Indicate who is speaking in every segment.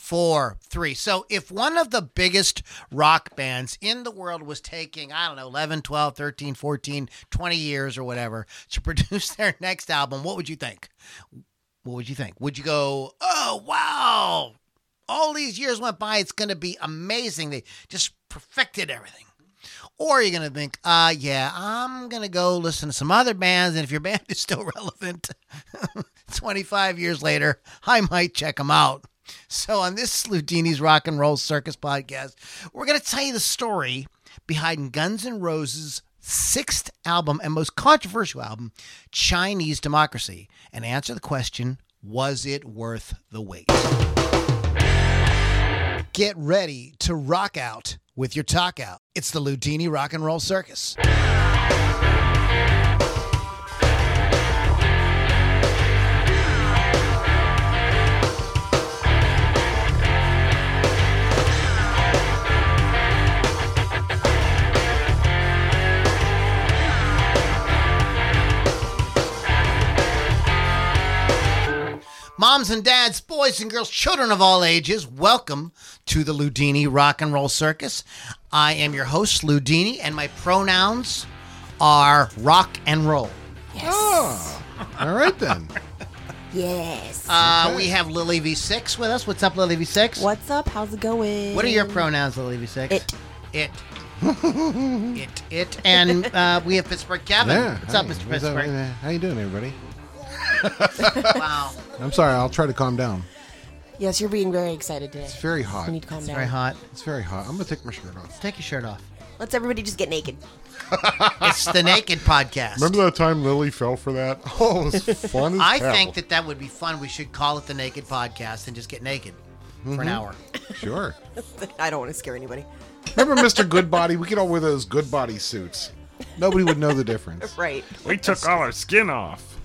Speaker 1: four, three. So if one of the biggest rock bands in the world was taking, I don't know, 11, 12, 13, 14, 20 years or whatever to produce their next album, what would you think? What would you think? Would you go, oh, wow, all these years went by, it's going to be amazing. They just perfected everything. Or you're going to think, uh, yeah, I'm going to go listen to some other bands. And if your band is still relevant 25 years later, I might check them out. So, on this Sludini's Rock and Roll Circus podcast, we're going to tell you the story behind Guns N' Roses' sixth album and most controversial album, Chinese Democracy, and answer the question was it worth the wait? Get ready to rock out with your talk out. It's the Ludini Rock and Roll Circus. Moms and dads, boys and girls, children of all ages, welcome to the Ludini Rock and Roll Circus. I am your host, Ludini, and my pronouns are rock and roll.
Speaker 2: Oh, all right then.
Speaker 3: Yes.
Speaker 1: Uh, we have Lily V6 with us. What's up, Lily V6?
Speaker 3: What's up? How's it going?
Speaker 1: What are your pronouns, Lily V6?
Speaker 3: It.
Speaker 1: It. it. It. And uh, we have Pittsburgh Kevin. What's up,
Speaker 2: hi.
Speaker 1: Mr.
Speaker 2: What's up?
Speaker 1: Pittsburgh?
Speaker 2: Uh, How you doing, everybody?
Speaker 1: Wow.
Speaker 2: I'm sorry. I'll try to calm down.
Speaker 3: Yes, you're being very excited today.
Speaker 2: It's very hot.
Speaker 3: You need to calm down.
Speaker 1: Very hot.
Speaker 2: It's very hot. I'm gonna take my shirt off.
Speaker 1: Take your shirt off.
Speaker 3: Let's everybody just get naked.
Speaker 1: It's the Naked Podcast.
Speaker 4: Remember that time Lily fell for that? Oh, it was fun as
Speaker 1: I
Speaker 4: hell.
Speaker 1: think that that would be fun. We should call it the Naked Podcast and just get naked for an hour.
Speaker 2: Sure.
Speaker 3: I don't want to scare anybody.
Speaker 4: Remember Mr. Goodbody? We could all wear those Goodbody suits.
Speaker 2: Nobody would know the difference.
Speaker 3: Right.
Speaker 5: We took all our skin off.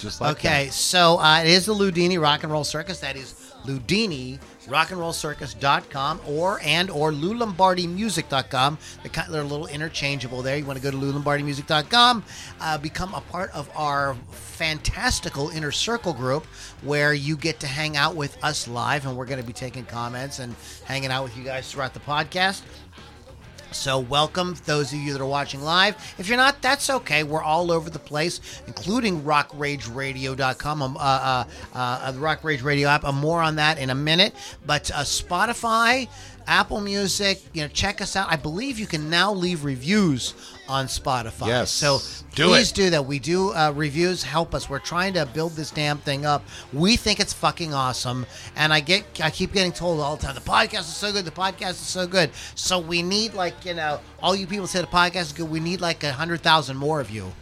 Speaker 2: Just like
Speaker 1: Okay, so uh, it is the Ludini Rock and Roll Circus. That is Ludini Rock and Roll Circus.com or and or LouLombardiMusic.com. They're, kind they're a little interchangeable there. You want to go to LouLombardiMusic.com, uh, become a part of our fantastical inner circle group where you get to hang out with us live and we're going to be taking comments and hanging out with you guys throughout the podcast. So, welcome those of you that are watching live. If you're not, that's okay. We're all over the place, including rockrageradio.com, um, uh, uh, uh, the Rock Rage Radio app. Uh, more on that in a minute. But uh, Spotify, Apple Music, you know, check us out. I believe you can now leave reviews on Spotify.
Speaker 2: Yes.
Speaker 1: So,
Speaker 2: Do
Speaker 1: please
Speaker 2: it.
Speaker 1: do that. We do uh, reviews. Help us. We're trying to build this damn thing up. We think it's fucking awesome, and I get I keep getting told all the time the podcast is so good. The podcast is so good. So we need like you know all you people say the podcast is good. We need like a hundred thousand more of you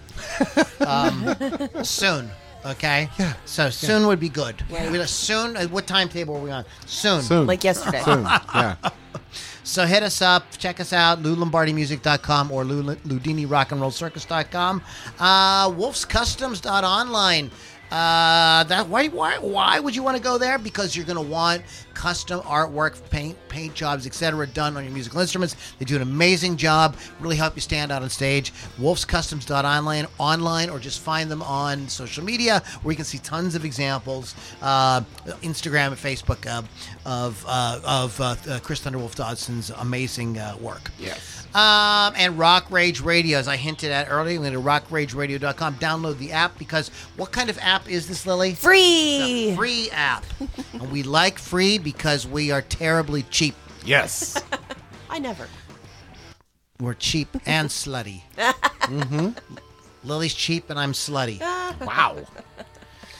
Speaker 1: um, soon. Okay.
Speaker 2: Yeah.
Speaker 1: So soon would be good.
Speaker 3: Right.
Speaker 1: We- Soon. uh, What timetable are we on? Soon.
Speaker 2: that. soon.
Speaker 3: Like yesterday.
Speaker 2: Soon. Yeah.
Speaker 1: So hit us up, check us out, lulombardimusic.com or Lul- Ludini Rock and Roll Circus.com. Uh, Wolf's Customs.online. Uh, that why why why would you want to go there? Because you're gonna want custom artwork, paint paint jobs, etc., done on your musical instruments. They do an amazing job. Really help you stand out on stage. Wolf's Customs.online online or just find them on social media where you can see tons of examples, uh, Instagram and Facebook uh, of uh, of uh, uh, Chris Thunderwolf Dodson's amazing uh, work. Yes. Um, and Rock Rage Radio, as I hinted at earlier, go to rockrageradio.com. Download the app because what kind of app is this, Lily?
Speaker 3: Free.
Speaker 1: It's a free app, and we like free because we are terribly cheap.
Speaker 5: Yes.
Speaker 3: I never.
Speaker 1: We're cheap and slutty. Mm-hmm. Lily's cheap and I'm slutty.
Speaker 2: Wow.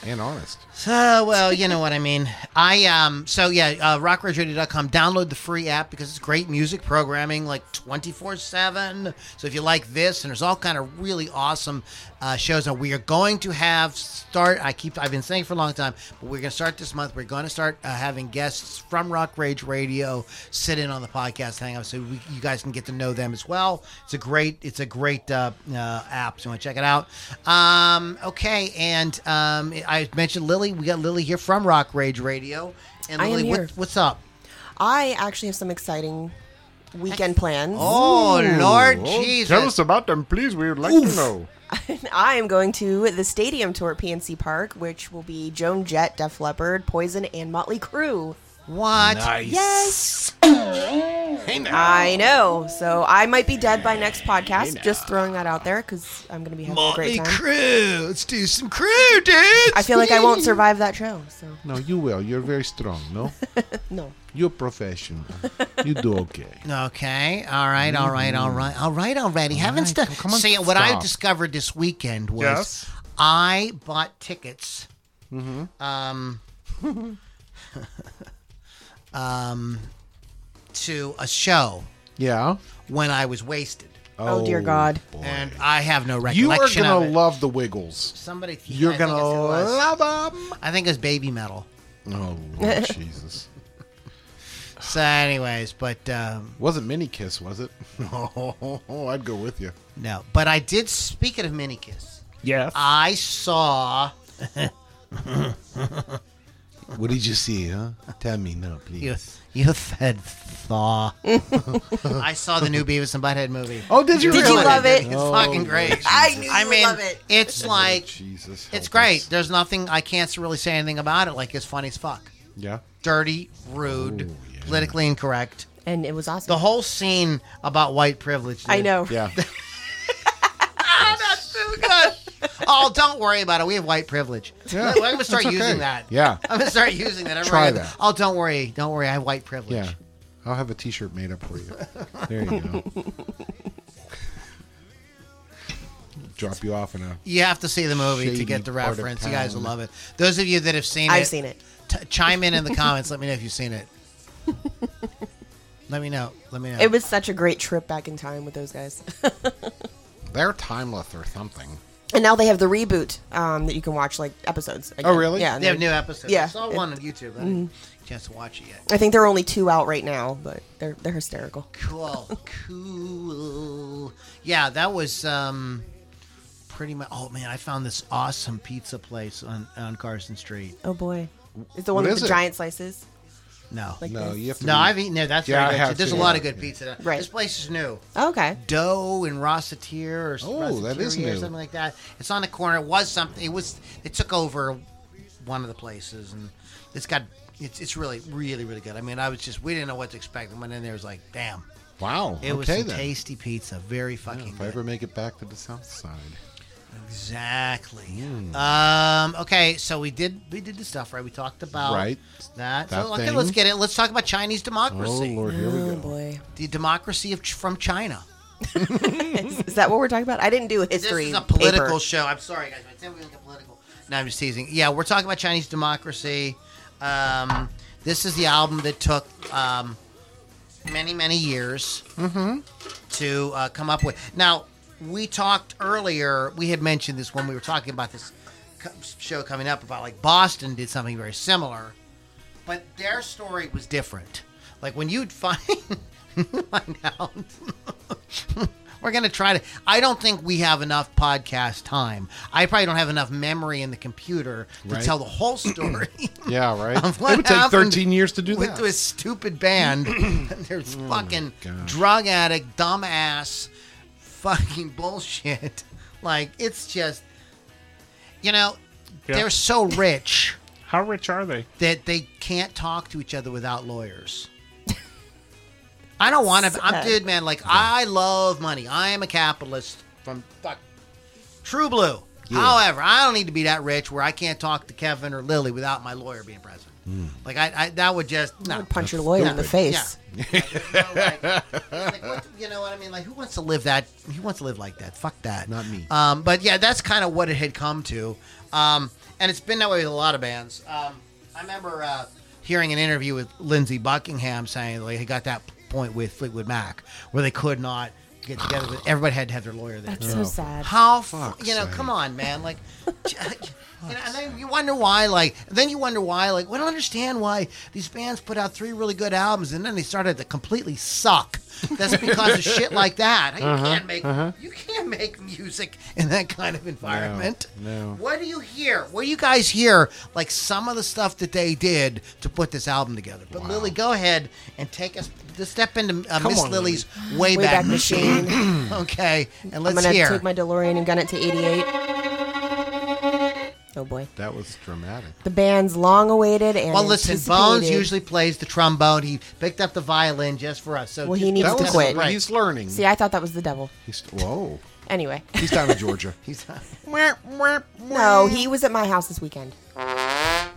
Speaker 2: And honest.
Speaker 1: So, Uh, well, you know what I mean. I um so yeah, uh, rockradio.com download the free app because it's great music programming like 24/7. So if you like this and there's all kind of really awesome uh, shows that we are going to have start I keep I've been saying for a long time, but we're going to start this month. We're going to start uh, having guests from Rock Rage Radio sit in on the podcast hang out so we, you guys can get to know them as well. It's a great it's a great uh, uh, app. So you want to check it out. Um, okay, and um, I mentioned Lily. We got Lily here from Rock Rage Radio. And
Speaker 3: I am
Speaker 1: Lily,
Speaker 3: here.
Speaker 1: What, what's up?
Speaker 3: I actually have some exciting weekend plans.
Speaker 1: Oh Lord
Speaker 4: Oh,
Speaker 1: Jesus!
Speaker 4: Tell us about them, please. We would like to know.
Speaker 3: I am going to the stadium tour at PNC Park, which will be Joan Jett, Def Leppard, Poison, and Motley Crue.
Speaker 1: What?
Speaker 3: Yes. I know. So I might be dead by next podcast. Just throwing that out there because I'm going to be having a
Speaker 1: Motley
Speaker 3: great time.
Speaker 1: Crue. Let's do some crew, dude.
Speaker 3: I feel like I won't survive that show. So
Speaker 2: No, you will. You're very strong. No,
Speaker 3: no.
Speaker 2: you're professional. You do okay.
Speaker 1: Okay. All right. All right. All right. All right. Already. Haven't
Speaker 2: Mm. right,
Speaker 1: stu-
Speaker 2: come- come on,
Speaker 1: see what I
Speaker 2: stop.
Speaker 1: discovered this weekend was
Speaker 5: Yes.
Speaker 1: I bought tickets.
Speaker 2: Mm-hmm.
Speaker 1: Um. um. To a show
Speaker 2: Yeah.
Speaker 1: when I was wasted,
Speaker 3: Oh, dear God.
Speaker 2: boy.
Speaker 1: and I have no
Speaker 4: You are
Speaker 1: recollection
Speaker 4: gonna
Speaker 1: of it.
Speaker 4: love the Wiggles.
Speaker 1: Somebody,
Speaker 2: You're
Speaker 1: I think
Speaker 2: gonna
Speaker 1: it's- it was-
Speaker 2: love them.
Speaker 1: I think it was baby metal.
Speaker 2: Oh Lord Jesus!
Speaker 1: So, anyways, but um,
Speaker 2: Wasn't mini kiss, was it? Oh, I'd go with you.
Speaker 1: no. But I did. Speaking of Minikiss,
Speaker 5: Yes.
Speaker 1: I saw.
Speaker 2: What did you see, huh? Tell me now, please.
Speaker 1: You, you said thaw. I saw the new Beavis and Butthead movie.
Speaker 2: Oh, did you?
Speaker 3: Did you
Speaker 2: really? Oh,
Speaker 3: love it?
Speaker 1: It's fucking great.
Speaker 3: I knew you
Speaker 1: I
Speaker 3: would
Speaker 1: mean,
Speaker 3: love it.
Speaker 1: it's like
Speaker 2: Jesus, help
Speaker 1: it's great.
Speaker 2: us.
Speaker 1: There's nothing I can't really say anything about it. Like it's funny as fuck,
Speaker 2: Yeah.
Speaker 1: dirty, rude,
Speaker 2: Oh,
Speaker 1: politically incorrect.
Speaker 3: And it was awesome.
Speaker 1: The whole scene about white privilege.
Speaker 3: I
Speaker 1: dude.
Speaker 3: know.
Speaker 2: Yeah.
Speaker 1: Oh, good. oh, don't worry about it. We have white privilege.
Speaker 2: Yeah.
Speaker 1: I'm gonna start
Speaker 2: That's okay.
Speaker 1: using that.
Speaker 2: Yeah.
Speaker 1: I'm gonna start using that. Everybody-
Speaker 2: Try that.
Speaker 1: Oh, don't worry. Don't worry. I have white privilege.
Speaker 2: Yeah. I'll have a T-shirt made up for you. There you go. Drop you off in a.
Speaker 1: You have to see the movie to
Speaker 2: Shady
Speaker 1: get the
Speaker 2: part of
Speaker 1: reference. You guys will
Speaker 2: town.
Speaker 1: love it. Those of you that have seen it,
Speaker 3: I've seen it.
Speaker 1: t- chime in in the comments. Let me know if you've seen it. Let me know. Let me know.
Speaker 3: It was such a great trip back in time with those guys.
Speaker 2: They're timeless or something.
Speaker 3: and now they have the reboot um, that you can watch like episodes. again.
Speaker 2: Oh, really?
Speaker 3: Yeah.
Speaker 1: they have new episodes.
Speaker 3: Yeah. Mm-hmm.
Speaker 1: I saw one on YouTube. I didn't get a chance to watch it yet.
Speaker 3: I think there are only two out right now, but they're they're hysterical.
Speaker 1: Cool. cool. Yeah, that was um, pretty much. Oh, man, I found this awesome pizza place on, on Carson Street.
Speaker 3: Oh boy, it's the one
Speaker 2: What
Speaker 3: with
Speaker 2: is
Speaker 3: the
Speaker 2: it?
Speaker 3: giant slices.
Speaker 1: No.
Speaker 3: Like
Speaker 2: No,
Speaker 3: this.
Speaker 2: you have to.
Speaker 1: no,
Speaker 2: be-
Speaker 1: I've eaten there. That's
Speaker 2: Yeah, I
Speaker 1: very good.
Speaker 2: have
Speaker 1: too. There's
Speaker 2: too,
Speaker 1: a lot
Speaker 2: yeah.
Speaker 1: of good pizza.
Speaker 3: Right.
Speaker 1: This place is new.
Speaker 3: Oh, okay.
Speaker 1: Dough and Rosseteer or s-
Speaker 2: Oh, that is
Speaker 1: Rosseteria or
Speaker 2: new.
Speaker 1: something like that. It's on the corner. It was something. It was. It took over one of the places, and it's got. It's it's really really really good. I mean, I was just we didn't know what to expect. And went in there it was like, damn,
Speaker 2: Wow.
Speaker 1: it was
Speaker 2: okay
Speaker 1: some
Speaker 2: then.
Speaker 1: tasty pizza, very fucking
Speaker 2: If I
Speaker 1: good.
Speaker 2: ever make it back to the South Side.
Speaker 1: Exactly.
Speaker 2: Hmm.
Speaker 1: Um, okay, so we did we did the stuff right. We talked about
Speaker 2: Right.
Speaker 1: that.
Speaker 2: That
Speaker 1: so okay, let's
Speaker 2: thing.
Speaker 1: get it. Let's talk about Chinese
Speaker 2: Oh
Speaker 1: democracy.
Speaker 2: Lord, here we
Speaker 3: Oh
Speaker 2: go.
Speaker 3: boy,
Speaker 1: The democracy of Ch- from China.
Speaker 3: is that what we're talking about? I didn't do a
Speaker 1: This
Speaker 3: history.
Speaker 1: is a political
Speaker 3: paper.
Speaker 1: show. I'm sorry, guys. I said we got political. No, I'm just teasing. Yeah, we're talking about Chinese democracy. Um, this is the album that took um, many, many years
Speaker 3: Mm-hmm.
Speaker 1: to uh, come up with. Now, we talked earlier. We had mentioned this when we were talking about this co- show coming up about like Boston did something very similar, but their story was different. Like when you'd find find out we're gonna try to. I don't think we have enough podcast time. I probably don't have enough memory in the computer to
Speaker 2: Right.
Speaker 1: tell the whole story.
Speaker 2: Yeah, right.
Speaker 1: Of
Speaker 2: It
Speaker 1: what
Speaker 2: would take
Speaker 1: happened
Speaker 2: 13 years to do
Speaker 1: Went
Speaker 2: that.
Speaker 1: to a stupid band. and There's
Speaker 5: Oh
Speaker 1: fucking
Speaker 2: gosh.
Speaker 1: drug addict, dumbass, fucking bullshit. Like it's just, you know,
Speaker 5: Yeah.
Speaker 1: they're so rich
Speaker 5: How rich are they?
Speaker 1: that they can't talk to each other without lawyers. I don't want to. I'm
Speaker 3: Sad.
Speaker 1: dude, man. Like I love money. I am a capitalist from fuck True Blue. However, I don't need to be that rich where I can't talk to Kevin or Lily without my lawyer being present.
Speaker 5: Hmm.
Speaker 1: Like I, I, that would just
Speaker 3: I
Speaker 1: no.
Speaker 3: would punch your lawyer in the face.
Speaker 1: Yeah. Like, like, what- you know what I mean? Like, who wants to live that? Who wants to live like that? Fuck that.
Speaker 2: Not me.
Speaker 1: Um, but yeah, that's kind of what it had come to, um, and it's been that way with a lot of bands. Um, I remember uh, hearing an interview with Lindsey Buckingham saying like he got that point with Fleetwood Mac where they could not get together. With, everybody had to have their lawyer there.
Speaker 3: That's so sad.
Speaker 1: How fu-
Speaker 2: Fuck's
Speaker 1: you know?
Speaker 2: sake.
Speaker 1: Come on, man. Like, And, and then uh, you wonder why, like, then you wonder why, like, we don't understand why these bands put out three really good albums and then they started to completely suck. That's because of shit like that. You
Speaker 3: Uh-huh,
Speaker 1: can't make you can't make music in that kind of environment.
Speaker 2: no.
Speaker 1: What do you hear? What do you guys hear? Like some of the stuff that they did to put this album together. But Lily, go ahead and take us to step into uh, Miss
Speaker 5: on,
Speaker 1: Lily's way, back
Speaker 3: Wayback Machine.
Speaker 1: okay, and
Speaker 3: I'm
Speaker 1: let's
Speaker 3: gonna
Speaker 1: hear.
Speaker 3: take my DeLorean and gun it to 88. Oh boy.
Speaker 2: That was dramatic.
Speaker 3: The band's long awaited and
Speaker 1: Well, listen, Bones
Speaker 3: anticipated-
Speaker 1: usually plays the trombone. He picked up the violin just for us. So
Speaker 3: Well,
Speaker 1: just
Speaker 3: he needs
Speaker 1: give
Speaker 3: to
Speaker 1: us a
Speaker 3: quit.
Speaker 1: break.
Speaker 4: He's learning.
Speaker 3: See, I thought that was the devil.
Speaker 2: He's, whoa.
Speaker 3: Anyway.
Speaker 4: He's down in Georgia.
Speaker 1: He's-
Speaker 3: No, he was at my house this weekend.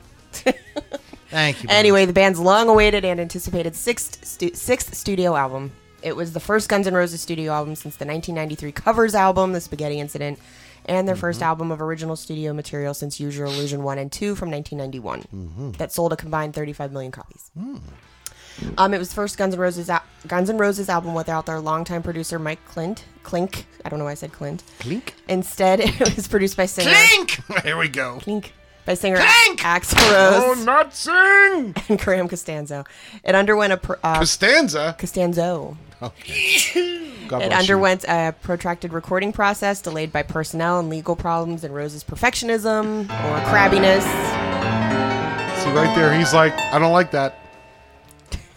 Speaker 1: thank you. Bones.
Speaker 3: Anyway, the band's long-awaited and anticipated sixth stu- sixth studio album. It was the first Guns N' Roses studio album since the 1993 covers album, The Spaghetti Incident, and their first album of original studio material since Use Your Illusion 1 and 2 from 1991, that sold a combined 35 million copies. Um, it was the first Guns N' Roses al- Guns N' Roses album without their longtime producer Mike Clint Clink. I don't know why I said Clint. Clink. Instead, it was produced by singer
Speaker 1: Clink!
Speaker 5: Here we go.
Speaker 3: Clink by singer
Speaker 1: Clink!
Speaker 3: Axl Rose
Speaker 5: Oh, not sing.
Speaker 3: and Graham Costanzo. It underwent a pr- uh,
Speaker 4: Costanza.
Speaker 3: Costanzo.
Speaker 1: Oh,
Speaker 2: God
Speaker 3: It
Speaker 2: bless
Speaker 3: underwent a protracted recording process delayed by personnel and legal problems and Rose's perfectionism or crabbiness.
Speaker 2: you. See right there, he's like, I don't like that.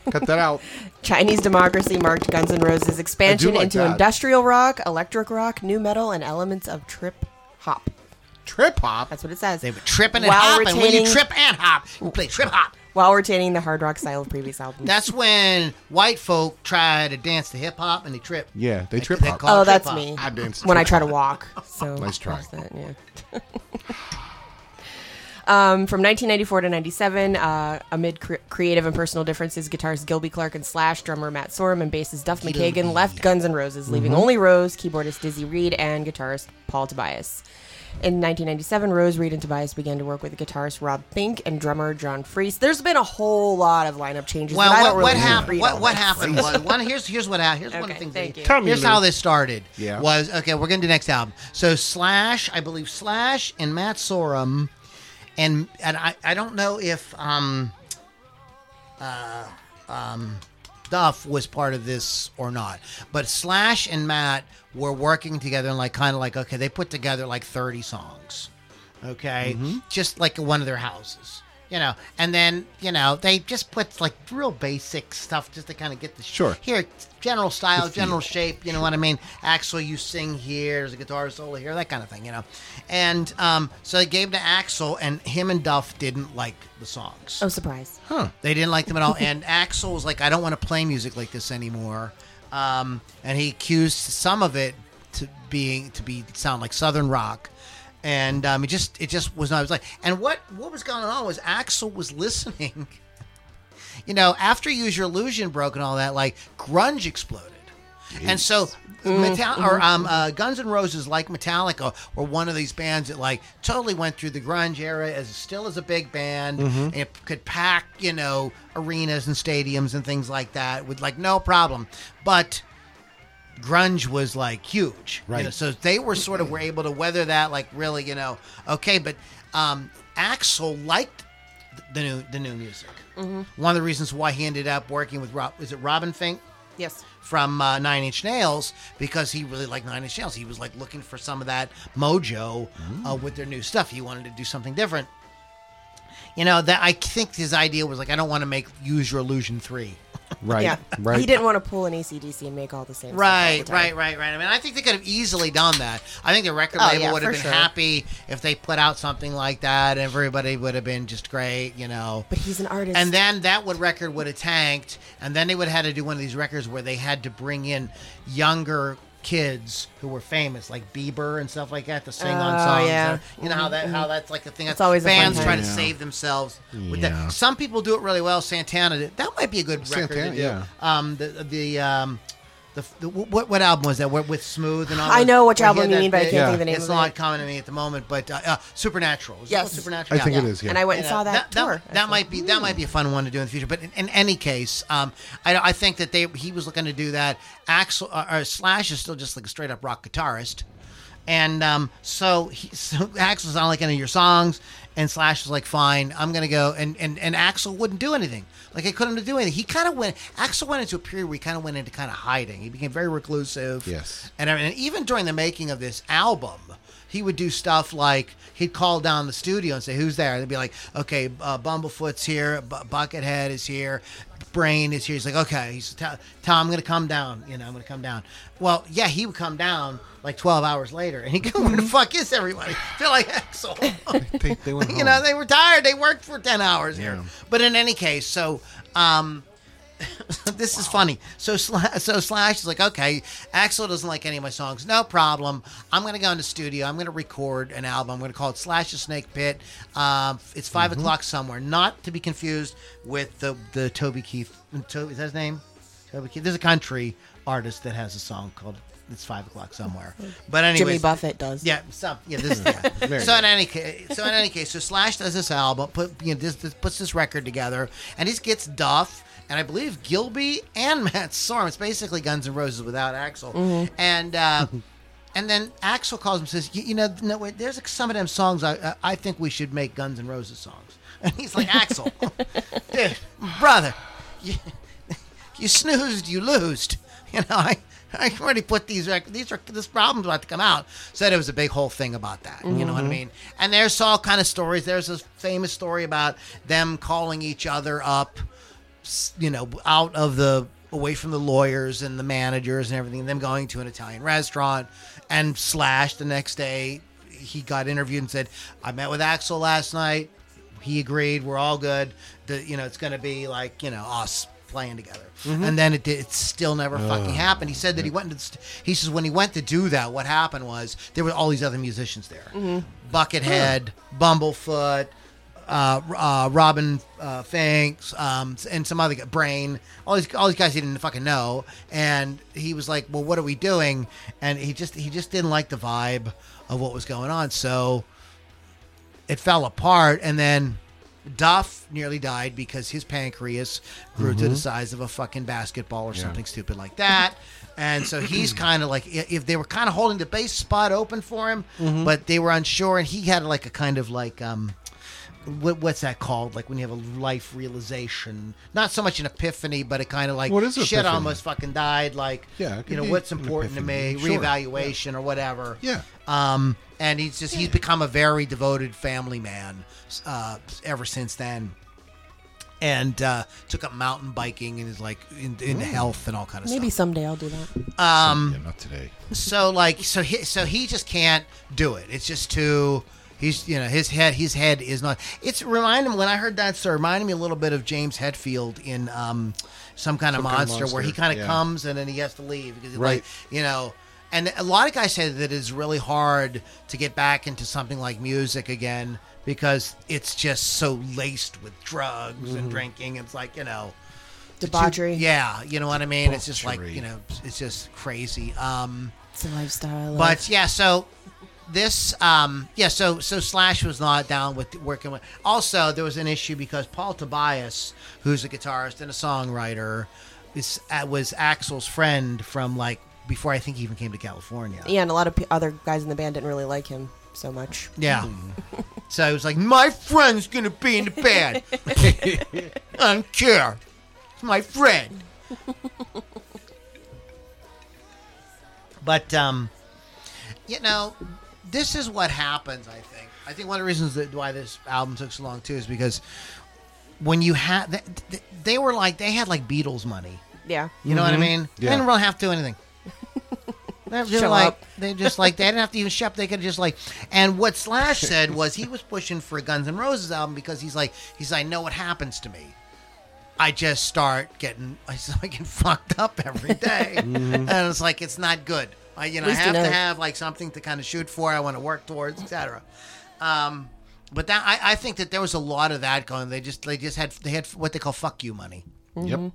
Speaker 2: Cut that out.
Speaker 3: Chinese democracy marked Guns N' Roses expansion
Speaker 2: like
Speaker 3: into
Speaker 2: that.
Speaker 3: industrial rock, electric rock, new metal, and elements of trip hop.
Speaker 2: Trip hop.
Speaker 3: That's what it says.
Speaker 1: They were tripping and
Speaker 3: While
Speaker 1: hopping. When you
Speaker 3: retaining-
Speaker 1: trip and hop, you play trip hop.
Speaker 3: While retaining the hard rock style of previous albums.
Speaker 1: That's when white folk try to dance to hip hop and they trip.
Speaker 2: Yeah, they
Speaker 1: They-
Speaker 2: trip
Speaker 1: they
Speaker 2: hop.
Speaker 1: call it
Speaker 3: oh,
Speaker 1: trip
Speaker 3: that's
Speaker 1: hop.
Speaker 3: me.
Speaker 2: I danced
Speaker 3: when I try to walk. So
Speaker 2: Nice try.
Speaker 3: that's That, yeah. um, from 1994 to 97, uh, amid cre- creative and personal differences, guitarist Gilby Clark and Slash, drummer Matt Sorum, and bassist Duff McKagan left Guns N' Roses, leaving
Speaker 1: Mm-hmm.
Speaker 3: only Rose, keyboardist Dizzy Reed, and guitarist Paul Tobias. In 1997, Rose Reed and Tobias began to work with guitarist Rob Fink and drummer John Freese. There's been a whole lot of lineup changes.
Speaker 1: Well,
Speaker 3: but I
Speaker 1: what,
Speaker 3: don't really
Speaker 1: what
Speaker 3: wanna
Speaker 1: happened?
Speaker 3: read
Speaker 1: What,
Speaker 3: all
Speaker 1: what
Speaker 3: this.
Speaker 1: happened was one. Here's here's what happened. Here's one of the
Speaker 3: Okay,
Speaker 1: things.
Speaker 3: thank
Speaker 1: that,
Speaker 3: you.
Speaker 5: Tell me,
Speaker 1: Here's how
Speaker 5: Lou.
Speaker 1: this started.
Speaker 2: Yeah.
Speaker 1: Was okay. We're gonna do next album. So Slash, I believe Slash and Matt Sorum, and and I I don't know if um uh um Duff was part of this or not, but Slash and Matt were working together and like kind of like okay, they put together like thirty songs okay just like one of their houses you know and then you know they just put like real basic stuff just to kind of get the
Speaker 2: Sure.
Speaker 1: here general style general shape you know what i mean axel you sing here there's a guitar solo here that kind of thing you know and um, so they gave it to axel and him and duff didn't like the songs
Speaker 3: Oh, surprise.
Speaker 1: they didn't like them at all. And Axel was like, I don't want to play music like this anymore. Um, and he accused some of it to being to be sound like southern rock. And um, it just it just was not. It was like, and what what was going on was Axel was listening. You know, after Use Your Illusion broke and all that, like grunge exploded. And so, Metal- or um, uh, Guns N' Roses, like Metallica, were one of these bands that like totally went through the grunge era as still as a big band. And it could pack, you know, arenas and stadiums and things like that with like no problem. But grunge was like huge, you know,
Speaker 2: Right.
Speaker 1: so they were sort of were able to weather that, like really, you know, okay. But um, Axel liked the new the new music. One of the reasons why he ended up working with Rob is it Robin Fink
Speaker 3: Yes.
Speaker 1: from uh, Nine Inch Nails because he really liked Nine Inch Nails. He was like looking for some of that mojo uh, with their new stuff. He wanted to do something different. You know that I think his idea was like I don't want to make Use Your Illusion three.
Speaker 2: Right.
Speaker 3: Yeah.
Speaker 2: Right.
Speaker 3: He didn't want to pull an ACDC and make all the same. stuff all the
Speaker 1: Right,
Speaker 3: time.
Speaker 1: right, right, right. I mean, I think they could have easily done that. I think the record
Speaker 3: Oh,
Speaker 1: label
Speaker 3: yeah,
Speaker 1: would have
Speaker 3: for
Speaker 1: been
Speaker 3: sure.
Speaker 1: happy if they put out something like that. Everybody would have been just great, you know.
Speaker 3: But he's an artist.
Speaker 1: And then that would record would have tanked, and then they would have had to do one of these records where they had to bring in younger kids who were famous, like Bieber and stuff like that, to sing on
Speaker 3: Oh,
Speaker 1: songs.
Speaker 3: yeah.
Speaker 1: You know how that how that's like a thing.
Speaker 3: It's always a fun
Speaker 1: bands
Speaker 3: time.
Speaker 1: try to save themselves with
Speaker 2: Yeah.
Speaker 1: that. Some people do it really well. Santana, did- that might be a good record.
Speaker 2: Santana,
Speaker 1: To do.
Speaker 2: yeah.
Speaker 1: Um, the the um. The, the, what what album was that? What with Smooth and all?
Speaker 3: I
Speaker 1: those-
Speaker 3: know which
Speaker 1: where he
Speaker 3: album
Speaker 1: had
Speaker 3: you
Speaker 1: that
Speaker 3: mean, but I
Speaker 1: big-
Speaker 3: can't
Speaker 2: Yeah.
Speaker 3: think of the name
Speaker 1: It's
Speaker 3: of it.
Speaker 1: not coming to me at the moment, but uh, uh, Supernatural. Is it
Speaker 3: Yes.
Speaker 1: called Supernatural.
Speaker 2: I think
Speaker 1: Yeah.
Speaker 2: it is. Yeah.
Speaker 3: And I went and
Speaker 1: Yeah,
Speaker 3: saw that,
Speaker 1: uh, That,
Speaker 3: tour.
Speaker 1: that might be that might be a fun one to do in the future. But in, in any case, um, I, I think uh, that they he was looking to do that. Axel uh, or Slash is still just like a straight up rock guitarist, And um, so, he, so Axel was not like any of your songs, and Slash was like, "Fine, I'm gonna go." And and and Axel wouldn't do anything. Like he couldn't do anything. He kind of went. Axel went into a period where he kind of went into kind of hiding. He became very reclusive.
Speaker 4: Yes.
Speaker 1: And, and even during the making of this album, he would do stuff like he'd call down the studio and say, "Who's there?" And they'd be like, "Okay, uh, Bumblefoot's here. B- Buckethead is here. Brain is here." He's like, "Okay." He's tell tell him I'm gonna come down. You know, I'm gonna come down. Well, yeah, he would come down like 12 hours later, and he'd go, "Where the fuck is everybody?" They're like, "Axel."
Speaker 2: They, they went
Speaker 1: you know, they were tired. They worked for 10 hours here. But in any case, so um, this is funny. So Slash, so Slash is like, okay, Axel doesn't like any of my songs. No problem. I'm going to go into studio. I'm going to record an album. I'm going to call it Slash the Snake Pit. Um, it's 5 o'clock somewhere. Not to be confused with the, the Toby Keith. To, is that his name? Toby Keith. There's a country artist that has a song called It's 5 o'clock somewhere. But anyway.
Speaker 3: Jimmy Buffett does.
Speaker 1: Yeah, some yeah. This, yeah. Hmm. so in any case, so in any case, so Slash does this album, put you know, this, this puts this record together, and he gets Duff and I believe Gilby and Matt Sorum. It's basically Guns N' Roses without Axel, and. Uh, And then Axel calls him and says, "You you know, no, wait, there's some of them songs I I- I think we should make Guns N' Roses songs." And he's like, "Axel, dude, brother, you, you snoozed, you losed. You know, I, I already put these rec- these are this problem's about to come out. So there was a big whole thing about that. You know what I mean? And there's all kind of stories. There's this famous story about them calling each other up, s- you know, out of the away from the lawyers and the managers and everything. Them going to an Italian restaurant and slash the next day. He got interviewed and said, "I met with Axel last night. He agreed. We're all good. The you know it's going to be like you know us playing together. And then it, did, it still never fucking happened. He said that he went to. the st- He says when he went to do that, what happened was there were all these other musicians there, Buckethead, Bumblefoot. Uh, uh, Robin uh, Finks um, and some other guy, Brain, all these all these guys he didn't fucking know, and he was like, "Well, what are we doing?" And he just he just didn't like the vibe of what was going on, so it fell apart and then Duff nearly died because his pancreas grew to the size of a fucking basketball or something stupid like that. And so he's kind of like i- if they were kind of holding the base spot open for him, but they were unsure and he had like a kind of like um what, what's that called? Like when you have a life realization, not so much an epiphany, but a kind of like
Speaker 4: What is
Speaker 1: shit
Speaker 4: epiphany?
Speaker 1: almost fucking died. Like
Speaker 4: Yeah, it could
Speaker 1: you know
Speaker 4: be
Speaker 1: what's
Speaker 4: an
Speaker 1: important to me,
Speaker 4: epiphany. Sure.
Speaker 1: reevaluation or whatever.
Speaker 4: Yeah.
Speaker 1: Um, and he's just he's become a very devoted family man uh, ever since then. And uh, took up mountain biking and is like in, into health and all kind of
Speaker 3: Maybe
Speaker 1: stuff.
Speaker 3: someday I'll do that. um,
Speaker 4: yeah, not today.
Speaker 1: So like so he so he just can't do it. It's just too. He's you know his head his head is not. It's reminded me when I heard that. So it reminded me a little bit of James Hetfield in um some kind of,
Speaker 4: Some Kind of
Speaker 1: monster, where he
Speaker 4: Monster,
Speaker 1: kind of
Speaker 4: yeah.
Speaker 1: comes and then he has to leave because
Speaker 4: Right.
Speaker 1: like you know. And a lot of guys say that it's really hard to get back into something like music again because it's just so laced with drugs
Speaker 4: Mm-hmm.
Speaker 1: and drinking. It's like you know,
Speaker 3: Debauchery.
Speaker 1: yeah, you know what I mean. It's just like
Speaker 4: Debauchery.
Speaker 1: you know, it's just crazy. Um,
Speaker 3: It's a lifestyle.
Speaker 1: but yeah, so this um yeah, so so Slash was not down with working with also there was an issue because Paul Tobias, who's a guitarist and a songwriter, is uh, was Axel's friend from like before I think he even came to California.
Speaker 3: yeah, and a lot of p- other guys in the band didn't really like him so much.
Speaker 1: Yeah. Mm-hmm. so he was like, My friend's gonna be in the band. I don't care. It's my friend. but um you know, this is what happens, I think. I think one of the reasons that why this album took so long too is because when you had th- th- they were like they had like Beatles money.
Speaker 3: Yeah.
Speaker 1: You know what I mean?
Speaker 4: Yeah.
Speaker 1: They didn't really have to do anything. They were
Speaker 3: Show
Speaker 1: like
Speaker 3: up.
Speaker 1: they just like they didn't have to even shop. They could just like. And what Slash said was he was pushing for a Guns N' Roses album because he's like he's like, I know what happens to me. I just start getting I start getting fucked up every day.
Speaker 3: Mm-hmm.
Speaker 1: and it's like it's not good. I you know I
Speaker 3: Least you
Speaker 1: have to
Speaker 3: know.
Speaker 1: have like something to kind of shoot for. I want to work towards, etc. Um, but that I, I think that there was a lot of that going. They just they just had they had what they call fuck you money
Speaker 3: Mm-hmm.
Speaker 4: Yep.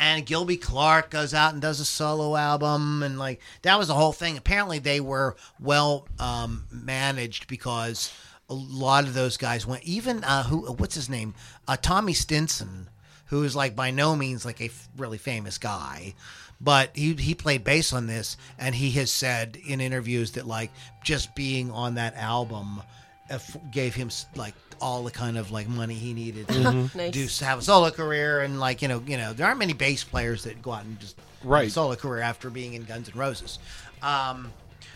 Speaker 1: and Gilby Clark goes out and does a solo album, and like that was the whole thing. Apparently, they were well um, managed because a lot of those guys went. Even uh, who, what's his name, uh, Tommy Uh, Stinson, who's like by no means like a f- really famous guy, but he he played bass on this, and he has said in interviews that like just being on that album aff- gave him s- like all the kind of like money he needed to
Speaker 3: Nice.
Speaker 1: do to have a solo career and like you know you know there aren't many bass players that go out and just
Speaker 4: Right.
Speaker 1: solo career after being in Guns N' Roses. Um,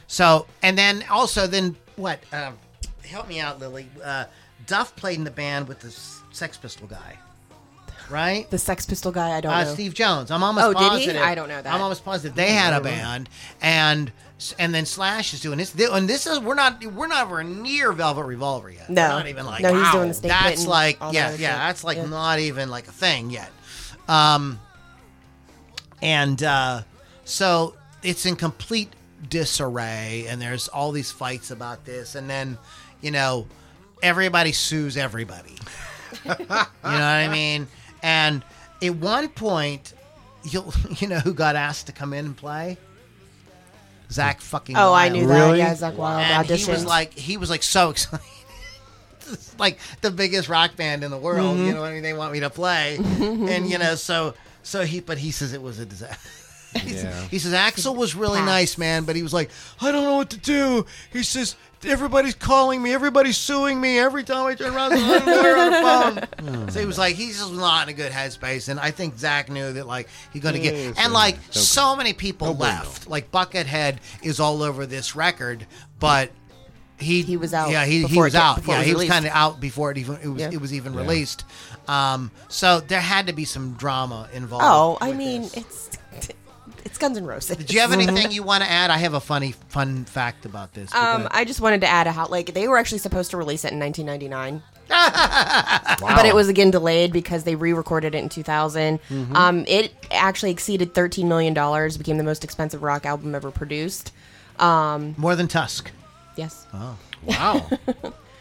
Speaker 1: so and then also then what? Um, help me out, Lily. Uh, Duff played in the band with the S- Sex Pistol guy, right?
Speaker 3: The Sex Pistol guy, I don't
Speaker 1: Uh,
Speaker 3: know.
Speaker 1: Steve Jones. I'm almost
Speaker 3: Oh, did he?
Speaker 1: positive.
Speaker 3: I don't know that. Mm.
Speaker 1: I'm almost positive they had a band, and and then Slash is doing this. And this is we're not we're not ever near Velvet Revolver yet.
Speaker 3: No.
Speaker 1: We're not even like
Speaker 3: No, he's
Speaker 1: wow,
Speaker 3: doing the Snake Pit
Speaker 1: That's
Speaker 3: and
Speaker 1: like
Speaker 3: all that
Speaker 1: yeah
Speaker 3: other
Speaker 1: yeah
Speaker 3: shit.
Speaker 1: that's like
Speaker 3: Yeah.
Speaker 1: not even like a thing yet. Um, and uh, so it's in complete disarray, and there's all these fights about this, and then you know everybody sues everybody. You know what I mean? And at one point, you you know who got asked to come in and play? Zach fucking.
Speaker 3: oh, I
Speaker 1: Wilde.
Speaker 3: knew
Speaker 2: Really?
Speaker 3: that. Yeah, Zach Wild
Speaker 1: And
Speaker 3: audition.
Speaker 1: he was like, he was like so excited. It's like the biggest rock band in the world. You know what I mean? They want me to play, and you know, so so he, but he says it was a disaster.
Speaker 4: Yeah.
Speaker 1: He says Axel was really
Speaker 3: Pass.
Speaker 1: nice, man, but he was like, I don't know what to do. He says everybody's calling me, everybody's suing me. Every time I turn around, there's another on the phone. so he was like, he's just not in a good headspace, and I think Zach knew that like he's gonna get
Speaker 4: Yes,
Speaker 1: and
Speaker 4: uh,
Speaker 1: like
Speaker 4: okay.
Speaker 1: so many people
Speaker 4: Nobody
Speaker 1: left. Like Buckethead is all over this record, but. He,
Speaker 3: He was out
Speaker 1: Yeah, he, he
Speaker 3: before
Speaker 1: was
Speaker 3: it ca-
Speaker 1: out.
Speaker 3: before it
Speaker 1: Yeah,
Speaker 3: was
Speaker 1: he was
Speaker 3: released.
Speaker 1: kind of out before it even it was,
Speaker 3: Yeah.
Speaker 1: it was even released. Um, so there had to be some drama involved.
Speaker 3: oh, I
Speaker 1: with
Speaker 3: mean,
Speaker 1: this.
Speaker 3: it's it's Guns N' Roses.
Speaker 1: Do you have anything you want to add? I have a funny, fun fact about this.
Speaker 3: Um, I just wanted to add a hot like they were actually supposed to release it in 1999,
Speaker 4: Wow.
Speaker 3: Uh, but it was again delayed because they re-recorded it in 2000. Um, it actually exceeded 13 million dollars, became the most expensive rock album ever produced.
Speaker 1: More than Tusk.
Speaker 3: Yes,
Speaker 4: wow.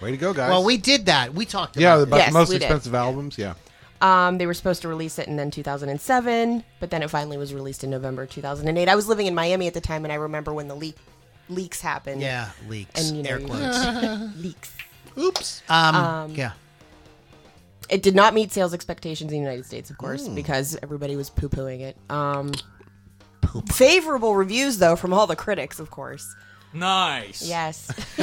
Speaker 4: Way to go, guys.
Speaker 1: Well, we did that. We talked
Speaker 2: Yeah,
Speaker 1: about
Speaker 2: about
Speaker 3: Yes,
Speaker 2: the most
Speaker 3: we did.
Speaker 2: expensive albums. Yeah.
Speaker 3: um, they were supposed to release it in then 2007, but then it finally was released in November 2008. I was living in Miami at the time, and I remember when the leak leaks happened.
Speaker 1: it. Yeah, leaks.
Speaker 3: And, you know,
Speaker 1: air
Speaker 3: you-
Speaker 1: quotes.
Speaker 3: leaks.
Speaker 2: Oops.
Speaker 1: Um, yeah.
Speaker 3: It did not meet sales expectations in the United States, of course, because everybody was poo pooing it. Um, favorable reviews, though, from all the critics, of course.
Speaker 6: Nice.
Speaker 3: Yes,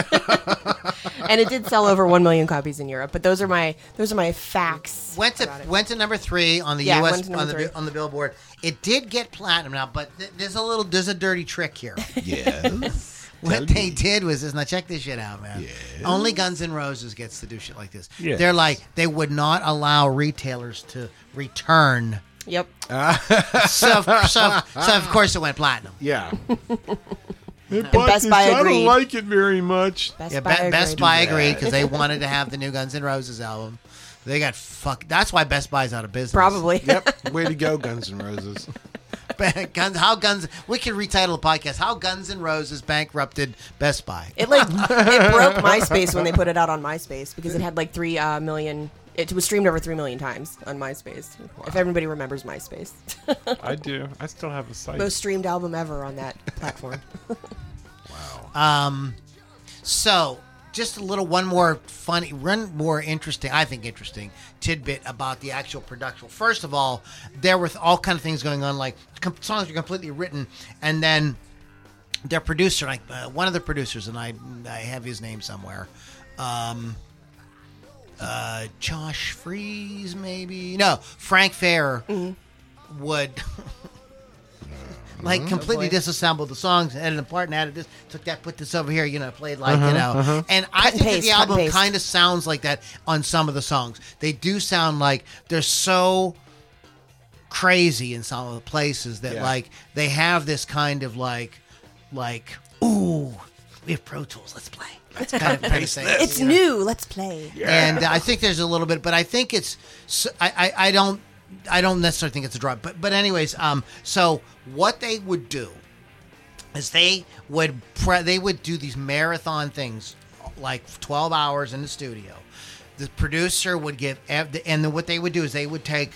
Speaker 3: and it did sell over one million copies in Europe. But those are my those are my facts.
Speaker 1: Went to
Speaker 3: about it.
Speaker 1: went to number three on the
Speaker 3: Yeah, went
Speaker 1: U.S.
Speaker 3: to
Speaker 1: on
Speaker 3: number
Speaker 1: the
Speaker 3: three.
Speaker 1: on the Billboard. It did get platinum now, but th- there's a little there's a dirty trick here.
Speaker 4: Yes.
Speaker 1: what they did was is now check this shit out, man. Only Guns N' Roses gets to do shit like this.
Speaker 4: Yes.
Speaker 1: They're like they would not allow retailers to return.
Speaker 3: Yep.
Speaker 1: So of, so, of- so of course it went platinum.
Speaker 4: yeah.
Speaker 2: But
Speaker 3: Best Buy
Speaker 2: I don't
Speaker 3: agreed.
Speaker 2: like it very much.
Speaker 3: Best
Speaker 1: Yeah,
Speaker 3: Buy.
Speaker 1: Be- Best
Speaker 3: agreed.
Speaker 1: Buy agreed because they wanted to have the new Guns N' Roses album. They got fuck. That's why Best Buy's out of business.
Speaker 3: Probably.
Speaker 4: Yep. Way to go, Guns N' Roses.
Speaker 1: Guns. How Guns? We can retitle the podcast. How Guns N' Roses bankrupted Best Buy.
Speaker 3: It like it broke MySpace when they put it out on MySpace because it had like three uh, million. It was streamed over three million times on MySpace. If everybody remembers MySpace,
Speaker 7: I do. I still have a site.
Speaker 3: most streamed album ever on that platform. uh,
Speaker 1: So, just a little one more funny, one more interesting, I think interesting tidbit about the actual production. First of all, there were all kind of things going on, like com- songs were completely written, and then their producer, like uh, one of the producers, and I, I have his name somewhere. Um, uh, Josh Freeze, maybe no Frank Fair
Speaker 3: Mm-hmm.
Speaker 1: would like completely disassembled the songs, and edited apart, and added this, took that, put this over here, you know, played like you know. And I
Speaker 3: and
Speaker 1: think that the
Speaker 3: paste, cut and
Speaker 1: album
Speaker 3: paste.
Speaker 1: kind of sounds like that on some of the songs. They do sound like they're so crazy in some of the places that
Speaker 4: Yeah.
Speaker 1: like they have this kind of like like ooh we have Pro Tools, let's play. That's kind of kind of thing.
Speaker 3: It's new. Let's play.
Speaker 1: And I think there's a little bit, but I think it's s- I I, I don't I don't necessarily think it's a drop. But but anyways, um, so what they would do is they would pre- they would do these marathon things like 12 hours in the studio the producer would give ev- and then what they would do is they would take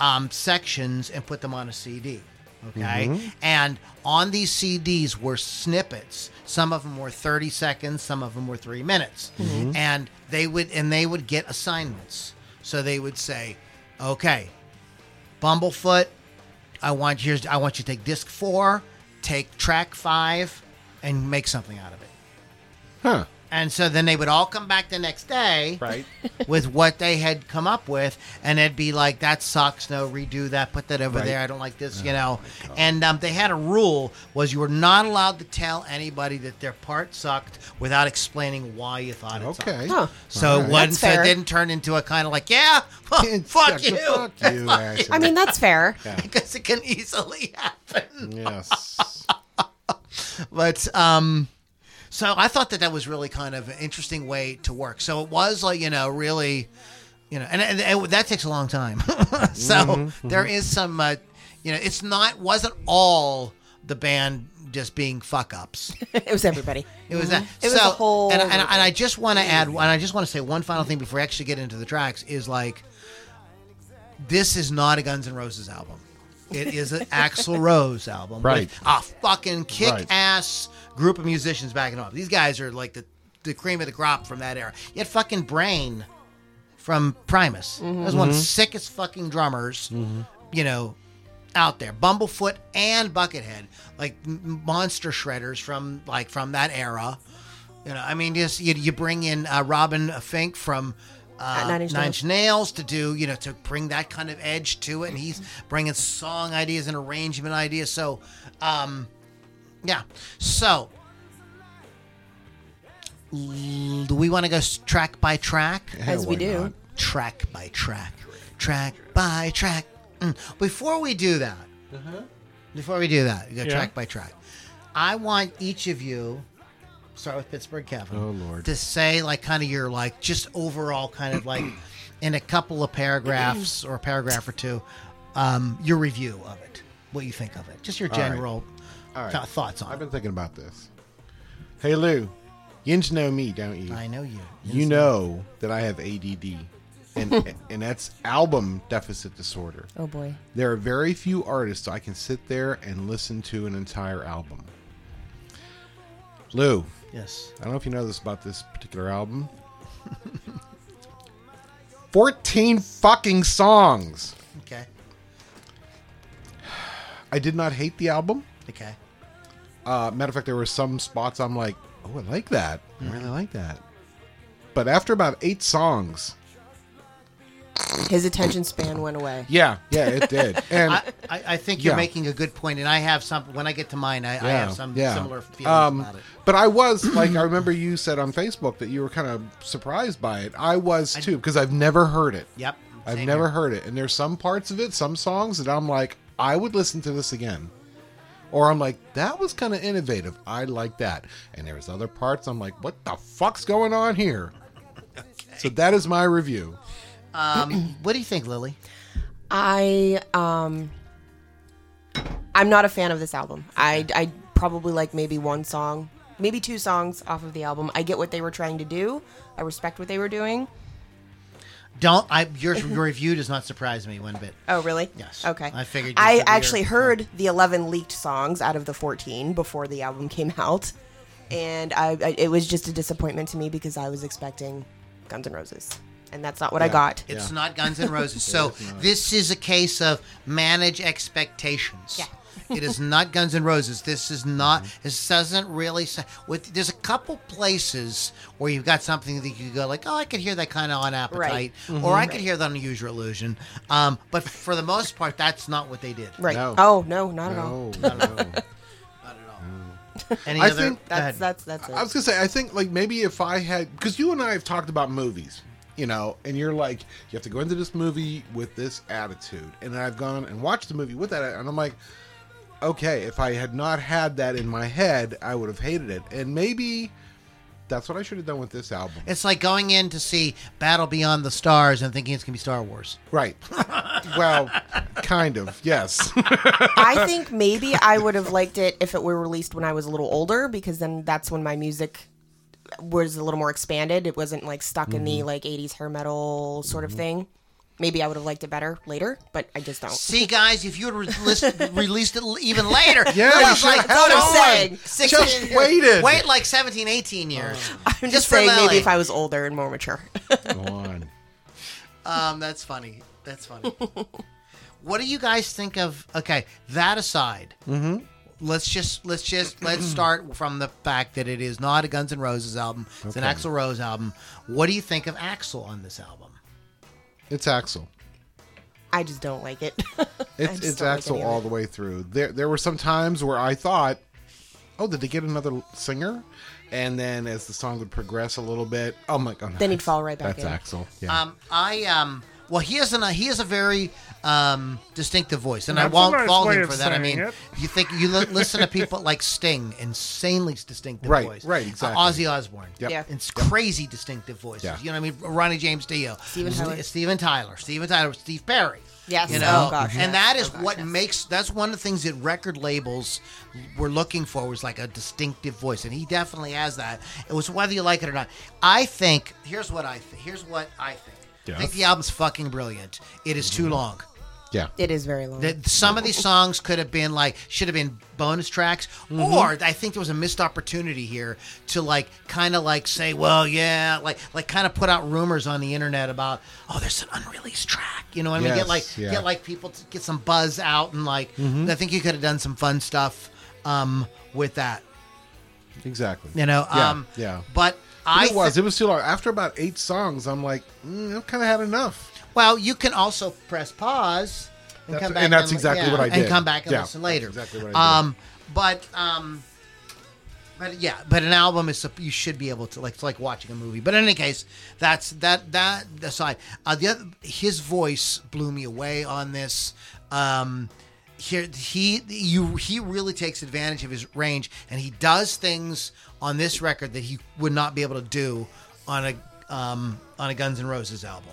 Speaker 1: um, sections and put them on a cd okay and on these cds were snippets some of them were 30 seconds some of them were three minutes and they would and they would get assignments so they would say okay Bumblefoot, I want here's I want you to take disc four, take track five, and make something out of it.
Speaker 4: Huh.
Speaker 1: And so then they would all come back the next day
Speaker 7: Right.
Speaker 1: with what they had come up with, and it'd be like, "That sucks. No, redo that. Put that over
Speaker 7: Right.
Speaker 1: there. I don't like this." you know. And um, they had a rule was you were not allowed to tell anybody that their part sucked without explaining why you thought it sucked.
Speaker 4: Okay.
Speaker 3: Huh.
Speaker 1: So it wasn't.
Speaker 3: That's
Speaker 1: So it
Speaker 3: fair.
Speaker 1: didn't turn into a kind of like, "Yeah,
Speaker 4: Yeah,
Speaker 1: fuck
Speaker 4: yeah,
Speaker 1: you,"
Speaker 4: Fuck you, Ashley.
Speaker 3: I mean, that's fair.
Speaker 1: because it can easily happen.
Speaker 4: yes.
Speaker 1: But um, so I thought that that was really kind of an interesting way to work. So it was like you know really, you know, and, and, and that takes a long time. so there is some, uh, you know, it's not wasn't all the band just being fuck ups.
Speaker 3: It was everybody.
Speaker 1: It was that.
Speaker 3: Mm-hmm. It was
Speaker 1: so,
Speaker 3: a whole
Speaker 1: And, and, and I just want to add, and I just want to say one final thing before I actually get into the tracks is like, this is not a Guns N' Roses album. It is an Axl Rose album.
Speaker 4: Right.
Speaker 1: With a fucking kick ass group of musicians backing up. These guys are like the, the cream of the crop from that era. You had fucking Brain from Primus. That was
Speaker 4: Mm-hmm.
Speaker 1: one of the sickest fucking drummers, you know, out there. Bumblefoot and Buckethead, like m- monster shredders from like from that era. You know, I mean, just you, you bring in uh, Robin Fink from uh,
Speaker 3: Uh,
Speaker 1: Nine
Speaker 3: Nine
Speaker 1: Inch
Speaker 3: Inch
Speaker 1: Nails to do, you know, to bring that kind of edge to it, and he's bringing song ideas and arrangement ideas. So, um, yeah. So, l- do we want to go s- track by track?
Speaker 3: As we
Speaker 4: why
Speaker 3: do.
Speaker 4: not?
Speaker 1: track by track, track by track. Mm. Before we do that,
Speaker 4: Uh-huh.
Speaker 1: before we do that, we go
Speaker 7: Yeah.
Speaker 1: track by track. I want each of you, start with Pittsburgh Kevin,
Speaker 4: Oh, Lord.
Speaker 1: to say like kind of your like just overall kind of like in a couple of paragraphs or a paragraph or two, um, your review of it, what you think of it, just your
Speaker 4: All right.
Speaker 1: general
Speaker 4: All right.
Speaker 1: th- thoughts on
Speaker 4: I've
Speaker 1: it.
Speaker 4: been thinking about this. Hey, Lou. You know me, don't you?
Speaker 1: I know you.
Speaker 4: You know that I have ADD, and and that's album deficit disorder.
Speaker 3: Oh boy.
Speaker 4: There are very few artists I can sit there and listen to an entire album. Lou,
Speaker 1: Yes.
Speaker 4: I don't know if you know this about this particular album. 14 fucking songs.
Speaker 1: Okay.
Speaker 4: I did not hate the album.
Speaker 1: Okay.
Speaker 4: Uh, matter of fact, there were some spots I'm like, oh, I like that. I really like that. But after about eight songs,
Speaker 3: His attention span went away.
Speaker 4: yeah, yeah, it did. And
Speaker 1: I, I, I think you're
Speaker 4: Yeah.
Speaker 1: making a good point, and I have some. When I get to mine, I, I have some similar feelings
Speaker 4: Um,
Speaker 1: about it.
Speaker 4: But I was like, I remember you said on Facebook that you were kind of surprised by it. I was too because I've never heard it.
Speaker 1: Yep,
Speaker 4: I've
Speaker 1: same
Speaker 4: never
Speaker 1: here.
Speaker 4: heard it, and there's some parts of it, some songs that I'm like, I would listen to this again, or I'm like, that was kind of innovative. I like that, and there's other parts I'm like, what the fuck's going on here? So that is my review.
Speaker 1: What do you think, Lily?
Speaker 3: I um I'm not a fan of this album. I I probably like maybe one song, maybe two songs off of the album. I get what they were trying to do. I respect what they were doing.
Speaker 1: Don't I? Your, your review does not surprise me one bit.
Speaker 3: Oh, really?
Speaker 1: Yes.
Speaker 3: Okay.
Speaker 1: I figured you
Speaker 3: I
Speaker 1: said we
Speaker 3: actually
Speaker 1: were-
Speaker 3: heard the 11 leaked songs out of the 14 before the album came out, and I, I it was just a disappointment to me because I was expecting Guns N' Roses, and that's not what I got.
Speaker 1: It's not Guns N' Roses. So this is a case of manage expectations. it is not Guns N' Roses. This is not.
Speaker 4: Mm-hmm.
Speaker 1: This doesn't really. s- With there's a couple places where you've got something that you go like, oh, I could hear that kind of on Appetite,
Speaker 3: Right.
Speaker 4: Mm-hmm.
Speaker 1: or I could hear that on Usual Illusion. Um, but for the most part, that's not what they did.
Speaker 3: right.
Speaker 4: No.
Speaker 3: Oh, no, not at all.
Speaker 4: No, no.
Speaker 1: Any
Speaker 4: I
Speaker 1: other?
Speaker 4: think
Speaker 1: go
Speaker 3: That's
Speaker 1: ahead.
Speaker 3: that's that's it.
Speaker 4: I was gonna say, I think like maybe if I had, because you and I have talked about movies, you know, and you're like, you have to go into this movie with this attitude, and I've gone and watched the movie with that, and I'm like, okay, if I had not had that in my head, I would have hated it, and maybe that's what I should have done with this album,
Speaker 1: It's like going in to see Battle Beyond the Stars and thinking it's gonna be Star Wars.
Speaker 4: right? well, kind of, yes.
Speaker 3: I think maybe I would have liked it if it were released when I was a little older because then that's when my music was a little more expanded. It wasn't like stuck in the like 80s hair metal sort of thing. Maybe I would have liked it better later, but I just don't.
Speaker 1: See, guys, if you had re- released it l- even later,
Speaker 4: Yeah,
Speaker 1: it
Speaker 4: you
Speaker 1: was
Speaker 4: should
Speaker 1: like
Speaker 4: have held
Speaker 1: no,
Speaker 3: on.
Speaker 1: like 16
Speaker 4: Just
Speaker 1: years.
Speaker 4: waited.
Speaker 1: Wait like 17, 18 years.
Speaker 3: I'm
Speaker 1: Just
Speaker 3: just,
Speaker 1: for
Speaker 3: saying
Speaker 1: Lily.
Speaker 3: maybe if I was older and more mature.
Speaker 4: go on.
Speaker 1: Um, that's funny. That's funny. What do you guys think of? Okay, that aside,
Speaker 4: Mm-hmm.
Speaker 1: let's just let's just let's start from the fact that it is not a Guns N' Roses album. It's an Axl Rose album. What do you think of Axl on this album?
Speaker 4: It's Axel.
Speaker 3: I just don't like it.
Speaker 4: It's
Speaker 3: just
Speaker 4: it's
Speaker 3: don't like
Speaker 4: Axel
Speaker 3: any of
Speaker 4: all
Speaker 3: it.
Speaker 4: the way through. There there were some times where I thought, oh, did they get another l- singer? And then as the song would progress a little bit, oh my god,
Speaker 3: Then he'd fall right back
Speaker 4: That's
Speaker 3: in.
Speaker 4: Axel. Yeah.
Speaker 1: Um, I um, well, he has an he has a very um distinctive voice, and I
Speaker 7: That's a
Speaker 1: won't
Speaker 7: nice
Speaker 1: fault
Speaker 7: way
Speaker 1: him
Speaker 7: of
Speaker 1: for that. I
Speaker 7: saying
Speaker 1: mean,
Speaker 7: it.
Speaker 1: you think you li- listen to people like Sting, insanely distinctive
Speaker 4: Right,
Speaker 1: voice,
Speaker 4: right,
Speaker 1: Uh,
Speaker 4: exactly.
Speaker 1: Ozzy Osbourne,
Speaker 4: Yep.
Speaker 3: Yeah.
Speaker 1: It's crazy distinctive voices.
Speaker 4: Yeah.
Speaker 1: You know what I mean? Ronnie James Dio,
Speaker 3: Steven
Speaker 1: Ste-
Speaker 3: Tyler.
Speaker 1: Steven Tyler, Steven Tyler, Steve Perry.
Speaker 3: Yes.
Speaker 1: You know,
Speaker 3: Oh, gosh, yes.
Speaker 1: and that is
Speaker 3: Oh, gosh,
Speaker 1: what
Speaker 3: yes.
Speaker 1: makes that's one of the things that record labels were looking for was like a distinctive voice, and he definitely has that. It was whether you like it or not. I think here's what I th- here's what I think. I think the album's fucking brilliant. It is too long.
Speaker 4: yeah.
Speaker 3: it is very long.
Speaker 1: That some of these songs could have been like should have been bonus tracks,
Speaker 4: Mm-hmm.
Speaker 1: or I think there was a missed opportunity here to like kind of like say, well, yeah, like like kind of put out rumors on the internet about oh, there's an unreleased track, you know what I mean? Get
Speaker 4: Yes,
Speaker 1: like
Speaker 4: yeah. Mm-hmm.
Speaker 1: get like people to get some buzz out and like I think you could have done some fun stuff um, with that,
Speaker 4: Exactly.
Speaker 1: you know?
Speaker 4: Yeah.
Speaker 1: Um,
Speaker 4: yeah.
Speaker 1: But I
Speaker 4: it was.
Speaker 1: thi-
Speaker 4: it was too long. After about eight songs, I'm like, mm, I've kind of had enough.
Speaker 1: well, you can also press pause. And,
Speaker 4: That's-
Speaker 1: come back
Speaker 4: and that's
Speaker 1: li-
Speaker 4: exactly what I
Speaker 1: And
Speaker 4: did.
Speaker 1: come back and
Speaker 4: Yeah,
Speaker 1: listen later.
Speaker 4: that's exactly what I did.
Speaker 1: Um, but um, but yeah, but an album is sup- you should be able to like it's like watching a movie. But in any case, that's that that aside. Uh, the other, his voice blew me away on this. Um, here he you he really takes advantage of his range and he does things on this record that he would not be able to do on a um, on a Guns N' Roses album.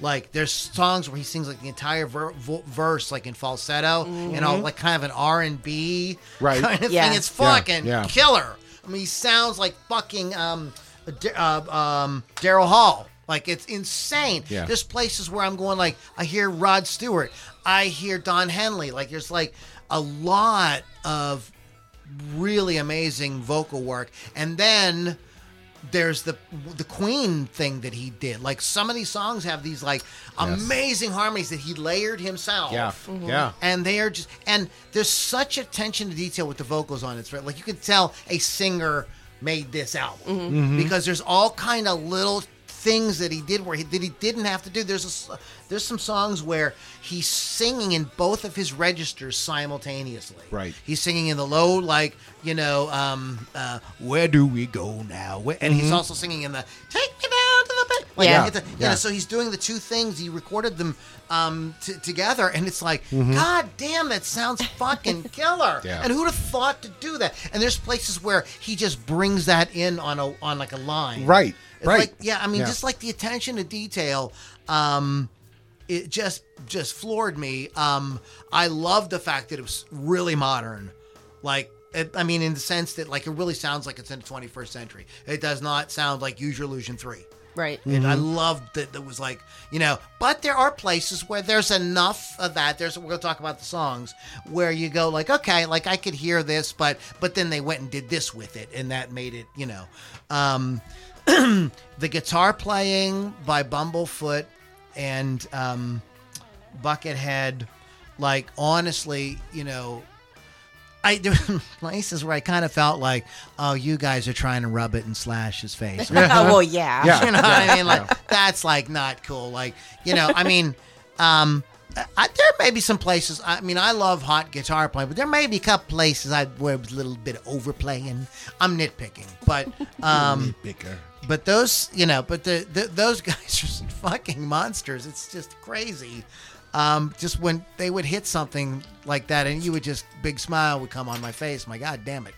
Speaker 1: Like there's songs where he sings like the entire ver- vo- verse like in falsetto and all like kind of an R and B
Speaker 4: Right.
Speaker 1: kind of
Speaker 3: Yeah.
Speaker 1: thing. It's fucking
Speaker 4: yeah.
Speaker 1: killer. I mean, he sounds like fucking um, D- uh, um, Daryl Hall. Like it's insane.
Speaker 4: Yeah.
Speaker 1: There's places where I'm going like I hear Rod Stewart, I hear Don Henley. Like there's like a lot of really amazing vocal work, and then there's the the Queen thing that he did. Like some of these songs have these like amazing harmonies that he layered himself
Speaker 4: Yeah. Yeah.
Speaker 1: and they are just and there's such attention to detail with the vocals on it. Right? Like you can tell a singer made this album because there's all kind of little things that he did where he that he didn't have to do. There's a s there's some songs where he's singing in both of his registers simultaneously.
Speaker 4: Right.
Speaker 1: He's singing in the low, like you know, um, uh, where do we go now? Where, and
Speaker 4: Mm-hmm.
Speaker 1: he's also singing in the take me down to the. Ba-. Like,
Speaker 3: Yeah.
Speaker 1: it's a- you
Speaker 4: Yeah.
Speaker 1: know, so he's doing the two things. He recorded them um, t- together, and it's like, God damn, that sounds fucking killer.
Speaker 4: Mm-hmm. Yeah.
Speaker 1: And who'd have thought to do that? And there's places where he just brings that in on a on like a line,
Speaker 4: Right,
Speaker 1: It's
Speaker 4: right.
Speaker 1: Like, yeah, I mean,
Speaker 4: Yeah.
Speaker 1: just like the attention to detail. Um, it just just floored me. Um, I love the fact that it was really modern, like. It, I mean, in the sense that, like, it really sounds like it's in the 21st century. It does not sound like Use Your Illusion 3
Speaker 3: right.
Speaker 1: and I loved that it was like you know. But there are places where there's enough of that. There's we're gonna talk about the songs where you go like, okay, like I could hear this, but but then they went and did this with it, and that made it you know. Um, the guitar playing by Bumblefoot and um, Buckethead, like honestly, you know. I there were places where I kind of felt like, oh, you guys are trying to rub it and slash his face.
Speaker 3: Oh, well, yeah.
Speaker 4: Yeah.
Speaker 1: You know what I mean? Like that's like not cool. Like you know, I mean, um, I, there may be some places. I mean, I love hot guitar playing, but there may be a couple places I where it was a little bit of overplaying. I'm nitpicking, but um,
Speaker 4: Bigger.
Speaker 1: but those you know, but the, the those guys are some fucking monsters. It's just crazy. Um, just when they would hit something like that, and you would just big smile would come on my face. My god damn it!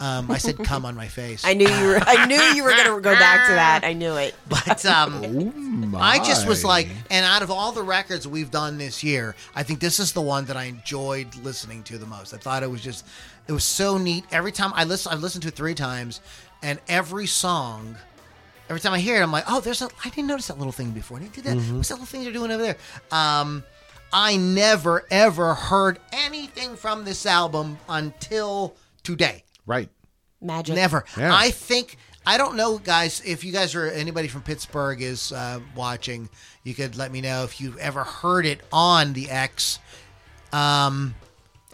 Speaker 1: Um, I said come on my face.
Speaker 3: I knew you were. I knew you were gonna go back to that. I knew it.
Speaker 1: but um, I just was
Speaker 4: My.
Speaker 1: like, and out of all the records we've done this year, I think this is the one that I enjoyed listening to the most. I thought it was just, it was so neat. Every time I listen, I've listened to it three times, and every song, every time I hear it, I'm like, oh, there's a, I didn't notice that little thing before. I didn't do that. What's that little thing they're doing over there? Um, I never ever heard anything from this album until today.
Speaker 4: Right.
Speaker 3: Magic.
Speaker 1: Never.
Speaker 4: Yeah.
Speaker 1: I think I don't know, guys. If you guys are anybody from Pittsburgh is uh, watching, You could let me know if you've ever heard it on the X. Um,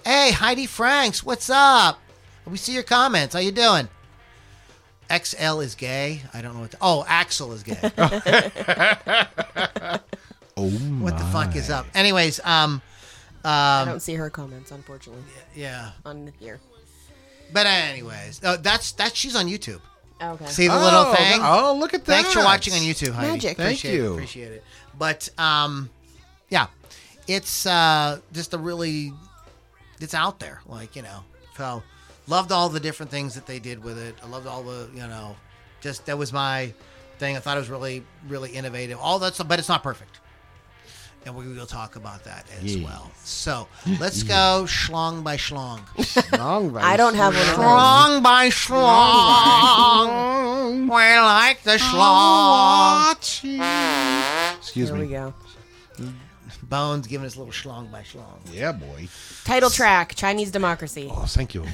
Speaker 1: hey, Heidi Franks, what's up? We see your comments. How you doing? XL is gay. I don't know what. The, oh, Axel is gay. oh What the fuck is up? Anyways, um,
Speaker 3: I don't see her comments, unfortunately,
Speaker 1: yeah.
Speaker 3: on here.
Speaker 1: But anyways, oh, that's that. She's on YouTube.
Speaker 3: Okay.
Speaker 1: See the little thing.
Speaker 4: Oh, look at that.
Speaker 1: Thanks for watching on YouTube, Heidi.
Speaker 3: Magic.
Speaker 4: Thank
Speaker 1: appreciate
Speaker 4: you.
Speaker 1: It, appreciate it. But um, yeah, it's uh, just a really, it's out there. Like you know, so loved all the different things that they did with it. I loved all the you know, just that was my thing. I thought it was really really innovative. All that's but it's not perfect. And we will talk about that as well. So let's go schlong by schlong.
Speaker 3: I don't have one. Of those.
Speaker 1: Schlong by schlong. We like the schlong.
Speaker 4: Excuse
Speaker 3: Here
Speaker 4: me.
Speaker 3: we go.
Speaker 1: Bones giving us a little schlong by schlong.
Speaker 4: Yeah, boy.
Speaker 3: Title track: Chinese Democracy.
Speaker 4: Oh, thank you.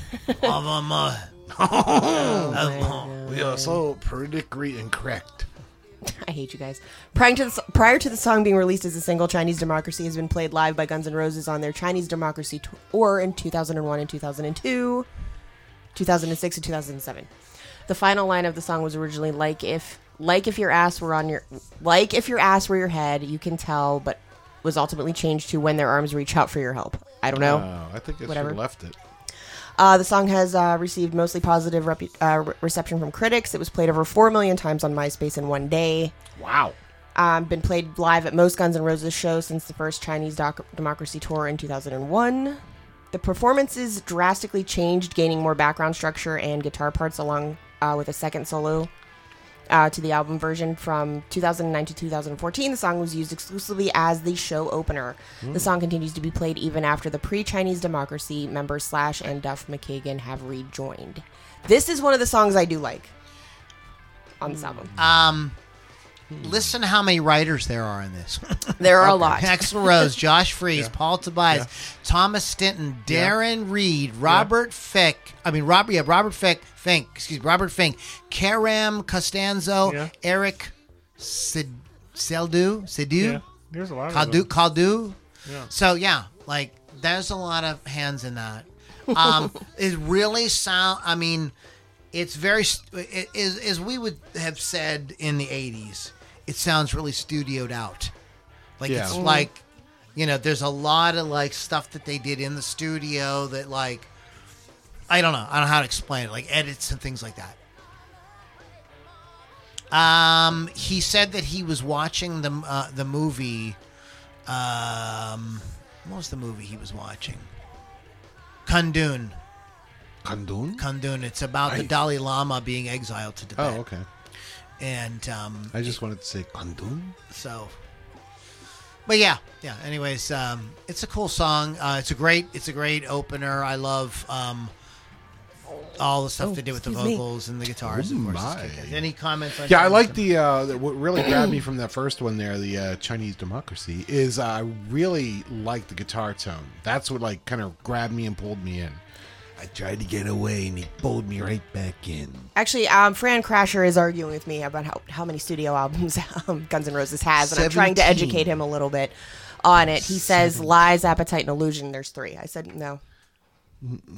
Speaker 3: Oh,
Speaker 1: Of 'em, uh,
Speaker 4: we are so politically incorrect.
Speaker 3: I hate you guys. Prior to, the, prior to the song being released as a single, Chinese Democracy has been played live by Guns N' Roses on their Chinese Democracy tour in 2001 and 2002, 2006 and 2007. The final line of the song was originally like if like if your ass were on your like if your ass were your head, you can tell, but was ultimately changed to when their arms reach out for your help. I don't know.
Speaker 4: Oh, I think I should
Speaker 3: Whatever.
Speaker 4: have left it.
Speaker 3: Uh, the song has uh, received mostly positive repu uh, re- reception from critics. It was played over 4 million times on MySpace in one day. Wow. Um, been played live at most Guns N' Roses shows since the first Chinese doc- Democracy Tour in 2001. The performances drastically changed, gaining more background structure and guitar parts along uh, with a second solo uh, to the album version from 2009 to 2014. The song was used exclusively as the show opener. The song continues to be played even after the pre-Chinese Democracy members Slash and Duff McKagan have rejoined. This is one of the songs I do like on this album.
Speaker 1: Um, listen how many writers there are in this.
Speaker 3: there are a lot.
Speaker 1: Axel Rose, Josh Fries, Paul Tobias, Thomas Stinton, Darren Reed, Robert Fick. I mean Robert yeah, Robert Fick Fink, excuse me, Robert Fink, Karam Costanzo,
Speaker 7: Yeah.
Speaker 1: Eric Sid Seldu, Sedu,
Speaker 7: Yeah, there's a lot of
Speaker 1: Caldu,
Speaker 7: them.
Speaker 1: Caldu.
Speaker 7: Yeah.
Speaker 1: So yeah, like there's a lot of hands in that. Um, it really sound. I mean, it's very st- it is as we would have said in the '80s. It sounds really studioed out. Like
Speaker 4: Yeah.
Speaker 1: it's like, you know, there's a lot of like stuff that they did in the studio that like, I don't know, I don't know how to explain it. Like edits and things like that. Um, he said that he was watching the uh, the movie. Um, what was the movie he was watching? Kundun.
Speaker 4: Kandun?
Speaker 1: Kundun. It's about the
Speaker 4: Nice.
Speaker 1: Dalai Lama being exiled to Tibet.
Speaker 4: Oh, okay.
Speaker 1: And um,
Speaker 4: I just wanted to say Kandun.
Speaker 1: so, but yeah, yeah. Anyways, um, it's a cool song. Uh, it's a great, it's a great opener. I love um, all the stuff they did with the
Speaker 3: Oh, excuse me.
Speaker 1: vocals and the guitars.
Speaker 4: Oh,
Speaker 1: of course,
Speaker 4: my.
Speaker 1: it's kick-ass. Any comments? on
Speaker 4: Yeah, I like
Speaker 1: Jonathan?
Speaker 4: the uh, the- what really grabbed me from that first one there, the uh, Chinese democracy, is I really like the guitar tone. That's what like kind of grabbed me and pulled me in. I tried to get away and he pulled me right back in.
Speaker 3: Actually, um, Fran Crasher is arguing with me about how, how many studio albums um, Guns N' Roses has, and I'm trying to
Speaker 4: 17.
Speaker 3: educate him a little bit on it. He says Lies, Appetite, and Illusion. There's three. I said no.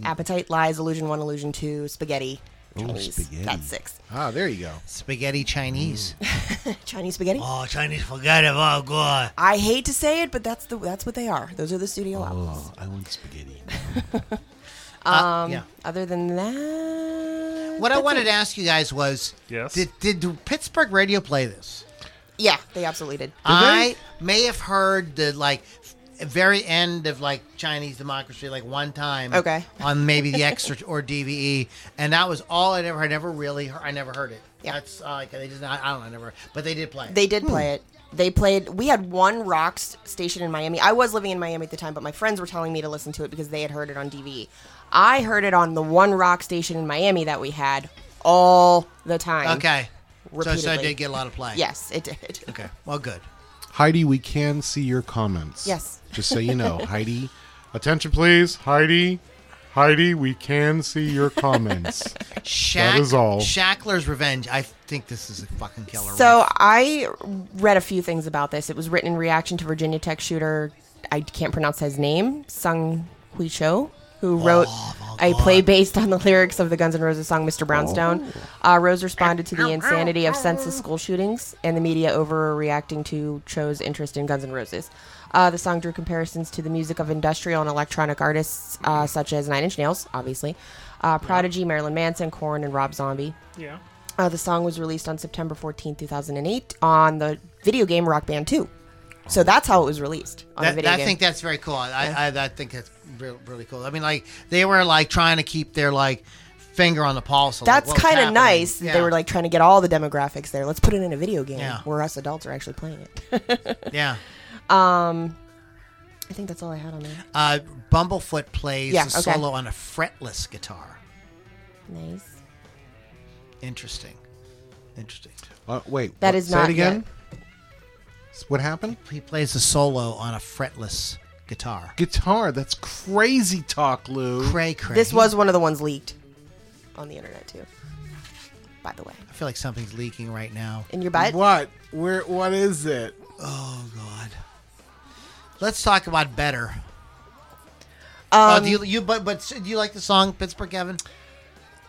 Speaker 3: Appetite, Lies, Illusion One, Illusion Two, Spaghetti. Chinese.
Speaker 4: spaghetti.
Speaker 3: That's six.
Speaker 4: Ah, there you go.
Speaker 1: spaghetti Chinese.
Speaker 4: Mm.
Speaker 3: Chinese spaghetti.
Speaker 1: Oh, Chinese spaghetti! Oh, god.
Speaker 3: I hate to say it, but that's the that's what they are. Those are the studio albums.
Speaker 4: Oh, I want spaghetti.
Speaker 1: Uh,
Speaker 3: Um,
Speaker 1: yeah.
Speaker 3: Other than that,
Speaker 1: What I wanted to ask you guys was,
Speaker 7: Yes.
Speaker 1: did, did Pittsburgh radio play this?
Speaker 3: yeah, they absolutely did.
Speaker 1: I may have heard the like f- very end of like Chinese democracy like one time.
Speaker 3: Okay.
Speaker 1: On maybe the X or, or DVE, and that was all I never. I never really. Heard, I never heard it.
Speaker 3: Yeah.
Speaker 1: That's uh, like they just. I, I don't know. I never. But they did play. it.
Speaker 3: They did play it. They played. We had one rock s- station in Miami. I was living in Miami at the time, but my friends were telling me to listen to it because they had heard it on DVE. I heard it on the one rock station in Miami that we had all the time.
Speaker 1: okay. So, so it
Speaker 3: Repeatedly.
Speaker 1: did get a lot of play.
Speaker 3: Yes, it did.
Speaker 1: Okay. Well, good.
Speaker 4: Heidi, we can see your comments.
Speaker 3: Yes.
Speaker 4: Just so you know, Heidi.
Speaker 2: Attention, please, Heidi. Heidi, we can see your comments.
Speaker 1: Shaq,
Speaker 2: is all.
Speaker 1: Shackler's Revenge. I think this is a fucking killer.
Speaker 3: So
Speaker 1: riff.
Speaker 3: I read a few things about this. It was written in reaction to Virginia Tech shooter. I can't pronounce his name, Sung Hui Cho, who wrote a play based on the lyrics of the Guns N' Roses song "Mr. Brownstone." Uh, Rose responded to the insanity of senseless school shootings and the media overreacting to Cho's interest in Guns N' Roses. Uh, the song drew comparisons to the music of industrial and electronic artists uh, such as Nine Inch Nails, obviously, uh, Prodigy, Marilyn Manson, Korn, and Rob Zombie.
Speaker 7: Yeah.
Speaker 3: Uh, the song was released on September 14, 2008, on the video game Rock Band 2. So that's how it was released on a
Speaker 1: That-
Speaker 3: video
Speaker 1: I
Speaker 3: game.
Speaker 1: think that's very cool. I, I, I think that's re- really cool. I mean, like they were like trying to keep their like finger on the pulse. Of, like,
Speaker 3: that's
Speaker 1: what was
Speaker 3: kind of
Speaker 1: happening.
Speaker 3: nice. that They
Speaker 1: Yeah.
Speaker 3: were like trying to get all the demographics there. Let's put it in a video game
Speaker 1: Yeah.
Speaker 3: where us adults are actually playing it.
Speaker 1: yeah.
Speaker 3: I think that's all I had on there.
Speaker 1: Uh, Bumblefoot plays
Speaker 3: Yeah,
Speaker 1: the
Speaker 3: okay.
Speaker 1: solo on a fretless guitar.
Speaker 3: Nice.
Speaker 1: Interesting. Interesting.
Speaker 4: Uh, wait,
Speaker 3: That
Speaker 4: what-
Speaker 3: is
Speaker 4: say
Speaker 3: not
Speaker 4: it again. What happened?
Speaker 1: He plays the solo on a fretless guitar.
Speaker 4: Guitar. That's crazy talk, Lou.
Speaker 1: Cray cray.
Speaker 3: This was one of the ones leaked on the internet too. By the way,
Speaker 1: I feel like something's leaking right now.
Speaker 3: in your butt.
Speaker 4: What? Where? What is it?
Speaker 1: Oh God. Let's talk about better. Uh,
Speaker 3: Um,
Speaker 1: do you, you but but do you like the song Pittsburgh Kevin?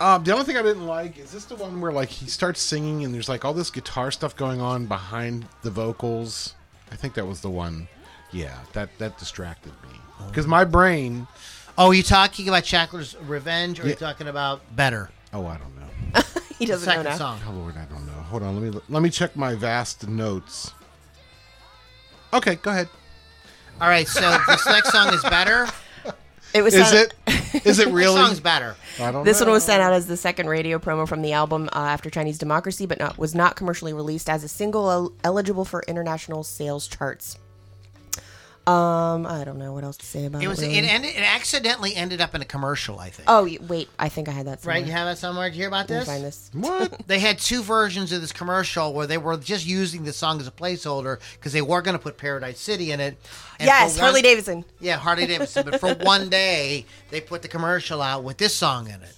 Speaker 4: Um, the only thing I didn't like is this the one where like he starts singing and there's like all this guitar stuff going on behind the vocals. I think that was the one. Yeah, that that distracted me because my brain.
Speaker 1: Oh, are you talking about Shackler's Revenge or are you
Speaker 4: Yeah.
Speaker 1: talking about Better?
Speaker 4: Oh, I don't know.
Speaker 3: he
Speaker 1: The
Speaker 3: doesn't know
Speaker 1: second
Speaker 3: now.
Speaker 1: song.
Speaker 4: Oh Lord, I don't know. Hold on, let me let me check my vast notes. Okay, go ahead.
Speaker 1: All right, so this next song is Better.
Speaker 3: It was
Speaker 4: Is
Speaker 3: sound-
Speaker 4: it? Is it
Speaker 1: This
Speaker 4: really?
Speaker 1: song's Better.
Speaker 4: I don't
Speaker 3: This
Speaker 4: know.
Speaker 3: one was sent out as the second radio promo from the album uh, after Chinese Democracy, but not, was not commercially released as a single el- eligible for international sales charts. Um, I don't know what else to say about it.
Speaker 1: It was
Speaker 3: really.
Speaker 1: it ended it accidentally ended up in a commercial, I think.
Speaker 3: oh y- wait, I think I had that. Somewhere.
Speaker 1: Right, you have it somewhere. Did you hear about
Speaker 3: Let me
Speaker 1: this?
Speaker 3: find this.
Speaker 4: What?
Speaker 1: They had two versions of this commercial where they were just using the song as a placeholder because they were going to put Paradise City in it. And
Speaker 3: yes,
Speaker 1: for one-
Speaker 3: Harley Davidson.
Speaker 1: Yeah, Harley Davidson. but for one day, they put the commercial out with this song in it.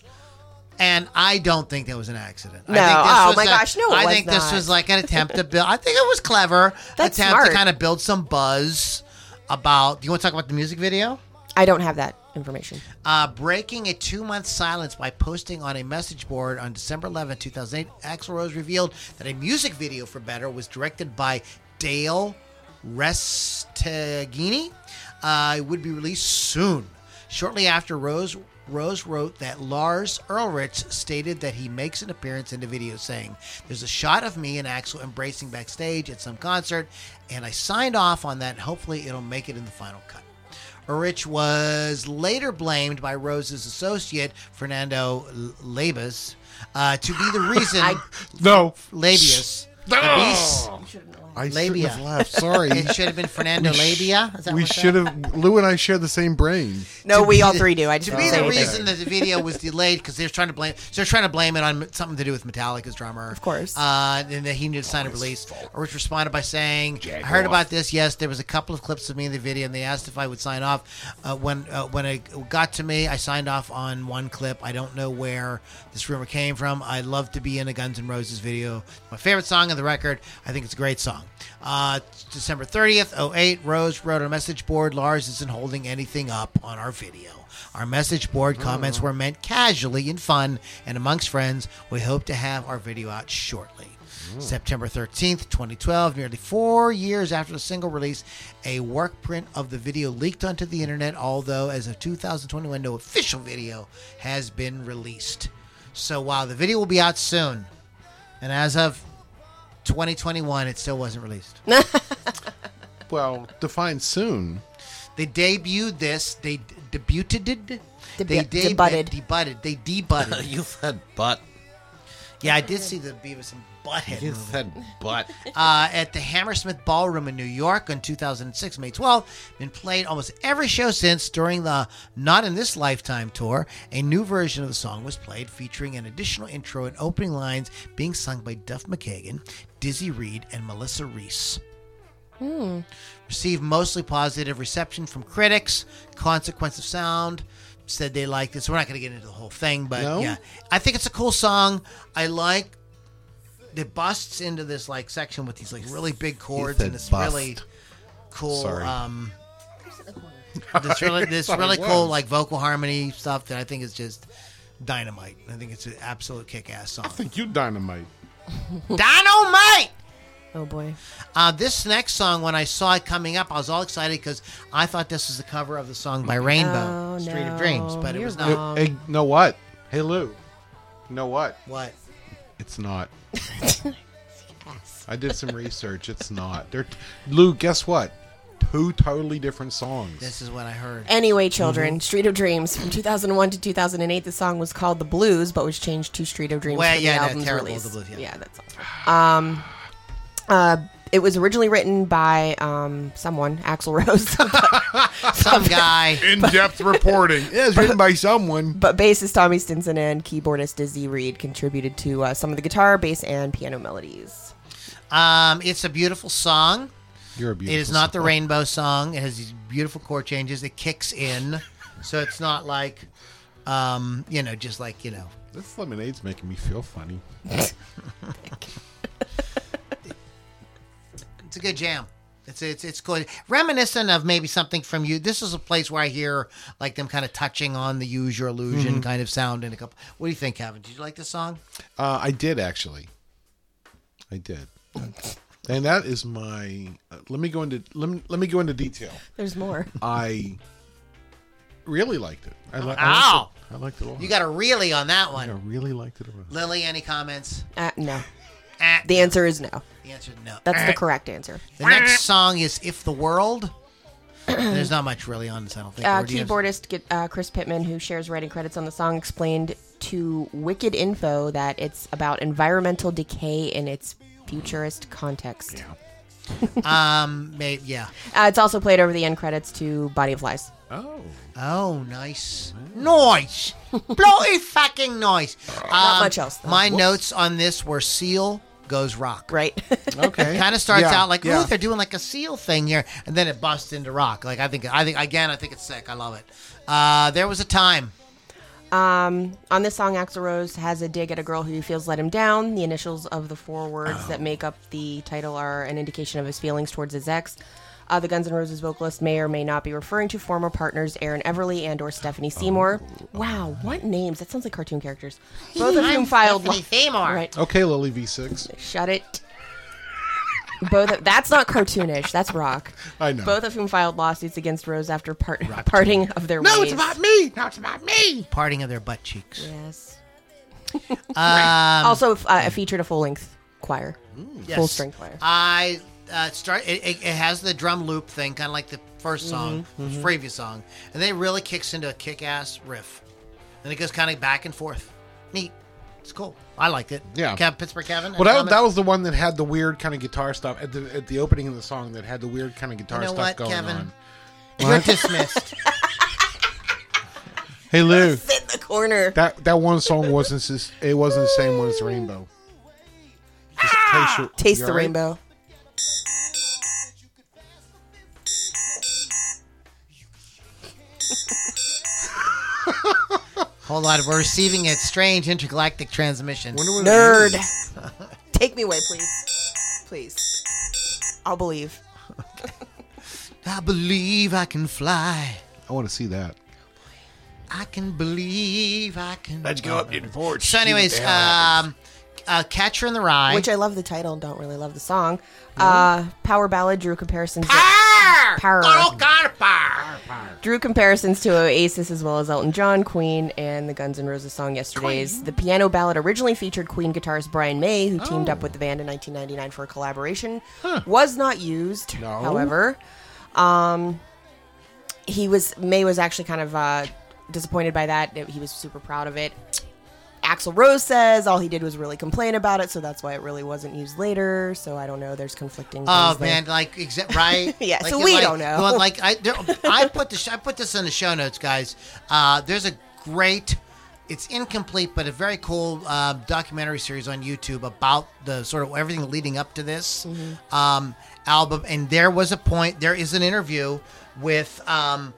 Speaker 1: And I don't think that was an accident. I
Speaker 3: No,
Speaker 1: think
Speaker 3: oh
Speaker 1: was
Speaker 3: my gosh, no, it
Speaker 1: I
Speaker 3: was
Speaker 1: think this
Speaker 3: not.
Speaker 1: was like an attempt to build. I think it was clever
Speaker 3: That's
Speaker 1: attempt
Speaker 3: smart.
Speaker 1: to kind of build some buzz about. Do you want to talk about the music video?
Speaker 3: I don't have that information.
Speaker 1: Uh, breaking a two-month silence by posting on a message board on December 11, 2008, Axl Rose revealed that a music video for "Better" was directed by Dale Restagini. Uh, it would be released soon. Shortly after Rose Rose wrote that Lars Ulrich stated that he makes an appearance in the video, saying, "There's a shot of me and Axl embracing backstage at some concert, and I signed off on that. Hopefully, it'll make it in the final cut." Urich was later blamed by Rose's associate, Fernando L- Labus, uh, to be the reason
Speaker 4: No,
Speaker 1: Labius. Labius.
Speaker 4: I shouldn't
Speaker 1: Labia.
Speaker 4: have laughed. Sorry.
Speaker 1: It should have been Fernando Labia. Is that
Speaker 4: we
Speaker 1: what that-
Speaker 4: should have. Lou and I share the same brain.
Speaker 3: No,
Speaker 1: To
Speaker 3: we
Speaker 1: be
Speaker 3: all
Speaker 1: the-
Speaker 3: three do. I just
Speaker 1: To
Speaker 3: didn't
Speaker 1: be
Speaker 3: say
Speaker 1: the
Speaker 3: anything.
Speaker 1: reason that the video was delayed because they're trying to blame so they're trying to blame it on something to do with Metallica's drummer, of
Speaker 3: course.
Speaker 1: Uh, and that he needed to sign a release. Rich responded by saying, "I heard about this. Yes, there was a couple of clips of me in the video, and they asked if I would sign off. Uh, when uh, when it got to me, I signed off on one clip. I don't know where this rumor came from. I love to be in a Guns N' Roses video. My favorite song on the record. I think it's a great song." Uh, December 30th, 08, Rose wrote on a message board, Lars isn't holding anything up on our video. Our message board comments were meant casually and fun and amongst friends. We hope to have our video out shortly. September 13th, 2012, nearly four years after the single release, a work print of the video leaked onto the internet, although as of 2021, no official video has been released. So while the video will be out soon, and as of 2021, it still wasn't released.
Speaker 4: Well, define soon.
Speaker 1: They debuted this. They d- debuted. it. they
Speaker 3: Debu- debutted.
Speaker 1: Debutted. They debutted.
Speaker 6: you said butt.
Speaker 1: yeah, I did see the Beavis and Butthead
Speaker 6: You
Speaker 1: movie.
Speaker 6: said butt.
Speaker 1: uh, at the Hammersmith Ballroom in New York on 2006, May 12th. Been played almost every show since during the Not in This Lifetime tour. A new version of the song was played, featuring an additional intro and opening lines being sung by Duff McKagan, Dizzy Reed, and Melissa Reese. Received mostly positive reception from critics. Consequence of Sound said they liked this. We're not going to get into the whole thing, but
Speaker 4: No?
Speaker 1: yeah, I think it's a cool song. I like that busts into this like section with these like really big chords
Speaker 2: said
Speaker 1: and this
Speaker 2: bust.
Speaker 1: really cool
Speaker 2: Sorry.
Speaker 1: um this really this
Speaker 4: thought it
Speaker 1: really cool
Speaker 4: was.
Speaker 1: like vocal harmony stuff that I think is just dynamite. I think it's an absolute kick ass song.
Speaker 4: Think you dynamite.
Speaker 1: Dynamite!
Speaker 3: Oh boy.
Speaker 1: Uh, this next song, when I saw it coming up, I was all excited because I thought this was the cover of the song by Rainbow,
Speaker 3: Oh,
Speaker 1: Street
Speaker 3: no.
Speaker 1: of Dreams, but it
Speaker 3: You're
Speaker 1: was
Speaker 3: wrong.
Speaker 1: not.
Speaker 3: Um,
Speaker 2: hey, know what? Hey, Lou. Know what?
Speaker 1: What?
Speaker 2: It's not. I did some research. It's not. They're Lou. Guess what? Two totally different songs.
Speaker 1: This is what I heard.
Speaker 3: Anyway,
Speaker 1: Mm-hmm.
Speaker 3: children, Street of Dreams from 2001 to 2008. The song was called The Blues, but was changed to Street of Dreams
Speaker 1: Well,
Speaker 3: for the
Speaker 1: yeah, no,
Speaker 3: album's
Speaker 1: terrible,
Speaker 3: release.
Speaker 1: The Blues, yeah.
Speaker 3: that's awful. Um, uh, it was originally written by um, someone, Axl Rose,
Speaker 1: Some guy.
Speaker 4: In-depth reporting. Yeah, it's written by someone.
Speaker 3: but bassist Tommy Stinson and keyboardist Dizzy Reed contributed to uh, some of the guitar, bass, and piano melodies.
Speaker 1: Um, it's a beautiful song.
Speaker 2: You're a beautiful.
Speaker 1: It is not the
Speaker 2: soul.
Speaker 1: rainbow song. It has these beautiful chord changes. It kicks in, so it's not like, um, you know, just like you know,
Speaker 2: This lemonade's making me feel funny.
Speaker 1: it's a good jam. It's it's it's good. Reminiscent of maybe something from you. This is a place where I hear like them kind of touching on the use your illusion kind of sound in a couple. What do you think, Kevin? Did you like this song?
Speaker 2: Uh, I did actually. I did. And that is my. Uh, let me go into let me, let me go into detail.
Speaker 3: There's more.
Speaker 2: I really liked it. I, li-
Speaker 1: Ow.
Speaker 2: I liked it. I liked it a lot.
Speaker 1: You got a really on that
Speaker 2: I
Speaker 1: one.
Speaker 2: really liked it a lot.
Speaker 1: Lily, any comments?
Speaker 3: Uh, no.
Speaker 1: Eh,
Speaker 3: The answer is no.
Speaker 1: the answer is no.
Speaker 3: That's the correct answer.
Speaker 1: The next song is "If the World." There's not much really on this. I don't think.
Speaker 3: Uh,
Speaker 1: Or do you have-
Speaker 3: keyboardist get, uh, Chris Pittman, who shares writing credits on the song, explained to Wicked Info that it's about environmental decay in its futurist context.
Speaker 1: Um, may, yeah.
Speaker 3: Uh, it's also played over the end credits to Body of Lies.
Speaker 2: Oh,
Speaker 1: Oh, nice. Nice. Bloody fucking nice. Not
Speaker 3: much else, though.
Speaker 1: My notes on this were Seal goes rock.
Speaker 3: Right?
Speaker 2: okay.
Speaker 1: Kind of starts
Speaker 2: Yeah,
Speaker 1: out like,
Speaker 2: yeah.
Speaker 1: ooh, they're doing like a seal thing here, and then it busts into rock. Like I think, I think again, I think it's sick. I love it. Uh, there was a time.
Speaker 3: um, on this song, Axl Rose has a dig at a girl who he feels let him down. The initials of the four words that make up the title are an indication of his feelings towards his ex. Uh, the Guns N' Roses vocalist may or may not be referring to former partners Aaron Everly and or Stephanie Seymour. wow, what names? That sounds like cartoon characters. Both of whom filed li-
Speaker 1: Seymour.
Speaker 3: Right.
Speaker 2: Okay, Lily V6.
Speaker 3: Shut it. Both of, that's not cartoonish. That's rock.
Speaker 4: Oh,
Speaker 2: I know.
Speaker 3: Both of whom filed lawsuits against Rose after part, parting of their ways.
Speaker 2: me. No, it's about me.
Speaker 1: Parting of their butt cheeks.
Speaker 3: Yes.
Speaker 1: Um,
Speaker 3: also, f- uh, featured a full length choir,
Speaker 1: yes.
Speaker 3: full string choir.
Speaker 1: I uh, start. It, it, it has the drum loop thing, kind of like the first song,
Speaker 3: Mm-hmm,
Speaker 1: the previous song, and then it really kicks into a kick-ass riff, and it goes kind of back and forth. Neat. It's cool. I liked it.
Speaker 2: Yeah.
Speaker 1: Kev, Pittsburgh Kevin.
Speaker 2: Well,
Speaker 1: any
Speaker 2: that, that
Speaker 1: comments?
Speaker 2: was the one that had the weird kind of guitar stuff at the at the opening of the song that had the weird kind of guitar
Speaker 1: You know
Speaker 2: stuff
Speaker 1: what,
Speaker 2: going
Speaker 1: Kevin?
Speaker 2: on.
Speaker 1: You're dismissed.
Speaker 2: Hey Lou,
Speaker 3: Sit in the corner.
Speaker 2: that that one song wasn't sis- it wasn't the same one as the Rainbow. Just
Speaker 1: Ah!
Speaker 2: taste your-
Speaker 3: Taste
Speaker 2: you
Speaker 3: the
Speaker 2: all right?
Speaker 3: rainbow.
Speaker 1: Whole lot of we're receiving a strange intergalactic transmission.
Speaker 2: Wonder what it
Speaker 3: Nerd.
Speaker 2: is.
Speaker 3: Take me away, please. Please. I'll believe.
Speaker 1: I believe I can fly.
Speaker 2: I want to see that.
Speaker 1: I can believe I can.
Speaker 5: Let's go up to the porch.
Speaker 1: So, anyways, um, uh, Catcher in the Rye.
Speaker 3: Which I love the title, don't really love the song. Uh, power ballad drew comparisons. Power. Drew comparisons to Oasis as well as Elton John, Queen, and the Guns N' Roses song Yesterday's. The piano ballad originally featured Queen guitarist Brian May, who teamed
Speaker 1: Oh.
Speaker 3: up with the band in 1999 for a collaboration. Was not used, however. Um, he was May was actually kind of uh, disappointed by that. He was super proud of it. Axl Rose says all he did was really complain about it, so that's why it really wasn't used later. So I don't know. There's conflicting.
Speaker 1: Oh
Speaker 3: things there.
Speaker 1: man, like exact right?
Speaker 3: Yeah,
Speaker 1: Like,
Speaker 3: so
Speaker 1: it,
Speaker 3: we
Speaker 1: like-
Speaker 3: don't know.
Speaker 1: well, like I, there, I put the sh- I put this in the show notes, guys. Uh, there's a great, it's incomplete, but a very cool uh, documentary series on YouTube about the sort of everything leading up to this
Speaker 3: Mm-hmm.
Speaker 1: um, album. And there was a point. There is an interview with. Um,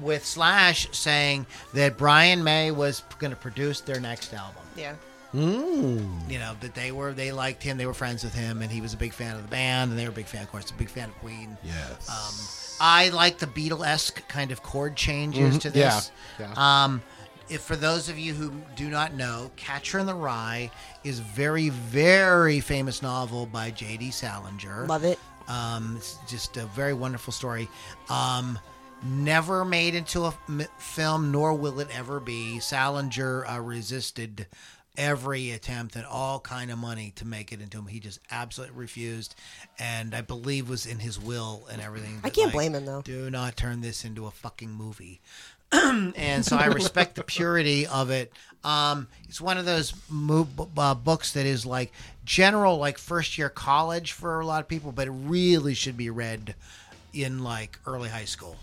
Speaker 1: with Slash saying that Brian May was going to produce their next album.
Speaker 3: Yeah.
Speaker 1: You know that they were they liked him, they were friends with him, and he was a big fan of the band, and they were a big fan, of course, a big fan of Queen.
Speaker 4: Yes.
Speaker 1: Um, I like the Beatle esque kind of chord changes to this.
Speaker 4: Mm-hmm. yeah,
Speaker 1: Um, if for those of you who do not know, Catcher in the Rye is very, very famous novel by J.D. Salinger.
Speaker 3: Love it.
Speaker 1: Um, it's just a very wonderful story. Um, never made into a m- film, nor will it ever be. Salinger uh, resisted every attempt and all kind of money to make it into him. He just absolutely refused, and I believe was in his will and everything. that,
Speaker 3: can't
Speaker 1: like,
Speaker 3: blame him, though.
Speaker 1: Do not turn this into a fucking movie. and so I respect the purity of it. Um, it's one of those mo- b- uh, books that is like general, like first year college for a lot of people, but it really should be read in like early high school.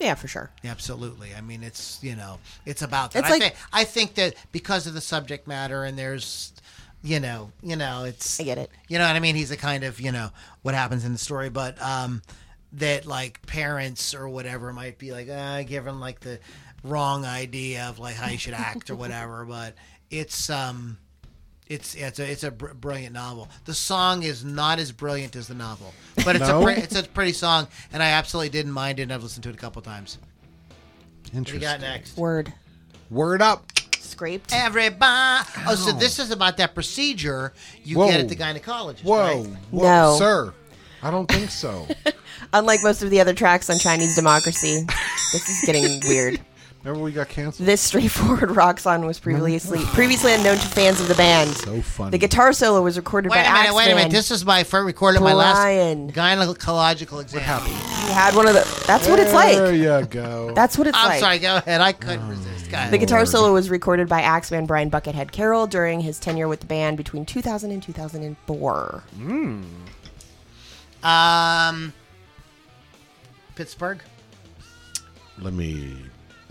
Speaker 3: Yeah, for sure.
Speaker 1: Absolutely. I mean, it's you know, it's about that.
Speaker 3: It's
Speaker 1: I,
Speaker 3: like-
Speaker 1: thi- I think that because of the subject matter and there's, you know, you know, it's
Speaker 3: I get it.
Speaker 1: you know what I mean? He's a kind of, you know, what happens in the story, but um that like parents or whatever might be like, uh, given like the wrong idea of like how you should act or whatever, but it's um it's it's a it's a br- brilliant novel. The song is not as brilliant as the novel, but it's
Speaker 4: No?
Speaker 1: a pre- it's a pretty song, and I absolutely didn't mind it. and I've listened to it a couple times. What do you
Speaker 2: Interesting.
Speaker 1: got next?
Speaker 3: Word.
Speaker 4: Word up.
Speaker 3: Scraped.
Speaker 1: Everybody. Oh, so this is about that procedure you
Speaker 4: Whoa.
Speaker 1: get at the gynecologist.
Speaker 4: Whoa,
Speaker 1: right?
Speaker 4: whoa,
Speaker 3: No.
Speaker 4: sir. I don't think so.
Speaker 3: Unlike most of the other tracks on Chinese Democracy, this is getting weird.
Speaker 4: Remember we got canceled?
Speaker 3: This straightforward rock song was previously previously unknown to fans of the band.
Speaker 4: So funny.
Speaker 3: The guitar solo was recorded
Speaker 1: Wait
Speaker 3: by
Speaker 1: a minute, wait a minute.
Speaker 3: Axeman.
Speaker 1: This is my first recording my last
Speaker 3: Brian.
Speaker 1: gynecological exam.
Speaker 3: You had one of the. That's what it's
Speaker 4: There
Speaker 3: like.
Speaker 4: you go.
Speaker 3: That's what it's
Speaker 1: I'm
Speaker 3: like.
Speaker 1: sorry, go ahead. I couldn't resist. Go ahead.
Speaker 3: The guitar solo was recorded by Axeman Brian Buckethead Carroll during his tenure with the band between 2000 and 2004.
Speaker 1: um Pittsburgh.
Speaker 4: let me.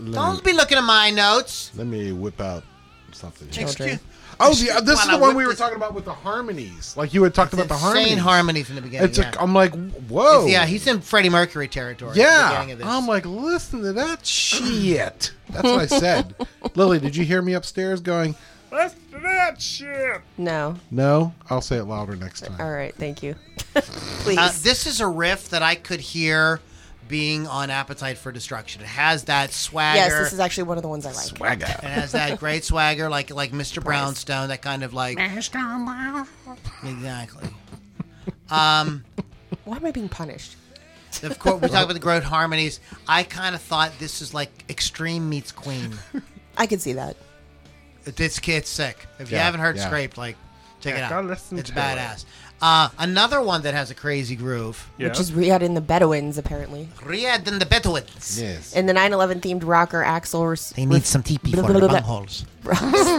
Speaker 4: Let me,
Speaker 1: Don't be looking at my notes.
Speaker 4: let me whip out something. here.
Speaker 1: Excuse-
Speaker 4: Oh, the, uh, this
Speaker 1: While
Speaker 4: is the
Speaker 1: I
Speaker 4: one
Speaker 1: whip
Speaker 4: we were
Speaker 1: this-
Speaker 4: talking about with the harmonies. Like you had talked about the harmonies.
Speaker 1: Insane harmony from the beginning.
Speaker 4: It's
Speaker 1: yeah.
Speaker 4: a, I'm like, whoa.
Speaker 1: yeah, he's in Freddie Mercury territory. at the
Speaker 4: Yeah.
Speaker 1: beginning of this.
Speaker 4: I'm like, listen to that shit. That's what I said. Lily, did you hear me upstairs going?
Speaker 5: Let's do that shit.
Speaker 3: No.
Speaker 4: No, I'll say it louder next time.
Speaker 3: All right. Thank you. Please.
Speaker 1: Uh, this is a riff that I could hear being on Appetite for Destruction. It has that swagger.
Speaker 3: yes, this is actually one of the ones I like.
Speaker 1: it has that great swagger, like like Mr. Brownstone, that kind of like exactly.
Speaker 3: Why am I being punished?
Speaker 1: Of course, we talk about the great harmonies. I kind of thought this is like Extreme meets Queen.
Speaker 3: I could see that.
Speaker 1: This kid's sick. If you
Speaker 4: Yeah,
Speaker 1: haven't heard
Speaker 4: yeah.
Speaker 1: Scrape, like check
Speaker 7: Yeah,
Speaker 1: it out.
Speaker 7: go listen
Speaker 1: it's
Speaker 7: to
Speaker 1: badass. Uh, another one that has a crazy groove.
Speaker 7: Yeah.
Speaker 3: Which is Riyadh and the Bedouins, apparently.
Speaker 1: Riyadh and the Bedouins.
Speaker 4: Yes.
Speaker 3: And the 9 11 themed rocker Axel. Res-
Speaker 1: They need some teepee for the bungholes.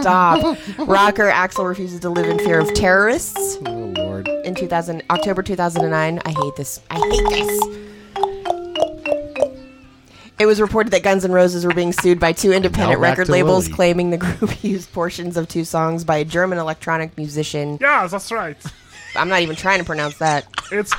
Speaker 3: Stop. rocker Axel refuses to live in fear of terrorists.
Speaker 4: Oh Lord.
Speaker 3: in 2000 October 2009. I hate this. I hate this. It was reported that Guns N' Roses were being sued by two independent
Speaker 4: Now back
Speaker 3: record
Speaker 4: to
Speaker 3: labels
Speaker 4: Lily.
Speaker 3: claiming the group used portions of two songs by a German electronic musician.
Speaker 5: Yeah, that's right.
Speaker 3: I'm not even trying to pronounce that.
Speaker 5: It's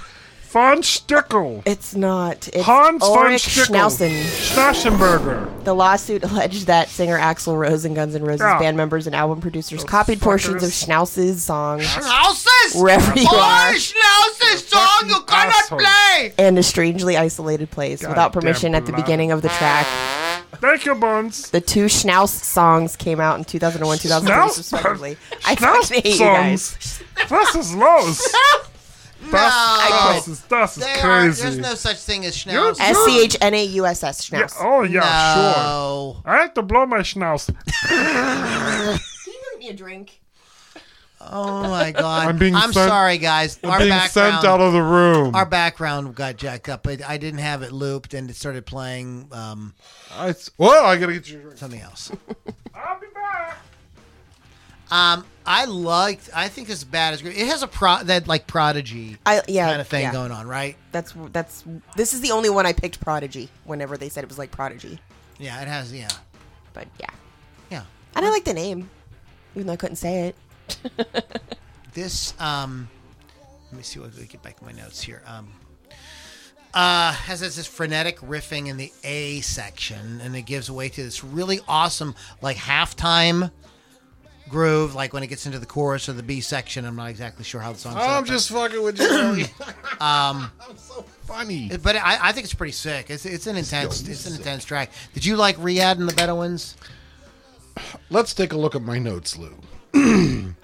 Speaker 5: von Stickel.
Speaker 3: It's not. It's
Speaker 5: Hans von
Speaker 3: Ulrich
Speaker 5: Stickel.
Speaker 3: Schnauzen.
Speaker 5: Schnauzenberger.
Speaker 3: The lawsuit alleged that singer Axl Rose and Guns N' Roses
Speaker 5: Yeah.
Speaker 3: band members and album producers copied portions of
Speaker 5: fuckers.
Speaker 3: Schnauz's songs
Speaker 1: Schnauzes!
Speaker 3: Wherever you
Speaker 1: Oh,
Speaker 3: are.
Speaker 1: Schnauzes song you cannot
Speaker 7: asshole.
Speaker 1: play!
Speaker 3: in a strangely isolated place without
Speaker 7: damn
Speaker 3: permission at the
Speaker 7: blood.
Speaker 3: beginning of the track.
Speaker 5: Thank you, Buns.
Speaker 3: The two Schnauz songs came out in 2001, 2003,
Speaker 5: Schnauz-
Speaker 3: respectively. I
Speaker 5: Schnauz
Speaker 3: fucking hate you guys.
Speaker 5: songs. Das ist los.
Speaker 1: No!
Speaker 5: Das ist, das ist
Speaker 1: They are, there's
Speaker 5: crazy.
Speaker 1: no such thing as Schnauz.
Speaker 3: S C H N A U S S
Speaker 5: Yeah,
Speaker 3: Schnauz.
Speaker 5: oh, yeah, sure.
Speaker 1: no.
Speaker 5: I have to blow my schnauz.
Speaker 3: Can you bring me a drink?
Speaker 1: Oh my god.
Speaker 7: I'm being sent-
Speaker 1: sorry guys. Our
Speaker 7: being
Speaker 1: background
Speaker 7: sent out of the room.
Speaker 1: our background got jacked up. I, I didn't have it looped and it started playing um,
Speaker 4: I, well, I gotta get you.
Speaker 1: something else.
Speaker 5: I'll be back.
Speaker 1: Um, I liked I think it's bad as It has a pro that like prodigy
Speaker 3: I yeah.
Speaker 1: kind of thing
Speaker 3: yeah.
Speaker 1: going on, right?
Speaker 3: That's that's this is the only one I picked Prodigy whenever they said it was like Prodigy.
Speaker 1: Yeah, it has yeah.
Speaker 3: But yeah.
Speaker 1: Yeah.
Speaker 3: And I like the name. Even though I couldn't say it.
Speaker 1: This um let me see what we get back to my notes here. Um uh, has this, this frenetic riffing in the A section, and it gives way to this really awesome, like halftime groove, like when it gets into the chorus or the B section. I'm not exactly sure how the song.
Speaker 4: I'm just fucking with you. Joey. I'm so Um, funny.
Speaker 1: But I, I think it's pretty sick. It's it's an intense it's an intense track. Did you like Riyadh and the Bedouins?
Speaker 4: Let's take a look at my notes, Lou.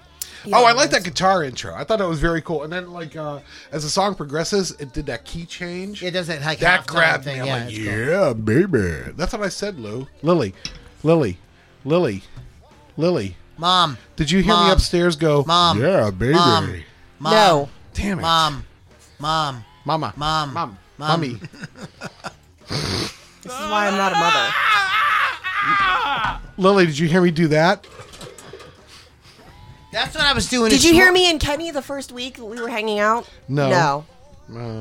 Speaker 4: oh, I like that guitar intro. I thought that was very cool. And then, like, uh, as the song progresses, it did that key change.
Speaker 1: It does that like
Speaker 4: that
Speaker 1: halftime
Speaker 4: grabbed
Speaker 1: thing.
Speaker 4: me. I'm
Speaker 1: yeah,
Speaker 4: like,
Speaker 1: it's cool.
Speaker 4: yeah, baby. That's what I said, Lou. Lily, Lily, Lily, Lily.
Speaker 1: Mom,
Speaker 4: Did you hear
Speaker 1: Mom.
Speaker 4: me upstairs go?
Speaker 1: Mom.
Speaker 4: Yeah, baby.
Speaker 1: Mom. mom,
Speaker 3: No.
Speaker 4: Damn it,
Speaker 1: mom, mom.
Speaker 4: Mama,
Speaker 1: Mom.
Speaker 4: Mom,
Speaker 1: Mom.
Speaker 4: mommy.
Speaker 3: This is why I'm not a mother.
Speaker 4: Lily, did you hear me do that?
Speaker 1: That's what I was doing.
Speaker 3: Did
Speaker 1: this
Speaker 3: you hear
Speaker 1: mor-
Speaker 3: me and Kenny the first week we were hanging out?
Speaker 4: No.
Speaker 3: No.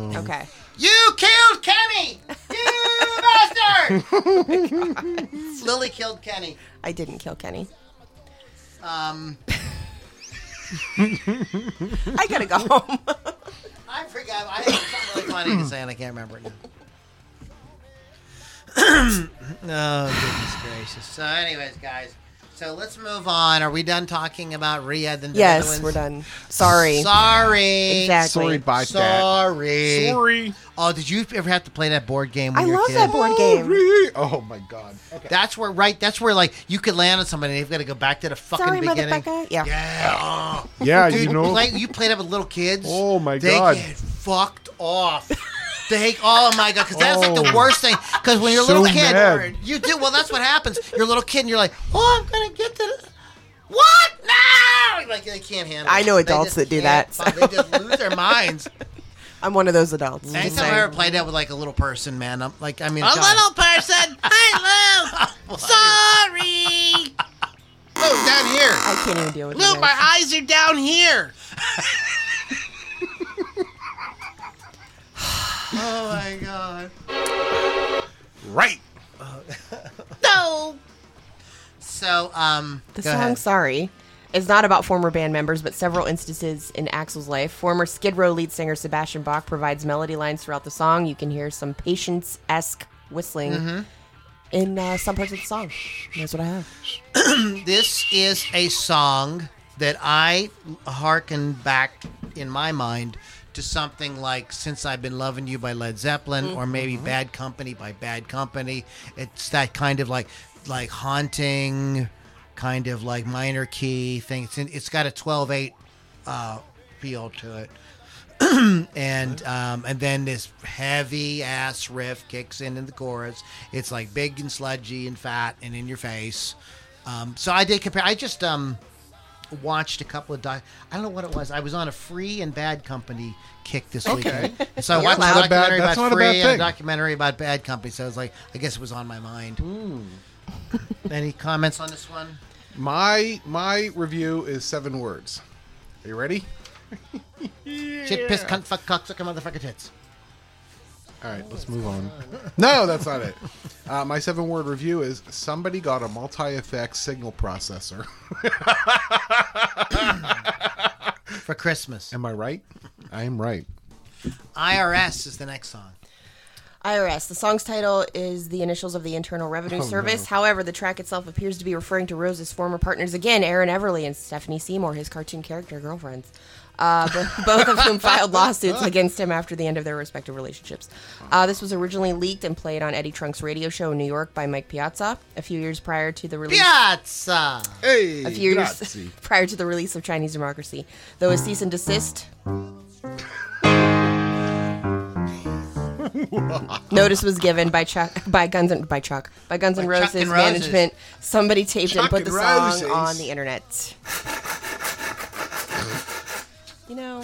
Speaker 4: No.
Speaker 3: Okay.
Speaker 1: You killed Kenny. You bastard. Lily killed Kenny.
Speaker 3: I didn't kill Kenny.
Speaker 1: Um,
Speaker 3: I gotta go home.
Speaker 1: I forgot. I had something really funny to say, and I can't remember it now. oh, goodness gracious. So, anyways, guys, so let's move on. Are we done talking about Riyadh and the
Speaker 3: yes,
Speaker 1: Bedouins?
Speaker 3: we're done. Sorry.
Speaker 1: Sorry.
Speaker 3: Exactly.
Speaker 4: Sorry about that.
Speaker 1: Sorry.
Speaker 7: Sorry.
Speaker 1: Oh, did you ever have to play that board game? When
Speaker 3: I
Speaker 1: you were a
Speaker 3: love
Speaker 1: kid?
Speaker 3: that board game.
Speaker 4: Sorry. Oh my god. Okay.
Speaker 1: That's where right. That's where like you could land on somebody. and They've got to go back to the fucking
Speaker 3: Sorry,
Speaker 1: beginning.
Speaker 3: motherfucker. Yeah.
Speaker 1: Yeah. Oh.
Speaker 7: Yeah,
Speaker 1: Dude,
Speaker 7: you know.
Speaker 1: play, you played up with little kids.
Speaker 7: Oh, my
Speaker 1: they
Speaker 7: God.
Speaker 1: get fucked off. They, oh my god, because that's like the worst thing. Because when you're a
Speaker 7: Oh. So
Speaker 1: little kid,
Speaker 7: mad.
Speaker 1: you do well. That's what happens. You're a little kid, and you're like, "Oh, I'm gonna get to the, what now?" Like they can't handle.
Speaker 3: I
Speaker 1: it.
Speaker 3: know
Speaker 1: They just
Speaker 3: adults that do
Speaker 1: can't
Speaker 3: that, so.
Speaker 1: fu- They just lose their minds.
Speaker 3: I'm one of those adults. Just
Speaker 1: Anytime
Speaker 3: saying.
Speaker 1: I ever played that with like a little person, man, I'm like, I mean, a, little person. Hey, Lou. Sorry. Lou, down here.
Speaker 3: I can't even deal with
Speaker 1: Lou,
Speaker 3: you
Speaker 1: my
Speaker 3: guys.
Speaker 1: eyes are down here. oh my god.
Speaker 4: Right.
Speaker 1: No. So, um,
Speaker 3: The
Speaker 1: go
Speaker 3: song
Speaker 1: ahead.
Speaker 3: Sorry is not about former band members, but several instances in Axel's life. Former Skid Row lead singer Sebastian Bach provides melody lines throughout the song. You can hear some patience esque whistling
Speaker 1: Mm-hmm.
Speaker 3: in uh, some parts of the song. And That's what I have.
Speaker 1: this is a song that I hearken back in my mind to something like Since I've Been Loving You by Led Zeppelin or maybe Bad Company by Bad Company. It's that kind of like like haunting kind of like minor key thing. It's in, it's got a 12/8 uh feel to it. and um, and then this heavy ass riff kicks in in the chorus. It's like big and sludgy and fat and in your face. Um, so I did compare. I just um, watched a couple of doc. I don't know what it was. I was on a free and bad company kick this weekend, and so I watched
Speaker 4: That's
Speaker 1: a
Speaker 4: not a bad-
Speaker 1: documentary
Speaker 4: that's
Speaker 1: about
Speaker 4: not a bad
Speaker 1: free and a
Speaker 4: thing.
Speaker 1: documentary about bad company. So I was like, I guess it was on my mind.
Speaker 4: Hmm.
Speaker 1: Any comments on this one?
Speaker 4: My my review is seven words. Are you ready?
Speaker 1: Shit, piss, cunt, fuck, cocksucker, motherfucker, tits.
Speaker 4: All right, let's move on. No, that's not it. Uh, my seven word review is somebody got a multi effect signal processor.
Speaker 1: For Christmas,
Speaker 4: Am I right? I am right.
Speaker 1: IRS is the next song.
Speaker 3: IRS. The song's title is the initials of the Internal Revenue Service. However, the track itself appears to be referring to Rose's former partners again, Aaron Everly and Stephanie Seymour, his cartoon character girlfriends, uh, bo- both of whom filed lawsuits against him after the end of their respective relationships. Uh, this was originally leaked and played on Eddie Trunk's radio show in New York by Mike Piazza a few years prior to the release
Speaker 1: Piazza.
Speaker 4: Hey,
Speaker 3: a few years
Speaker 4: grazie.
Speaker 3: prior to the release of Chinese Democracy. Though a cease and desist. Notice was given by Chuck, by Guns and by Chuck, by Guns N'
Speaker 1: By Chuck
Speaker 3: Roses
Speaker 1: and Roses.
Speaker 3: management. Somebody taped it and
Speaker 4: Chuck
Speaker 3: put the
Speaker 4: and
Speaker 3: song
Speaker 4: Roses.
Speaker 3: on the internet. you know,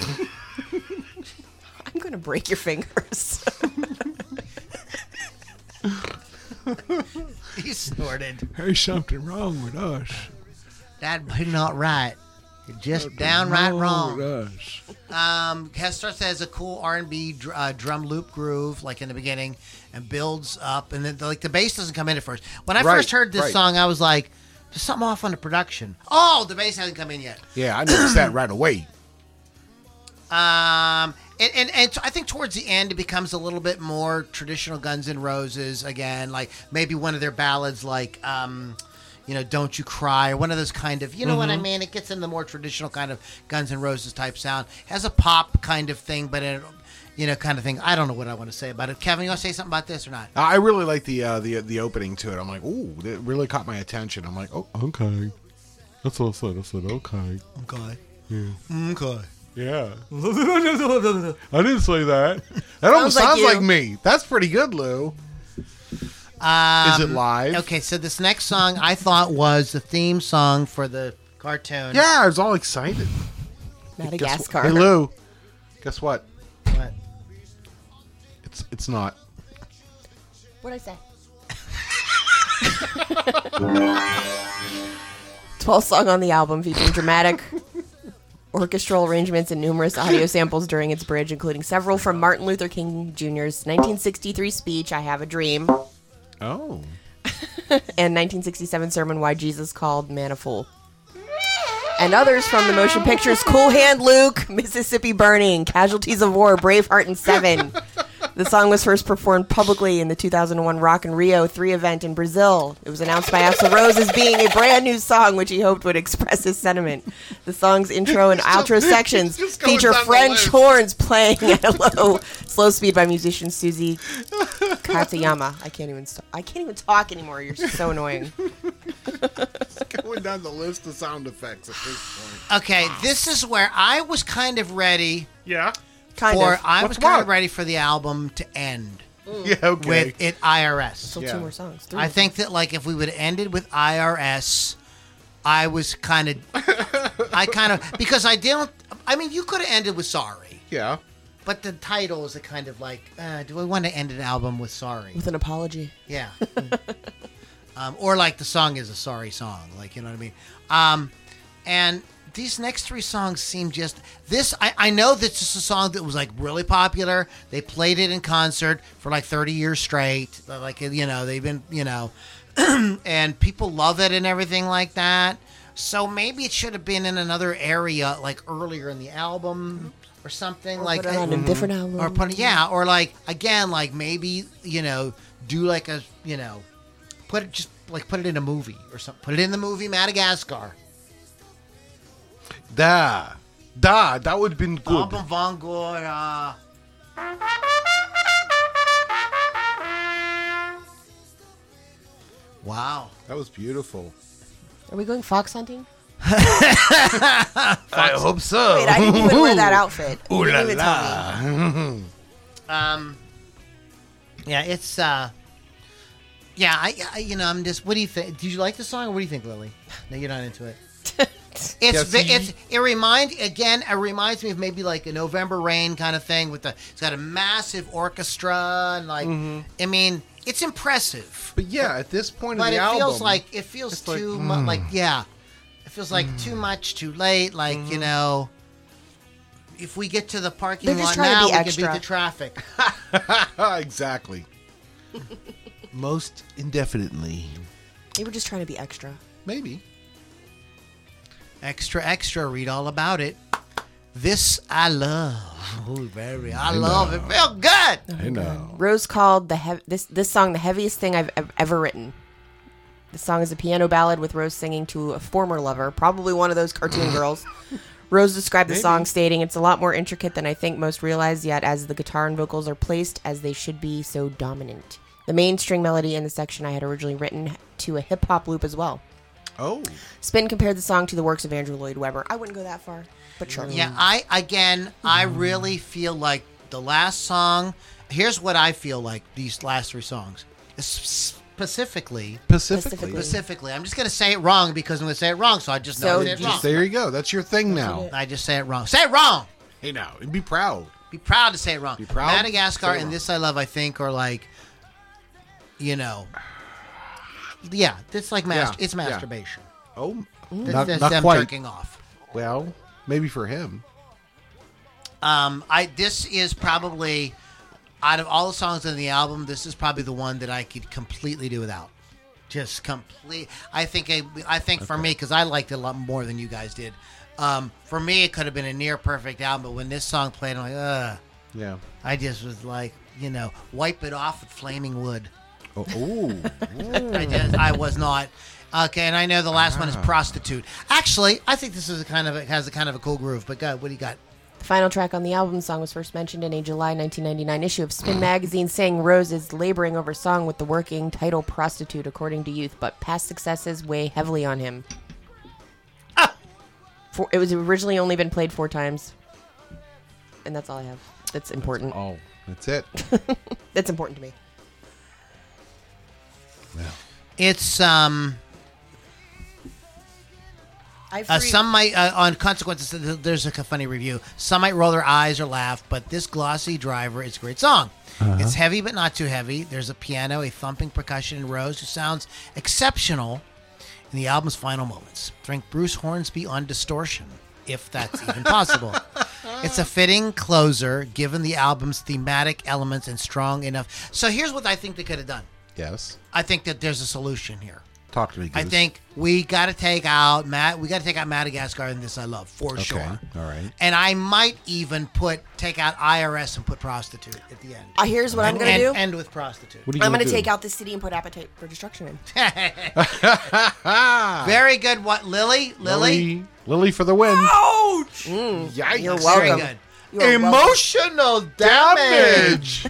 Speaker 3: I'm gonna break your fingers.
Speaker 1: He snorted.
Speaker 7: There's something wrong with us.
Speaker 1: That was not right. You're just downright wrong.
Speaker 7: us.
Speaker 1: Um, Hester says a cool R and B dr- uh, drum loop groove, like in the beginning, and builds up, and then like the bass doesn't come in at first. When I
Speaker 4: Right,
Speaker 1: first heard this
Speaker 4: right.
Speaker 1: song, I was like, "There's something off on the production." Oh, the bass hasn't come in yet.
Speaker 4: Yeah, I noticed that right away.
Speaker 1: Um, and and, and t- I think towards the end it becomes a little bit more traditional Guns N' Roses again, like maybe one of their ballads, like um, you know, "Don't You Cry" or one of those kind of, you know what I mean? It gets in the more traditional kind of Guns N' Roses type sound, has a pop kind of thing, but it, you know, kind of thing. I don't know what I want to say about it. Kevin, you want to say something about this or not?
Speaker 4: I really like the uh, the the opening to it. I'm like, ooh, that really caught my attention. I'm like, oh,
Speaker 2: Okay. That's what I said. I said, okay.
Speaker 1: Okay. Okay.
Speaker 2: Yeah. I didn't say that.
Speaker 4: that almost
Speaker 3: Sounds like
Speaker 4: sounds
Speaker 3: you.
Speaker 4: like, me. That's pretty good, Lou. Um, Is it live?
Speaker 1: Okay, so this next song I thought was the theme song for the cartoon.
Speaker 4: Yeah, I was all excited.
Speaker 3: Madagascar.
Speaker 4: Hey, Lou. Guess what?
Speaker 1: But-
Speaker 4: It's it's not.
Speaker 3: What'd I say? 12th song on the album featuring dramatic orchestral arrangements and numerous audio samples during its bridge, including several from Martin Luther King Jr.'s 1963 speech, I Have a Dream,
Speaker 4: Oh.
Speaker 3: and 1967 sermon, Why Jesus Called Man a Fool. And others from the motion pictures Cool Hand Luke, Mississippi Burning, Casualties of War, Braveheart, and Seven. The song was first performed publicly in the 2001 Rock in Rio 3 event in Brazil. It was announced by Axl Rose as being a brand new song, which he hoped would express his sentiment. The song's intro and outro sections
Speaker 4: just going
Speaker 3: feature
Speaker 4: down the
Speaker 3: French
Speaker 4: list.
Speaker 3: horns playing at a low, slow speed by musician Susie Katayama. I can't even. St- I can't even talk anymore. You're so annoying.
Speaker 4: Going down the list of sound effects at this point.
Speaker 1: Okay, this is where I was kind of ready
Speaker 5: Yeah.
Speaker 3: Kind
Speaker 1: for
Speaker 3: of.
Speaker 1: I
Speaker 4: What's
Speaker 1: was kind of
Speaker 4: wrong?
Speaker 1: ready for the album to end
Speaker 4: Yeah, okay.
Speaker 1: with it IRS.
Speaker 3: Still
Speaker 4: Yeah.
Speaker 3: two more songs. Three.
Speaker 1: I think that like if we would have ended with IRS, I was kind of, I kind of because I didn't. I mean, you could have ended with Sorry,
Speaker 4: yeah.
Speaker 1: but the title is a kind of like, uh, do we want to end an album with Sorry?
Speaker 3: with an apology.
Speaker 1: Yeah. um, or like the song is a sorry song, like you know what I mean. Um, and these next three songs seem just this. I, I know this is a song that was like really popular. They played it in concert for like thirty years straight. Like you know they've been you know, and people love it and everything like that. So maybe it should have been in another area, like earlier in the album or something. like
Speaker 3: Put it on a different album.
Speaker 1: or put yeah or like again like maybe you know do like a you know put it just like put it in a movie or something put it in the movie madagascar
Speaker 4: Da. Da. That would have been good.
Speaker 1: Album Vangora. wow
Speaker 4: That was beautiful.
Speaker 3: Are we going fox hunting?
Speaker 4: I hope so.
Speaker 3: Wait, I didn't even wear that outfit. Ooh la
Speaker 1: um yeah it's uh yeah I, I you know i'm just what do you think did you like the song or what do you think lily no you're not into it It's
Speaker 4: Yeah,
Speaker 1: ve-
Speaker 4: see-
Speaker 1: it's it reminds again it reminds me of maybe like a November Rain kind of thing with the it's got a massive orchestra and like I mean it's impressive
Speaker 4: But yeah, at this point
Speaker 1: but
Speaker 4: in
Speaker 1: it
Speaker 4: the album,
Speaker 1: feels like hmm. it feels
Speaker 4: like,
Speaker 1: too much like yeah it feels like too much too late like you know if we get to the parking
Speaker 3: They're
Speaker 1: lot
Speaker 3: just
Speaker 1: now
Speaker 3: trying
Speaker 1: we
Speaker 3: to be
Speaker 1: can beat the
Speaker 3: extra.
Speaker 1: traffic
Speaker 4: Ah, exactly. Most indefinitely,
Speaker 3: They were just trying to be extra.
Speaker 4: maybe.
Speaker 1: extra extra read all about it this I love Ooh, very I love it felt good
Speaker 4: I know.
Speaker 3: Rose called the hev- this this song the heaviest thing I've ev- ever written. The song is a piano ballad with Rose singing to a former lover, probably one of those cartoon girls. Rose described the song stating, "It's a lot more intricate than I think most realize yet, as the guitar and vocals are placed as they should be, so dominant." The main string melody in the section I had originally written to a hip hop loop as well.
Speaker 4: Oh,
Speaker 3: Spin compared the song to the works of Andrew Lloyd Webber. I wouldn't go that far, but sure.
Speaker 1: Yeah, I again, I really feel like the last song. Here's what I feel like these last three songs, specifically.
Speaker 4: specifically.
Speaker 3: Specifically.
Speaker 1: Specifically, I'm just gonna say it wrong because I'm gonna say it wrong, so I just know
Speaker 3: So
Speaker 1: I say it wrong.
Speaker 4: Just there you go. That's your thing now.
Speaker 1: I just say it wrong. Say it wrong.
Speaker 4: Hey, now, and be proud.
Speaker 1: Be proud to say it wrong. Be
Speaker 4: proud,
Speaker 1: Madagascar
Speaker 4: say it
Speaker 1: and
Speaker 4: wrong.
Speaker 1: This I Love, I think, are like, you know, yeah, it's like mas-
Speaker 4: Yeah,
Speaker 1: it's
Speaker 4: yeah.
Speaker 1: masturbation.
Speaker 4: Oh,
Speaker 1: That's,
Speaker 4: not,
Speaker 1: that's
Speaker 4: not
Speaker 1: them
Speaker 4: quite.
Speaker 1: jerking off.
Speaker 4: Well, maybe for him.
Speaker 1: Um, I this is probably out of all the songs on the album, this is probably the one that I could completely do without. Just complete. I think I, I think for me because I liked it a lot more than you guys did. Um, for me, it could have been a near perfect album, but when this song played, I'm like, ugh.
Speaker 4: Yeah.
Speaker 1: I just was like, you know, wipe it off with flaming wood.
Speaker 4: Oh, ooh.
Speaker 1: I, did- I was not. Okay, and I know the last one is prostitute. Actually, I think this is a kind of a, has a kind of a cool groove. But God, what do you got?
Speaker 3: The final track on the album song was first mentioned in a July 1999 issue of Spin magazine, saying Rose is laboring over song with the working title prostitute, according to Youth, but past successes weigh heavily on him.
Speaker 1: Ah!
Speaker 3: Four, it was originally only been played four times, and that's all I have. That's important.
Speaker 4: oh, that's it.
Speaker 3: That's important to me.
Speaker 1: It's um.
Speaker 3: I
Speaker 1: Uh, some might, uh, on consequences, th- th- there's a funny review. Some might roll their eyes or laugh, but this glossy driver is a great song. It's heavy but not too heavy. There's a piano, a thumping percussion, and Rose, who sounds exceptional in the album's final moments. Drink Bruce Hornsby on distortion, if that's even possible. It's a fitting closer given the album's thematic elements and strong enough. So here's what I think they could have done.
Speaker 4: Yes.
Speaker 1: I think that there's a solution here.
Speaker 4: Talk to me. Goose.
Speaker 1: I think we got to take out Matt. We got to take out Madagascar and this I love for sure.
Speaker 4: all right.
Speaker 1: And I might even put take out IRS and put prostitute at the end.
Speaker 3: Uh, here's what I'm gonna
Speaker 1: and
Speaker 3: do.
Speaker 1: end with prostitute.
Speaker 4: What are you
Speaker 3: I'm
Speaker 4: gonna
Speaker 3: gonna
Speaker 4: do?
Speaker 3: take out the city and put appetite for destruction in.
Speaker 1: Very good. What Lily? Lily.
Speaker 4: Lily. Lily for the win.
Speaker 1: Ouch!
Speaker 4: Yikes.
Speaker 3: You're
Speaker 1: Very
Speaker 3: welcome.
Speaker 1: good.
Speaker 3: You are welcome.
Speaker 1: Emotional damage.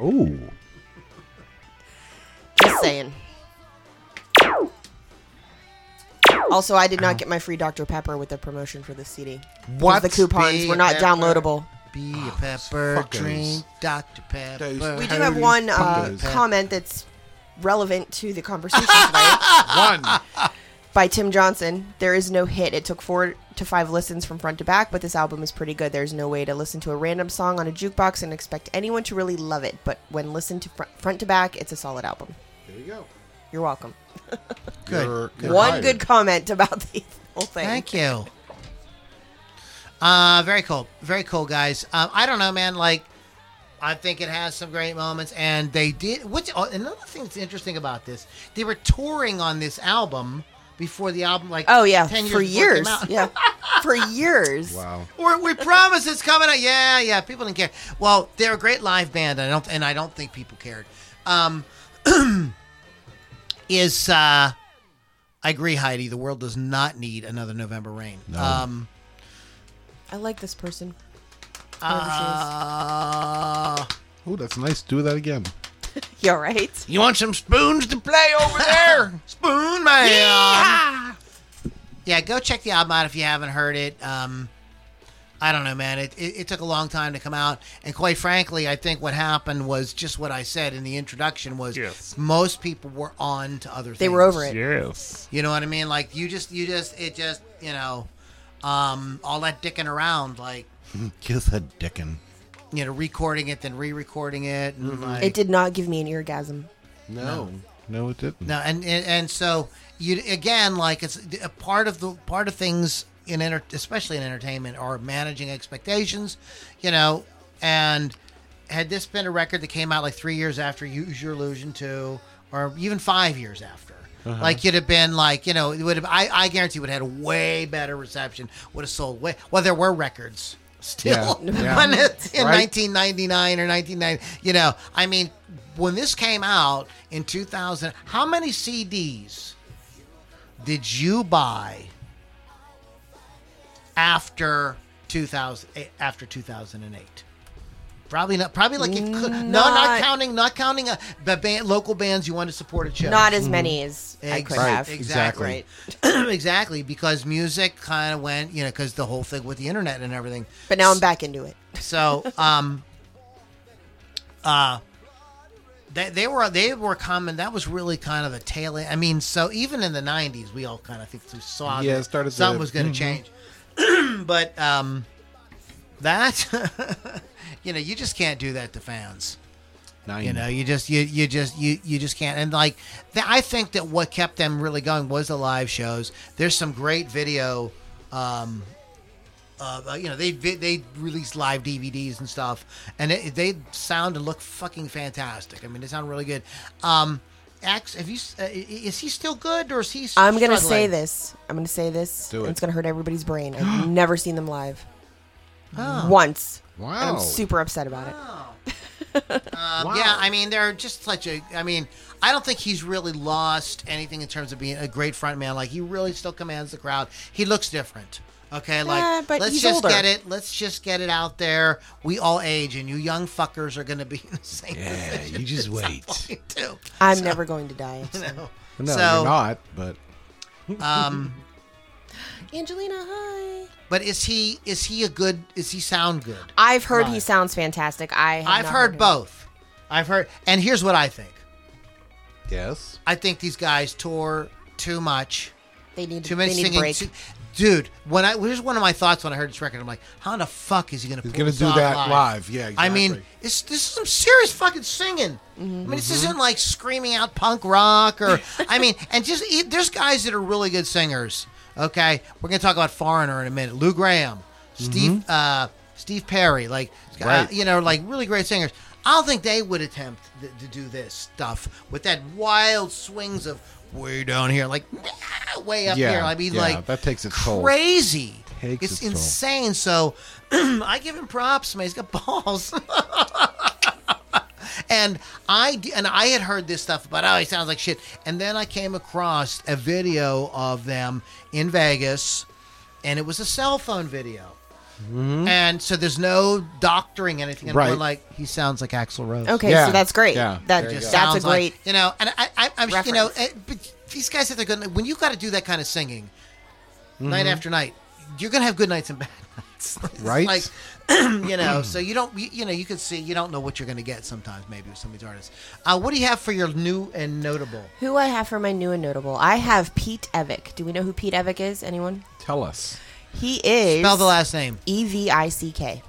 Speaker 4: oh.
Speaker 3: Just saying. Also, I did not get my free Dr. Pepper with the promotion for the CD.
Speaker 1: Oh. What?
Speaker 3: The coupons were not
Speaker 1: Pepper.
Speaker 3: downloadable.
Speaker 1: Be a pepper,
Speaker 4: fuckers.
Speaker 1: drink Dr. Pepper.
Speaker 4: Those-
Speaker 3: We
Speaker 4: We
Speaker 3: do
Speaker 4: do
Speaker 3: have
Speaker 4: Holy
Speaker 3: one uh,
Speaker 4: fuckers.
Speaker 3: comment that's relevant to the conversation today
Speaker 4: One.
Speaker 3: by Tim Johnson. There is no hit. It took four to five listens from front to back, but this album is pretty good. There's no way to listen to a random song on a jukebox and expect anyone to really love it, but when listened to fr- front to back, it's a solid album.
Speaker 4: There you go.
Speaker 3: You're welcome.
Speaker 1: Good.
Speaker 4: You're- you're
Speaker 3: One
Speaker 4: hired.
Speaker 3: good comment about the whole thing.
Speaker 1: Thank you. Uh, very cool. Very cool, guys. Um, I don't know, man. Like, I think it has some great moments, and they did. What's oh, another thing that's interesting about this? They were touring on this album before the album, like,
Speaker 3: Oh yeah,
Speaker 1: 10 years
Speaker 3: for
Speaker 1: before it came
Speaker 3: years.
Speaker 1: out.
Speaker 3: Yeah, for years.
Speaker 4: Wow.
Speaker 1: We're, we promise it's coming out. Yeah, yeah. People didn't care. Well, they're a great live band. I don't, and I don't think people cared. Um, is uh, I agree, Heidi. The world does not need another November Rain. Um,
Speaker 3: I like this person.
Speaker 1: uh,
Speaker 4: Oh, that's nice. Do that again.
Speaker 3: You're right.
Speaker 2: You want some spoons to play over there?
Speaker 1: Spoon Man. Yeah, go check the album out if you haven't heard it. Um, I don't know, man. It, it, it took a long time to come out, and quite frankly, I think what happened was just what I said in the introduction was
Speaker 5: Yes.
Speaker 1: most people were on to other.
Speaker 3: They
Speaker 1: things.
Speaker 3: were over it.
Speaker 5: Yes.
Speaker 1: You know what I mean? Like you just, you just, it just, you know, um, all that dicking around, like
Speaker 4: Kiss a dickin.
Speaker 1: you know, recording it then re-recording it, and like
Speaker 3: It did not give me an orgasm.
Speaker 4: No. No, it didn't.
Speaker 1: No, and and, and so you again like it's a part of the part of things in enter, especially in entertainment are managing expectations, you know, and had this been a record that came out like three years after Use Your Illusion two, or even five years after. Like you'd have been like you know it would have I, I guarantee would have had a way better reception would have sold way well there were records still
Speaker 4: Yeah.
Speaker 1: when it, in
Speaker 4: Right.
Speaker 1: 1999 or 1990. You know, I mean, when this came out in 2000, how many CDs did you buy after 2000? eh, After 2008. Probably not. Probably like it could. no, not
Speaker 3: Not-
Speaker 1: counting. Not counting uh, the band, local bands you want to support a show.
Speaker 3: Not as many as I
Speaker 1: Ex-
Speaker 3: could
Speaker 1: Right,
Speaker 3: have.
Speaker 1: exactly.
Speaker 3: Right.
Speaker 1: exactly because music kind of went, you know, because the whole thing with the internet and everything.
Speaker 3: But now I'm back into it.
Speaker 1: So, um, uh, they, they were they were common. That was really kind of the tail end. I mean, so even in the '90s, we all kind of think we saw
Speaker 4: Yeah,
Speaker 1: that
Speaker 4: it started to- Mm-hmm.
Speaker 1: something was going to change. but um, that, you know, you just can't do that to fans.
Speaker 4: Nine.
Speaker 1: You know, you just you you just you you just can't. And like, th- I think that what kept them really going was the live shows. There's some great video. Um, uh, uh, you know, they vi- they released live DVDs and stuff, and it, they sound and look fucking fantastic. I mean, they sound really good. Um, Ax, have you? s- Uh, i- is he still good or is he? s-
Speaker 3: I'm gonna say
Speaker 1: struggling?
Speaker 3: this. I'm gonna say this.
Speaker 4: Do
Speaker 3: and
Speaker 4: it.
Speaker 3: It's gonna hurt everybody's brain. I've never seen them live.
Speaker 1: Oh.
Speaker 3: Once. And
Speaker 4: Wow.
Speaker 3: I'm super upset about it.
Speaker 1: Um, Yeah,
Speaker 3: Oh.
Speaker 1: I mean, they're just such a. I mean, I don't think he's really lost anything in terms of being a great front man. Like, he really still commands the crowd. He looks different. Okay, like
Speaker 3: Yeah, but
Speaker 1: let's
Speaker 3: he's
Speaker 1: just
Speaker 3: older.
Speaker 1: get it. Let's just get it out there. We all age, and you young fuckers are going to be in the same
Speaker 2: Yeah, you just wait.
Speaker 1: position too.
Speaker 3: I'm never going to die.
Speaker 1: You know?
Speaker 4: No,
Speaker 1: so,
Speaker 4: you're not. But
Speaker 1: um,
Speaker 3: Angelina, hi.
Speaker 1: but is he is he a good? Is he sound good?
Speaker 3: I've heard he
Speaker 1: Right.
Speaker 3: sounds fantastic. I have
Speaker 1: I've
Speaker 3: not
Speaker 1: heard
Speaker 3: him.
Speaker 1: both. I've heard, and here's what I think.
Speaker 4: yes,
Speaker 1: I think these guys tour too much.
Speaker 3: They need
Speaker 1: Too
Speaker 3: to,
Speaker 1: many
Speaker 3: they need a
Speaker 1: singing.
Speaker 3: break.
Speaker 1: too- dude, when I here's one of my thoughts when I heard this record, I'm like, how the fuck is he gonna?
Speaker 4: he's
Speaker 1: pull
Speaker 4: gonna
Speaker 1: this
Speaker 4: do
Speaker 1: off
Speaker 4: that
Speaker 1: live?
Speaker 4: live. Yeah, exactly.
Speaker 1: I mean, it's, this is some serious fucking singing. I mean, this
Speaker 4: Mm-hmm.
Speaker 1: isn't like screaming out punk rock or I mean, and just e- there's guys that are really good singers. Okay, we're gonna talk about Foreigner in a minute. Lou Graham, Steve, uh, Steve Perry, like uh,
Speaker 4: Mm-hmm. Right.
Speaker 1: you know, like really great singers. I don't think they would attempt th- to do this stuff with that wild swings of way down here, like way up
Speaker 4: Yeah,
Speaker 1: here. I mean,
Speaker 4: yeah,
Speaker 1: like
Speaker 4: that takes its toll.
Speaker 1: crazy.
Speaker 4: Takes
Speaker 1: it's
Speaker 4: its toll.
Speaker 1: insane. So I give him props, man. He's got balls. and I d- and I had heard this stuff about oh he sounds like shit, and then I came across a video of them in Vegas, and it was a cell phone video. And so there's no doctoring anything, and
Speaker 4: Mm-hmm. Right.
Speaker 1: we're like he sounds like Axl Rose.
Speaker 3: Okay,
Speaker 4: Yeah.
Speaker 3: so that's great.
Speaker 4: Yeah,
Speaker 3: That,
Speaker 4: there you go.
Speaker 3: that's a
Speaker 1: Sounds like-
Speaker 3: great.
Speaker 1: you know, and I, I I'm you know,
Speaker 3: reference.
Speaker 1: eh, but these guys that they're gonna when you got to do that kind of singing,
Speaker 3: Mm-hmm.
Speaker 1: night after night, you're gonna have good nights and bad nights, It's
Speaker 4: Right.
Speaker 1: Like, you know, so you don't, you, you know, you can see you don't know what you're gonna get sometimes maybe with some of these artists. Uh, what do you have for your new and notable?
Speaker 3: Who I have for my new and notable? I have Pete Evick. Do we know who Pete Evick is? Anyone?
Speaker 4: tell us.
Speaker 3: He is
Speaker 1: Spell the last name.
Speaker 3: E V I C K.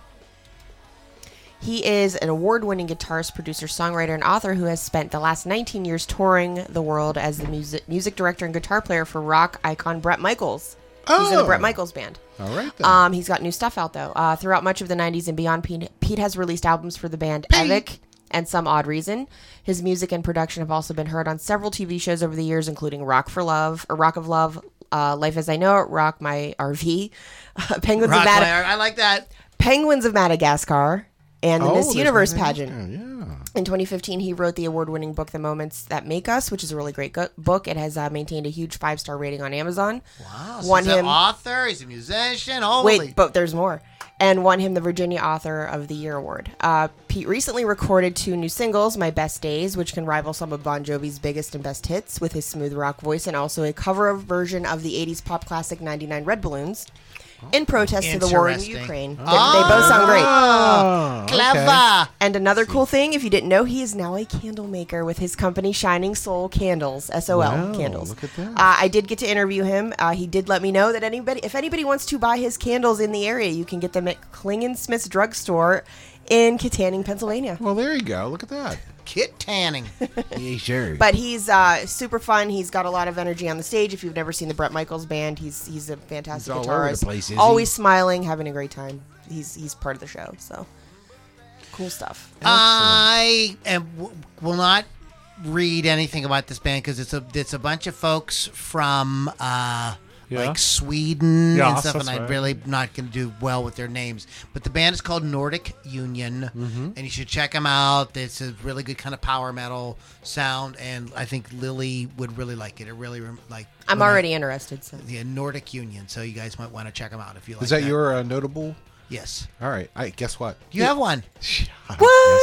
Speaker 3: He is an award winning guitarist, producer, songwriter, and author who has spent the last 19 years touring the world as the music, music director and guitar player for rock icon Brett Michaels. He's in the
Speaker 4: Oh.
Speaker 3: Brett Michaels band.
Speaker 4: All right then.
Speaker 3: Um, he's got new stuff out though. Uh, throughout much of the '90s and beyond, Pete, Pete has released albums for the band Evic and Some Odd Reason. His music and production have also been heard on several TV shows over the years, including Rock for Love, or Rock of Love, uh, Life as I Know It, Rock My RV, Penguins
Speaker 1: Rock
Speaker 3: of Mad-
Speaker 1: player. I like that.
Speaker 3: Penguins of Madagascar, and the
Speaker 4: Oh,
Speaker 3: Miss
Speaker 4: there's
Speaker 3: Universe
Speaker 4: nothing else
Speaker 3: pageant.
Speaker 4: there, Yeah.
Speaker 3: In 2015, he wrote the award winning book, The Moments That Make Us, which is a really great go- book. It has uh, maintained a huge five star rating on Amazon.
Speaker 1: Wow, so
Speaker 3: Won
Speaker 1: he's
Speaker 3: him.
Speaker 1: an author. He's a musician. Holy.
Speaker 3: Wait, but there's more. And won him the Virginia Author of the Year award. Uh, Pete recently recorded two new singles, "My Best Days," which can rival some of Bon Jovi's biggest and best hits with his smooth rock voice, and also a cover of version of the '80s pop classic "99 Red Balloons." In protest to the war in
Speaker 1: Interesting.
Speaker 3: Ukraine, They- they both sound great.
Speaker 1: Oh, clever.
Speaker 3: And another cool thing, if you didn't know, he is now a candle maker with his company Shining Soul Candles, SOL
Speaker 4: Wow,
Speaker 3: Candles.
Speaker 4: look at that.
Speaker 3: Uh, I did get to interview him. Uh, he did let me know that anybody, if anybody wants to buy his candles in the area, you can get them at Klingensmith's Drugstore in Katanning, Pennsylvania.
Speaker 4: Well, there you go. Look at that.
Speaker 1: Kit Tanning.
Speaker 4: Yeah, sure.
Speaker 3: But he's uh, super fun. He's got a lot of energy on the stage. If you've never seen the Brett Michaels band, he's he's a fantastic
Speaker 4: all over
Speaker 3: guitarist.
Speaker 4: the place, is
Speaker 3: Always smiling, having a great time. He's he's part of the show. So cool stuff.
Speaker 1: I am, w- will not read anything about this band because it's a it's a bunch of folks from uh, like Sweden
Speaker 5: Yes,
Speaker 1: and stuff,
Speaker 5: that's
Speaker 1: and I'm
Speaker 5: right.
Speaker 1: really not going to do well with their names. But the band is called Nordic Union, and you should check them out. It's a really good kind of power metal sound, and I think Lily would really like it. It really rem- like
Speaker 3: I'm
Speaker 1: remind-
Speaker 3: already interested. So.
Speaker 1: yeah Nordic Union, so you guys might want to check them out if you like.
Speaker 4: Is that your uh, notable?
Speaker 1: yes?
Speaker 4: All right. I guess what?
Speaker 1: You have one.
Speaker 4: Yes,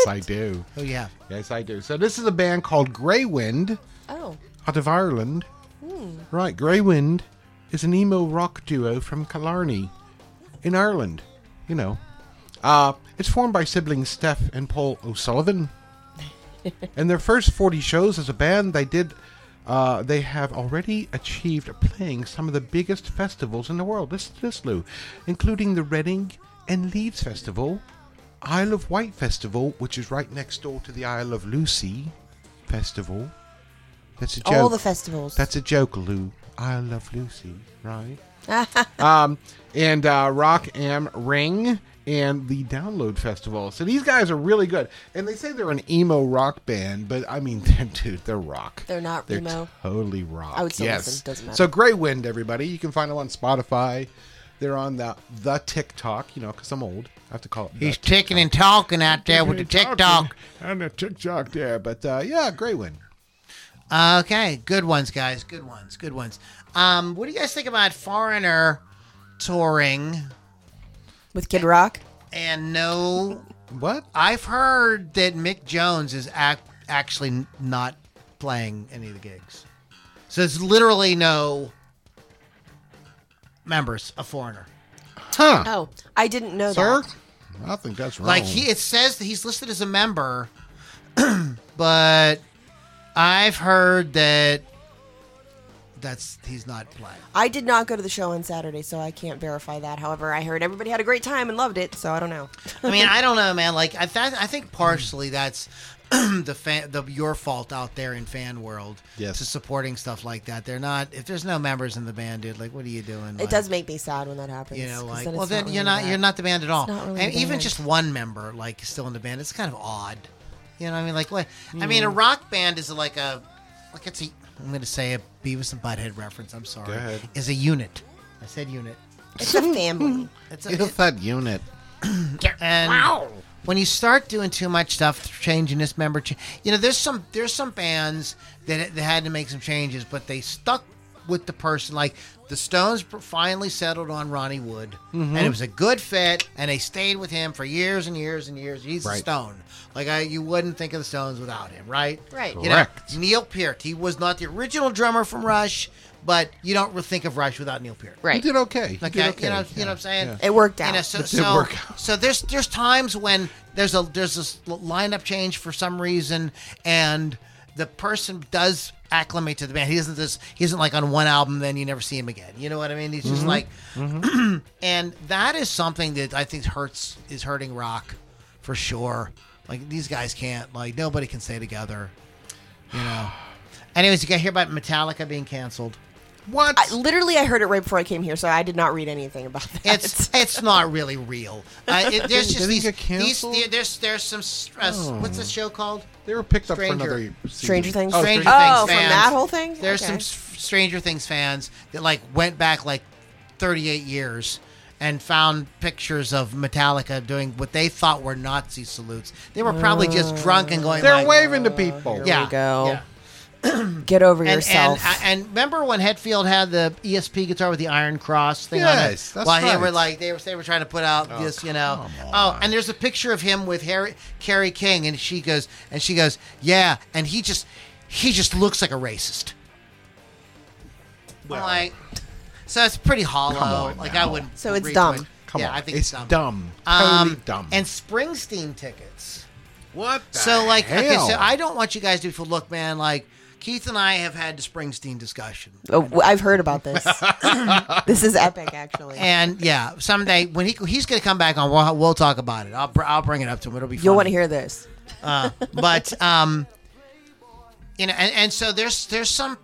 Speaker 4: I do.
Speaker 1: Oh yeah.
Speaker 4: Yes, I do. So this is a band called Grey Wind
Speaker 3: Oh.
Speaker 4: out of Ireland. Right, Grey Wind is an emo rock duo from Killarney in Ireland. You know, uh, it's formed by siblings Steph and Paul O'Sullivan. in their first 40 shows as a band, they did. Uh, they have already achieved playing some of the biggest festivals in the world. Listen to this, Lou, including the Reading and Leeds Festival, Isle of Wight Festival, which is right next door to the Isle of Lucy Festival. That's a joke.
Speaker 3: All the festivals.
Speaker 4: That's a joke, Lou. I love Lucy, right? um, and uh, Rock Am Ring and the Download Festival. So these guys are really good, and they say they're an emo rock band, but I mean, they're, dude, they're rock.
Speaker 3: They're not
Speaker 4: They're
Speaker 3: emo.
Speaker 4: totally rock.
Speaker 3: I would still
Speaker 4: yes.
Speaker 3: listen, doesn't matter.
Speaker 4: So Grey Wind, everybody. You can find them on Spotify, They're on the the TikTok, you know, because I'm old. I have to call it. the
Speaker 1: He's ticking and talking out there with the TikTok.
Speaker 4: and the TikTok there. But uh, yeah, great win.
Speaker 1: Okay, good ones, guys. Good ones. Good ones. Um, what do you guys think about Foreigner touring?
Speaker 3: with Kid Rock.
Speaker 1: And no,
Speaker 4: What?
Speaker 1: I've heard that Mick Jones is act, actually n- not playing any of the gigs. So it's literally no members of Foreigner.
Speaker 4: Huh?
Speaker 3: Oh, I didn't know
Speaker 4: Sir?
Speaker 3: that.
Speaker 4: I think that's wrong.
Speaker 1: Like he, it says that he's listed as a member, but I've heard that that's he's not playing.
Speaker 3: I did not go to the show on Saturday, so I can't verify that. However, I heard everybody had a great time and loved it, so I don't know.
Speaker 1: I mean, I don't know, man. Like I, th- I think partially that's the fan, the your fault out there in fan world.
Speaker 4: Yes.
Speaker 1: To supporting stuff like that, they're not. If there's no members in the band, dude, like what are you doing?
Speaker 3: It does make me sad when that happens.
Speaker 1: You know,
Speaker 3: 'cause
Speaker 1: like
Speaker 3: then
Speaker 1: well,
Speaker 3: it's not
Speaker 1: then you're
Speaker 3: really
Speaker 1: not
Speaker 3: that.
Speaker 1: you're not the band at all.
Speaker 3: not really
Speaker 1: and
Speaker 3: a
Speaker 1: even
Speaker 3: band.
Speaker 1: just one member like is still in the band, it's kind of odd. You know, what I mean, like what? I mean, a
Speaker 4: Hmm.
Speaker 1: rock band is like a like it's a. I'm going to say a Beavis and Butthead reference. I'm sorry.
Speaker 4: ahead.
Speaker 1: Is a unit. I said unit.
Speaker 3: It's a family.
Speaker 1: It's a,
Speaker 4: It's that unit.
Speaker 1: and when you start doing too much stuff, changing this member, ch- you know, there's some there's some bands that, that had to make some changes, but they stuck with the person. Like the Stones pr- finally settled on Ronnie Wood,
Speaker 4: Mm-hmm.
Speaker 1: and it was a good fit, and they stayed with him for years and years and years. He's a
Speaker 4: Right.
Speaker 1: Stone. Like I, you wouldn't think of the Stones without him, right?
Speaker 3: Right.
Speaker 1: You
Speaker 4: Correct.
Speaker 1: Know, Neil Peart. He was not the original drummer from Rush, but you don't think of Rush without Neil Peart.
Speaker 4: He did okay. He
Speaker 1: Like
Speaker 4: did
Speaker 1: I-
Speaker 4: okay.
Speaker 1: you know, you know what I'm saying.
Speaker 3: It worked
Speaker 1: You
Speaker 3: out.
Speaker 1: know, so,
Speaker 4: did
Speaker 1: so,
Speaker 4: work out.
Speaker 1: so there's there's times when there's a there's this l- lineup change for some reason, and the person does acclimate to the band. He isn't this. He isn't like on one album, then you never see him again. You know what I mean? He's
Speaker 4: Mm-hmm.
Speaker 1: just like, and that is something that I think hurts is hurting rock, for sure. Like these guys can't like nobody can stay together, you know. Anyways, you got to hear about Metallica being canceled.
Speaker 4: What?
Speaker 3: I, literally, I heard it right before I came here, so I did not read anything about that.
Speaker 1: it's it's not really real. Uh, it, there's just
Speaker 4: Did he
Speaker 1: these,
Speaker 4: get
Speaker 1: these
Speaker 4: canceled? Oh.
Speaker 1: there- there's there's some s- uh, s- what's the show called?
Speaker 4: they were picked up
Speaker 1: Stranger.
Speaker 4: for another season.
Speaker 3: Stranger Things.
Speaker 4: Oh,
Speaker 1: Stranger
Speaker 4: Stranger,
Speaker 3: Oh,
Speaker 1: Things
Speaker 3: from
Speaker 1: fans.
Speaker 3: that whole thing?
Speaker 1: There's some
Speaker 3: Okay.
Speaker 1: s- Stranger Things fans that like went back like 38 years and found pictures of Metallica doing what they thought were Nazi salutes. They were probably just drunk and going.
Speaker 4: They're
Speaker 1: like,
Speaker 4: waving to people.
Speaker 1: Yeah.
Speaker 3: we go.
Speaker 1: yeah.
Speaker 3: Get over
Speaker 1: And, and
Speaker 3: yourself.
Speaker 1: and remember when Hetfield had the ESP guitar with the Iron Cross thing on it?
Speaker 4: Yes, that's
Speaker 1: While they
Speaker 4: right.
Speaker 1: were like they were they were trying to put out this, you know. Oh, and there's a picture of him with Harry Carrie King, and she goes and she goes, yeah, and he just he just looks like a racist. I'm like, so it's pretty hollow.
Speaker 4: on
Speaker 1: Like
Speaker 4: now.
Speaker 1: I wouldn't.
Speaker 3: So it's
Speaker 1: retweet.
Speaker 3: dumb.
Speaker 4: Come
Speaker 1: yeah,
Speaker 4: on.
Speaker 1: I think
Speaker 4: it's
Speaker 1: dumb.
Speaker 4: dumb.
Speaker 1: Um,
Speaker 4: totally dumb.
Speaker 1: And Springsteen tickets.
Speaker 4: what? the
Speaker 1: So like, okay, so
Speaker 4: hell?
Speaker 1: I don't want you guys to feel. Look, man, like Keith and I have had the Springsteen discussion,
Speaker 3: oh, w- I've heard about this. this is epic, actually.
Speaker 1: and yeah, someday when he he's gonna come back on, we'll, we'll talk about it. I'll br- I'll bring it up to him. It'll be.
Speaker 3: You'll want to
Speaker 1: funny.
Speaker 3: hear this.
Speaker 1: Uh, but um, you know, and, and so there's there's some.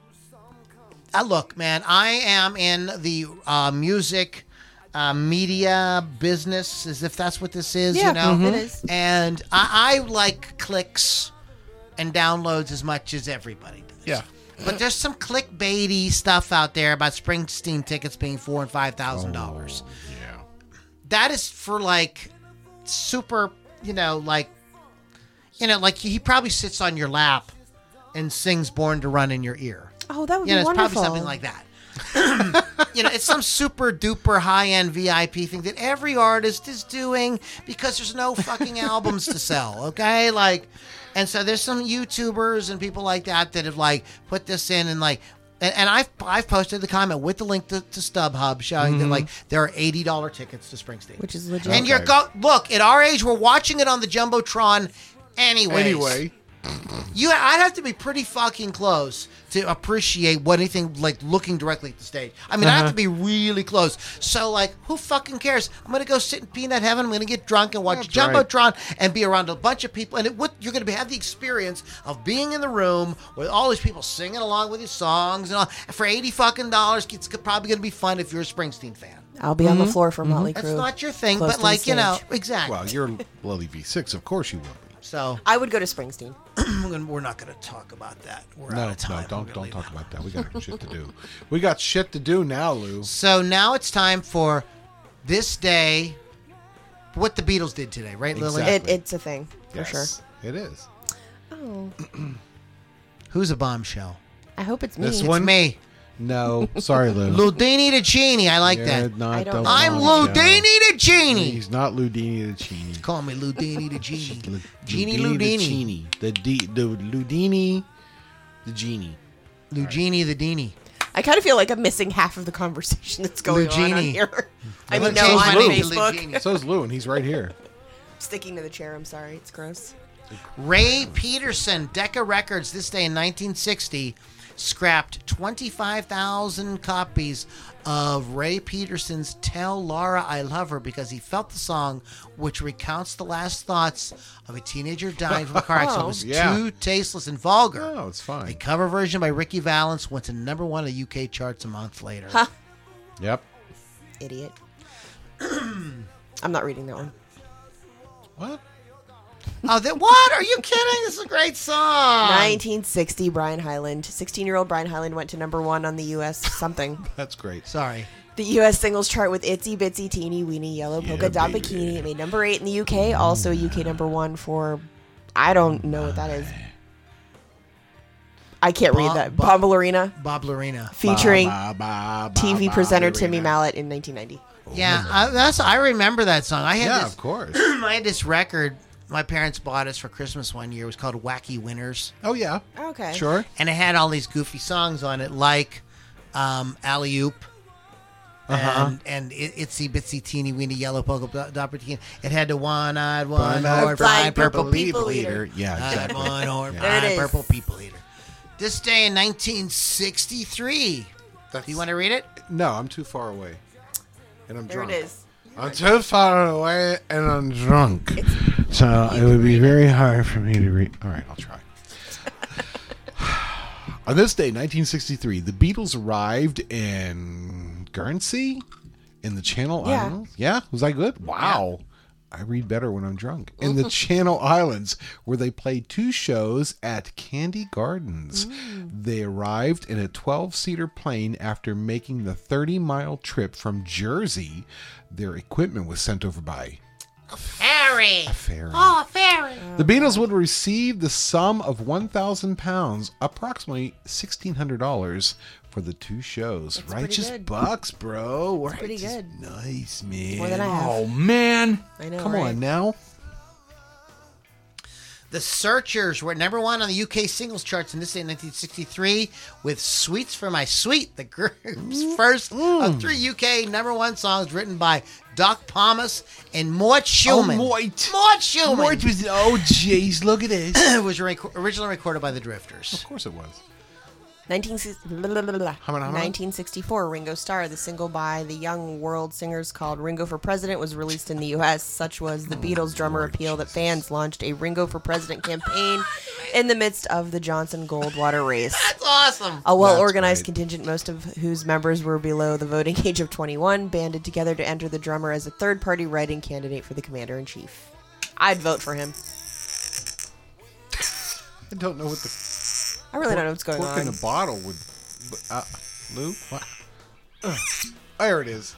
Speaker 1: Uh, look, man, I am in the uh, music. Uh, media business, as if that's what this is,
Speaker 3: Yeah, Mm-hmm.
Speaker 1: you know.
Speaker 3: it is.
Speaker 1: And I, I like clicks and downloads as much as everybody does.
Speaker 4: Yeah.
Speaker 1: But there's some clickbaity stuff out there about Springsteen tickets being four and five thousand dollars.
Speaker 4: Oh, Yeah.
Speaker 1: That is for like super, you know, like you know, like he probably sits on your lap and sings "Born to Run" in your ear.
Speaker 3: Oh, that would
Speaker 1: You know,
Speaker 3: be
Speaker 1: it's
Speaker 3: wonderful.
Speaker 1: probably something like that. you know, it's some super duper high end VIP thing that every artist is doing because there's no fucking albums to sell, okay? Like, and so there's some YouTubers and people like that that have like put this in and like, and, and I've I've posted the comment with the link to, to StubHub showing that like there are eighty dollar tickets to Springsteen,
Speaker 3: Which is legit.
Speaker 1: and you're go look at our age we're watching it on the jumbotron. Anyways,
Speaker 4: Anyway,
Speaker 1: you, I'd have to be pretty fucking close to appreciate what anything like looking directly at the stage. I mean, I have to
Speaker 3: Uh-huh.
Speaker 1: be really close. So, like, who fucking cares? I'm gonna go sit in peanut heaven. I'm gonna get drunk and watch
Speaker 4: That's right.
Speaker 1: jumbotron and be around a bunch of people. And it, what you're gonna be, have the experience of being in the room with all these people singing along with your songs and all for eighty fucking dollars. It's probably gonna be fun if you're a Springsteen fan.
Speaker 3: I'll be on the floor for Motley Crue.
Speaker 1: That's Mm-hmm. not your thing,
Speaker 3: Close
Speaker 1: but
Speaker 3: to the
Speaker 1: like you know
Speaker 3: stage.
Speaker 1: exactly.
Speaker 4: well, you're Lily V6. Of course you will be.
Speaker 1: so
Speaker 3: I would go to Springsteen.
Speaker 1: I'm gonna- we're not gonna talk about that. We're
Speaker 4: No,
Speaker 1: out of time.
Speaker 4: no, don't
Speaker 1: We're
Speaker 4: don't
Speaker 1: gonna
Speaker 4: talk about that. We got shit to do. We got shit to do now, Lou.
Speaker 1: So now it's time for this day, what the Beatles did today, right, Lily?
Speaker 4: Exactly.
Speaker 3: It, it's a thing for
Speaker 4: Yes,
Speaker 3: sure.
Speaker 4: It is.
Speaker 3: Oh,
Speaker 1: Who's a bombshell?
Speaker 3: I hope it's me.
Speaker 4: This
Speaker 1: It's
Speaker 4: one?
Speaker 1: me,
Speaker 4: No, sorry, Lou.
Speaker 1: Ludini to Genie. I like that.
Speaker 4: You're not
Speaker 3: I don't
Speaker 4: the
Speaker 3: know.
Speaker 1: I'm
Speaker 4: bombshell.
Speaker 1: Ludini to Genie.
Speaker 4: He's not Ludini the Chini.
Speaker 1: Call me Ludini to Genie.
Speaker 4: Lu-
Speaker 1: Genie
Speaker 4: the
Speaker 1: Ludini.
Speaker 4: Chini. The D, the Ludini, the genie.
Speaker 1: Lugini the Dini.
Speaker 3: I kind of feel like I'm missing half of the conversation that's going on, on
Speaker 1: Lugini.
Speaker 3: here. I
Speaker 1: I'm
Speaker 3: mean,
Speaker 1: gonna
Speaker 3: no,
Speaker 1: change
Speaker 3: on
Speaker 1: my name to
Speaker 3: Facebook.
Speaker 1: Lugini.
Speaker 4: So is Lou, and he's right here.
Speaker 3: Sticking to the chair. I'm sorry. It's gross.
Speaker 1: Ray Peterson, Decca Records, this day in 1960, scrapped 25,000 copies of Ray Peterson's Tell Laura I Love Her because he felt the song, which recounts the last thoughts of a teenager dying from a car accident,
Speaker 3: Oh.
Speaker 1: was
Speaker 4: Yeah.
Speaker 1: too tasteless and vulgar.
Speaker 4: No, Oh, it's
Speaker 1: A
Speaker 4: fine.
Speaker 1: cover version by Ricky Valance went to number one of UK charts a month later.
Speaker 3: Huh.
Speaker 4: Yep.
Speaker 3: Idiot. I'm not reading that one.
Speaker 4: What?
Speaker 1: Oh, then what? Are you kidding? This is a great song.
Speaker 3: 1960, Brian Hyland. 16 year old Brian Hyland went to number one on the U.S. something.
Speaker 4: That's great.
Speaker 1: Sorry.
Speaker 3: The U.S. singles chart with Itsy Bitsy Teeny Weeny Yellow Polka Dot Bikini. It made number eight in the U.K., also U.K. number one for. I don't know what that is. I can't
Speaker 1: Ba-
Speaker 3: read that.
Speaker 1: ba-
Speaker 3: Bombalurina
Speaker 1: Bob Lorena.
Speaker 3: featuring
Speaker 4: Ba, ba, ba,
Speaker 3: TV
Speaker 4: ba,
Speaker 3: presenter
Speaker 4: ba,
Speaker 3: Timmy
Speaker 4: ba.
Speaker 3: Mallett in 1990.
Speaker 1: Yeah, I, that's I remember that song. I had
Speaker 4: Oh, Yeah,
Speaker 1: this,
Speaker 4: of course.
Speaker 1: I had this record my parents bought us for Christmas one year. It was called Wacky Winners,
Speaker 4: Oh yeah.
Speaker 3: Okay.
Speaker 4: Sure.
Speaker 1: and it had all these goofy songs on it, like um, Alley Oop. And, and it, itsy bitsy teeny weeny yellow polka dot- dot routine. It had the one eyed one horn fried purple people, eater.
Speaker 4: Yeah,
Speaker 1: Eyed
Speaker 4: exactly.
Speaker 1: one horn
Speaker 3: There it
Speaker 1: fried
Speaker 3: is.
Speaker 1: purple people eater. This day in 1963. Do you want to read it?
Speaker 4: No, I'm too far away, and I'm
Speaker 3: There
Speaker 4: drunk.
Speaker 3: it is.
Speaker 4: I'm too far away, and I'm drunk.
Speaker 2: So it would be very hard for me to read. All right, I'll try.
Speaker 4: On this day, 1963, the Beatles arrived in Guernsey in the Channel
Speaker 3: Yeah.
Speaker 4: Islands. Yeah, was that good? Wow. I read better when I'm drunk. In the Channel Islands, where they played two shows at Candy Gardens. They arrived in a 12 seater plane after making the 30 mile trip from Jersey. Their equipment was sent over by
Speaker 1: Harry.
Speaker 4: a ferry.
Speaker 1: Oh, Harry.
Speaker 4: The Beatles would receive the sum of £1,000, approximately $1,600, for the two shows.
Speaker 3: pretty
Speaker 4: Righteous
Speaker 3: good.
Speaker 4: bucks, bro. That's
Speaker 3: pretty good.
Speaker 4: Nice, man.
Speaker 3: More than I have.
Speaker 7: Oh man.
Speaker 3: I know.
Speaker 4: Come
Speaker 3: right?
Speaker 4: on now.
Speaker 1: The Searchers were number one on the UK singles charts in this day in 1963 with Sweets for My Sweet, the group's first of three UK number one songs written by Doc Pomus and Mort
Speaker 4: Oh,
Speaker 1: Schulman.
Speaker 4: Mort.
Speaker 1: Mort Schulman
Speaker 4: Mort was, oh, jeez, look at this. of
Speaker 1: was rec- originally recorded by the Drifters.
Speaker 4: course it was.
Speaker 3: 1960 blah, blah, blah, blah. 1964, Ringo Starr, the single by the young world singers called Ringo for President, was released in the U.S. Such was the
Speaker 4: Oh,
Speaker 3: Beatles' drummer appeal that fans launched a Ringo for President campaign in the midst of the Johnson Goldwater race.
Speaker 1: That's awesome.
Speaker 3: A well organized contingent, most of whose members were below the voting age of 21, banded together to enter the drummer as a third party writing candidate for the commander in chief. I'd vote for him.
Speaker 4: I don't know what the
Speaker 3: I really don't know what's going
Speaker 4: cork in
Speaker 3: on.
Speaker 4: a bottle would. but, Uh, Lou? What? Ugh. there it is.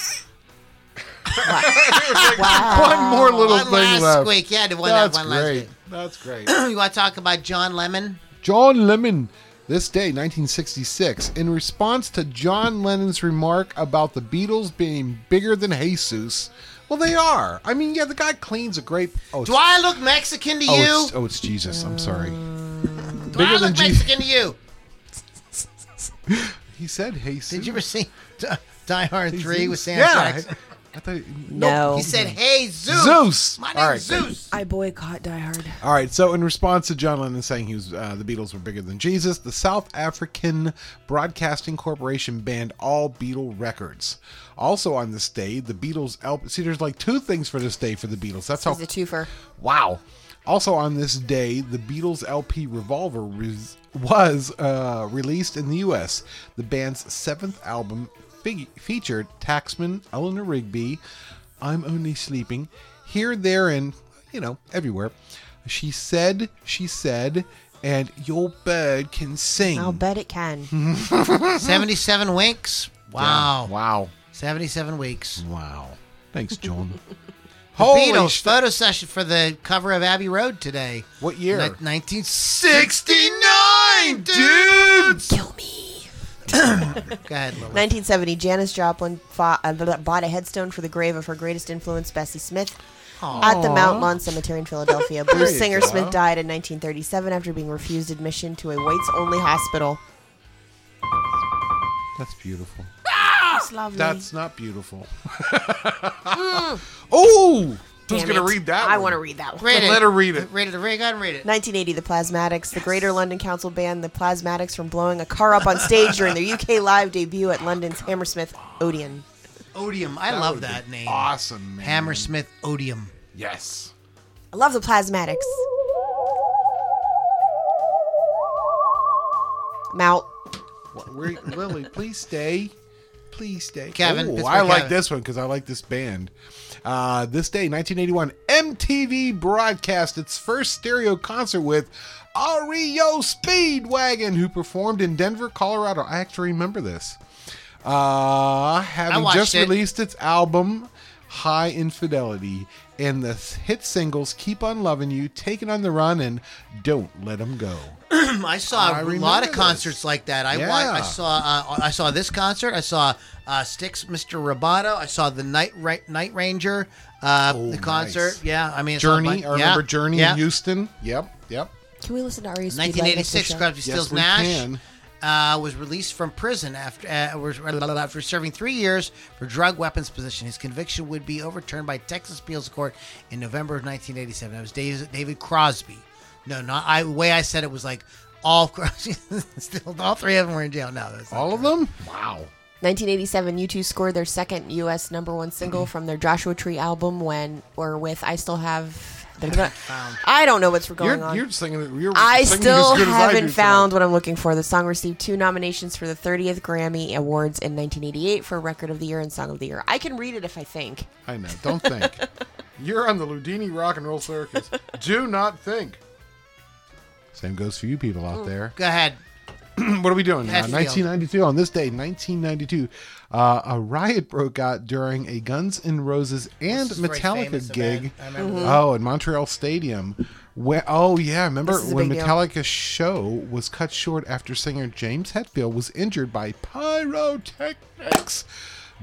Speaker 4: One more little
Speaker 1: One
Speaker 4: thing
Speaker 1: last
Speaker 4: left.
Speaker 1: squeak. Yeah, the one, that
Speaker 4: That's
Speaker 1: one last
Speaker 4: great.
Speaker 1: squeak.
Speaker 4: That's great.
Speaker 1: you want to talk about John Lemon?
Speaker 4: John Lennon. This day, 1966, in response to John Lennon's remark about the Beatles being bigger than Jesus, well, they are. I mean, yeah, the guy cleans a grape. Oh, it's,
Speaker 1: Do I look Mexican to you?
Speaker 4: oh, it's, oh, it's Jesus. I'm sorry.
Speaker 1: Do I look
Speaker 4: Jesus.
Speaker 1: Mexican to you?
Speaker 4: He said Jesus.
Speaker 1: Did you ever see D- Die Hard 3 with Sam
Speaker 4: yeah.
Speaker 1: Jackson?
Speaker 4: I thought, no.
Speaker 3: No.
Speaker 1: He said, "Hey Zeus,
Speaker 4: Zeus!
Speaker 1: my
Speaker 4: All
Speaker 1: name's
Speaker 4: right,
Speaker 1: Zeus."
Speaker 3: I boycott Die Hard.
Speaker 4: All right. So, in response to John Lennon saying he was uh, the Beatles were bigger than Jesus, the South African Broadcasting Corporation banned all Beatle records. Also on this day, the Beatles. El- See, there's like two things for this day for the Beatles. That's how.
Speaker 3: He's a twofer.
Speaker 4: Wow. Also on this day, the Beatles LP Revolver was, was uh, released in the U.S. The band's seventh album fig- featured Taxman, Eleanor Rigby, "I'm Only Sleeping," here, there, and you know everywhere. She said, she said, and your bird can sing.
Speaker 3: I'll bet it can.
Speaker 1: Seventy-seven winks. Wow.
Speaker 4: Wow.
Speaker 1: 77 weeks.
Speaker 2: Wow. Thanks, John.
Speaker 4: Holy
Speaker 1: Beatles
Speaker 4: sh-
Speaker 1: photo session for the cover of Abbey Road today.
Speaker 4: What year?
Speaker 1: Nin- 1969, dudes!
Speaker 3: Kill me.
Speaker 1: Go ahead, Lily.
Speaker 3: 1970, Janis Joplin fought, uh, blah, blah, bought a headstone for the grave of her greatest influence, Bessie Smith, at the Mount Lawn Cemetery in Philadelphia. Blues singer Smith died in 1937 after being refused admission to a whites only hospital.
Speaker 2: That's beautiful.
Speaker 3: That's lovely.
Speaker 2: That's not beautiful. oh!
Speaker 4: Who's
Speaker 3: Damn
Speaker 4: gonna
Speaker 3: it.
Speaker 4: read that?
Speaker 3: I
Speaker 4: one?
Speaker 3: want to read that one.
Speaker 1: Read it.
Speaker 4: Let her read it.
Speaker 1: Read it. Read it. Go ahead and read it.
Speaker 3: 1980, the Plasmatics. The Greater London Council banned the Plasmatics from blowing a car up on stage during their UK live debut at London's Hammersmith Odeon.
Speaker 1: Odium. I love that name.
Speaker 4: Awesome, man.
Speaker 1: Hammersmith Odium.
Speaker 4: Yes.
Speaker 3: I love the Plasmatics. Mount.
Speaker 4: What, where, Lily, please stay. Please stay.
Speaker 1: Kevin,
Speaker 4: Ooh,
Speaker 1: Pittsburgh
Speaker 4: I like
Speaker 1: Kevin.
Speaker 4: this one because I like this band. Uh, this day, 1981, MTV broadcast its first stereo concert with Ario Speedwagon, who performed in Denver, Colorado. I actually remember this. Uh, having
Speaker 1: watched
Speaker 4: just
Speaker 1: it.
Speaker 4: released its album, High Infidelity, and the hit singles Keep On Loving You, Taking on the Run, and Don't Let 'Em Go.
Speaker 1: I saw
Speaker 4: I
Speaker 1: a lot
Speaker 4: remember
Speaker 1: of
Speaker 4: this.
Speaker 1: concerts like that. I
Speaker 4: Yeah.
Speaker 1: wa- I saw uh, I saw this concert. I saw uh, Sticks, Mr. Roboto. I saw the Night Ra- Night Ranger. Uh, the concert.
Speaker 4: Oh, nice.
Speaker 1: Yeah, I mean I saw a
Speaker 4: Journey.
Speaker 1: bunch-
Speaker 4: I remember
Speaker 1: yeah,
Speaker 4: Journey
Speaker 1: Yeah.
Speaker 4: in Houston. Yep, yep.
Speaker 3: Can we listen to E Aria Speedwagon?
Speaker 1: 1986, Crosby, Stills,
Speaker 4: we
Speaker 1: Nash
Speaker 4: can.
Speaker 1: Uh, was released from prison after uh, was, after serving three years for drug weapons possession. His conviction would be overturned by Texas appeals court in November of 1987. That was David, David Crosby. No, not I. The way I said it was like all Crosby, still all three of them were in jail. No, that's not
Speaker 4: All of them? Wow.
Speaker 3: 1987, U2 scored their second U.S. number one single
Speaker 4: Mm-hmm.
Speaker 3: from their Joshua Tree album when or with I Still Have. I don't know what's going
Speaker 4: You're,
Speaker 3: on.
Speaker 4: you're singing it. You're
Speaker 3: I
Speaker 4: singing
Speaker 3: still
Speaker 4: as good as I do
Speaker 3: haven't
Speaker 4: tonight.
Speaker 3: found what I'm looking for. The song received two nominations for the 30th Grammy Awards in 1988 for Record of the Year and Song of the Year. I can read it if I think.
Speaker 4: I know. Don't think. You're on the Ludini Rock and Roll Circus. Do not think. Same goes for you people out there.
Speaker 1: Go ahead.
Speaker 4: what are we doing now?
Speaker 1: Hatfield.
Speaker 4: 1992. On this day, 1992, uh, a riot broke out during a Guns N' Roses and
Speaker 1: is a very famous
Speaker 4: Metallica gig.
Speaker 1: event. I remember
Speaker 3: Mm-hmm.
Speaker 4: Oh, in Montreal Stadium. Where, oh yeah, remember
Speaker 3: This is a
Speaker 4: when
Speaker 3: big deal.
Speaker 4: Metallica's show was cut short after singer James Hetfield was injured by pyrotechnics.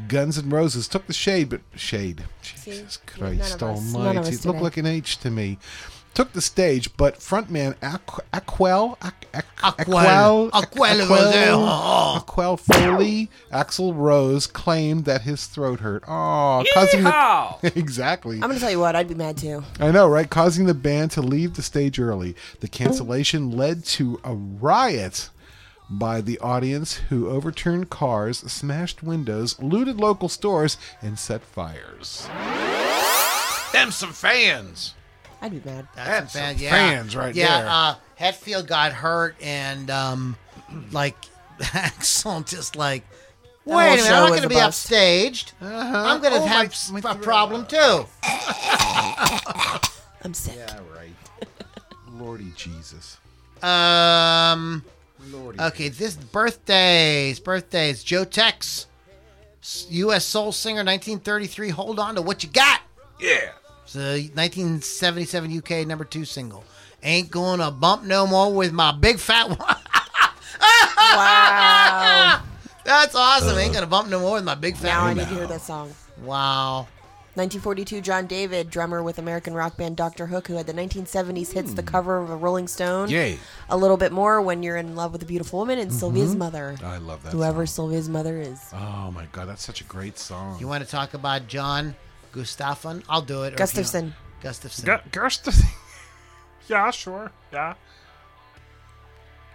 Speaker 4: Guns N' Roses took the shade, but shade. Jesus
Speaker 3: none of us-
Speaker 4: Christ
Speaker 3: none of
Speaker 4: Almighty!
Speaker 3: us
Speaker 4: It looked
Speaker 3: today.
Speaker 4: like an H to me. Took the stage, but frontman Aqu- Aquel Aqu- Aqu-
Speaker 1: Aquel.
Speaker 4: Aquel
Speaker 1: Aquel Rosero.
Speaker 4: Aquel Foley, Axel Rose claimed that his throat hurt. Oh, causing the, exactly.
Speaker 3: I'm going to tell you what, I'd be mad too.
Speaker 4: I know, right? Causing the band to leave the stage early. The cancellation led to a riot by the audience who overturned cars, smashed windows, looted local stores, and set fires.
Speaker 2: Them some fans.
Speaker 3: I'd be mad.
Speaker 1: That's, a bad, yeah.
Speaker 4: fans right
Speaker 1: yeah,
Speaker 4: there.
Speaker 1: uh, Hetfield got hurt, and um, like Axel just like, wait a
Speaker 3: whole
Speaker 1: minute, I'm
Speaker 3: show
Speaker 1: not
Speaker 3: was
Speaker 1: going to
Speaker 3: a
Speaker 1: be
Speaker 3: bust.
Speaker 1: upstaged. I'm going to have s- a problem too.
Speaker 3: I'm sick.
Speaker 4: All right. Lordy Jesus.
Speaker 1: Um,
Speaker 4: Lordy.
Speaker 1: okay, this birthdays, birthdays. Joe Tex, s- U.S. soul singer, 1933. Hold on to what you got.
Speaker 2: Yeah.
Speaker 1: It's a 1977 UK number two single. Ain't gonna bump no more with my big fat one.
Speaker 3: Wow.
Speaker 1: That's awesome. Ain't gonna bump no more with my big fat.
Speaker 3: now I need to hear that song.
Speaker 1: Wow.
Speaker 3: 1942, John David, drummer with American rock band Dr. Hook, who had the 1970s hits the cover of a Rolling Stone.
Speaker 2: Yay.
Speaker 3: A little bit more when you're in love with a beautiful woman and Sylvia's
Speaker 4: Ah,
Speaker 3: mother.
Speaker 2: I love that.
Speaker 3: Whoever Sylvia's mother is.
Speaker 2: Oh my god, that's such a great song.
Speaker 1: You want to talk about John Gustafsson? I'll do it. or if you
Speaker 3: Gustafsson.
Speaker 1: don't- Gustafsson.
Speaker 5: Gu- Gerst. yeah, sure. Yeah.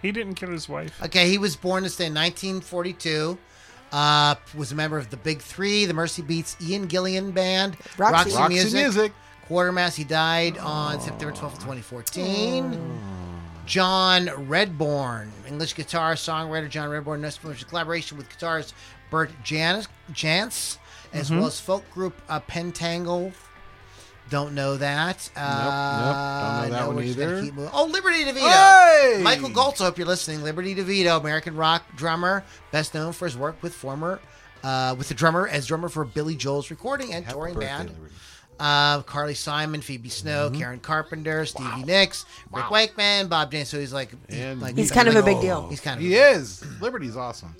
Speaker 5: He didn't kill his wife.
Speaker 1: okay, he was born this day in 1942. Uh, was a member of the Big Three, the Mercy Beats, Ian Gillian Band,
Speaker 3: Roxy.
Speaker 4: Roxy Music.
Speaker 1: Quartermass. He died on September 12th, 2014. John Redborn, English guitar songwriter John Redborn, known for his collaboration with guitarist Bert Janis, Jance, as
Speaker 4: Mm-hmm.
Speaker 1: well as folk group uh, Pentangle. Don't know that. Uh,
Speaker 4: nope, don't know that
Speaker 1: no,
Speaker 4: one
Speaker 1: we're just gonna
Speaker 4: either.
Speaker 1: keep moving. Oh, Liberty DeVito.
Speaker 4: Hey!
Speaker 1: Michael Galtz, I hope you're listening. Liberty DeVito, American rock drummer, best known for his work with former uh, with the drummer as drummer for Billy Joel's recording and touring band. Uh, Carly Simon, Phoebe Snow,
Speaker 4: Mm-hmm.
Speaker 1: Karen Carpenter, Stevie Nicks, Rick Wakeman, Bob James. So he's like,
Speaker 2: And
Speaker 1: like-
Speaker 3: He's kind of a big deal.
Speaker 1: He's kind of
Speaker 4: He is. Liberty's awesome.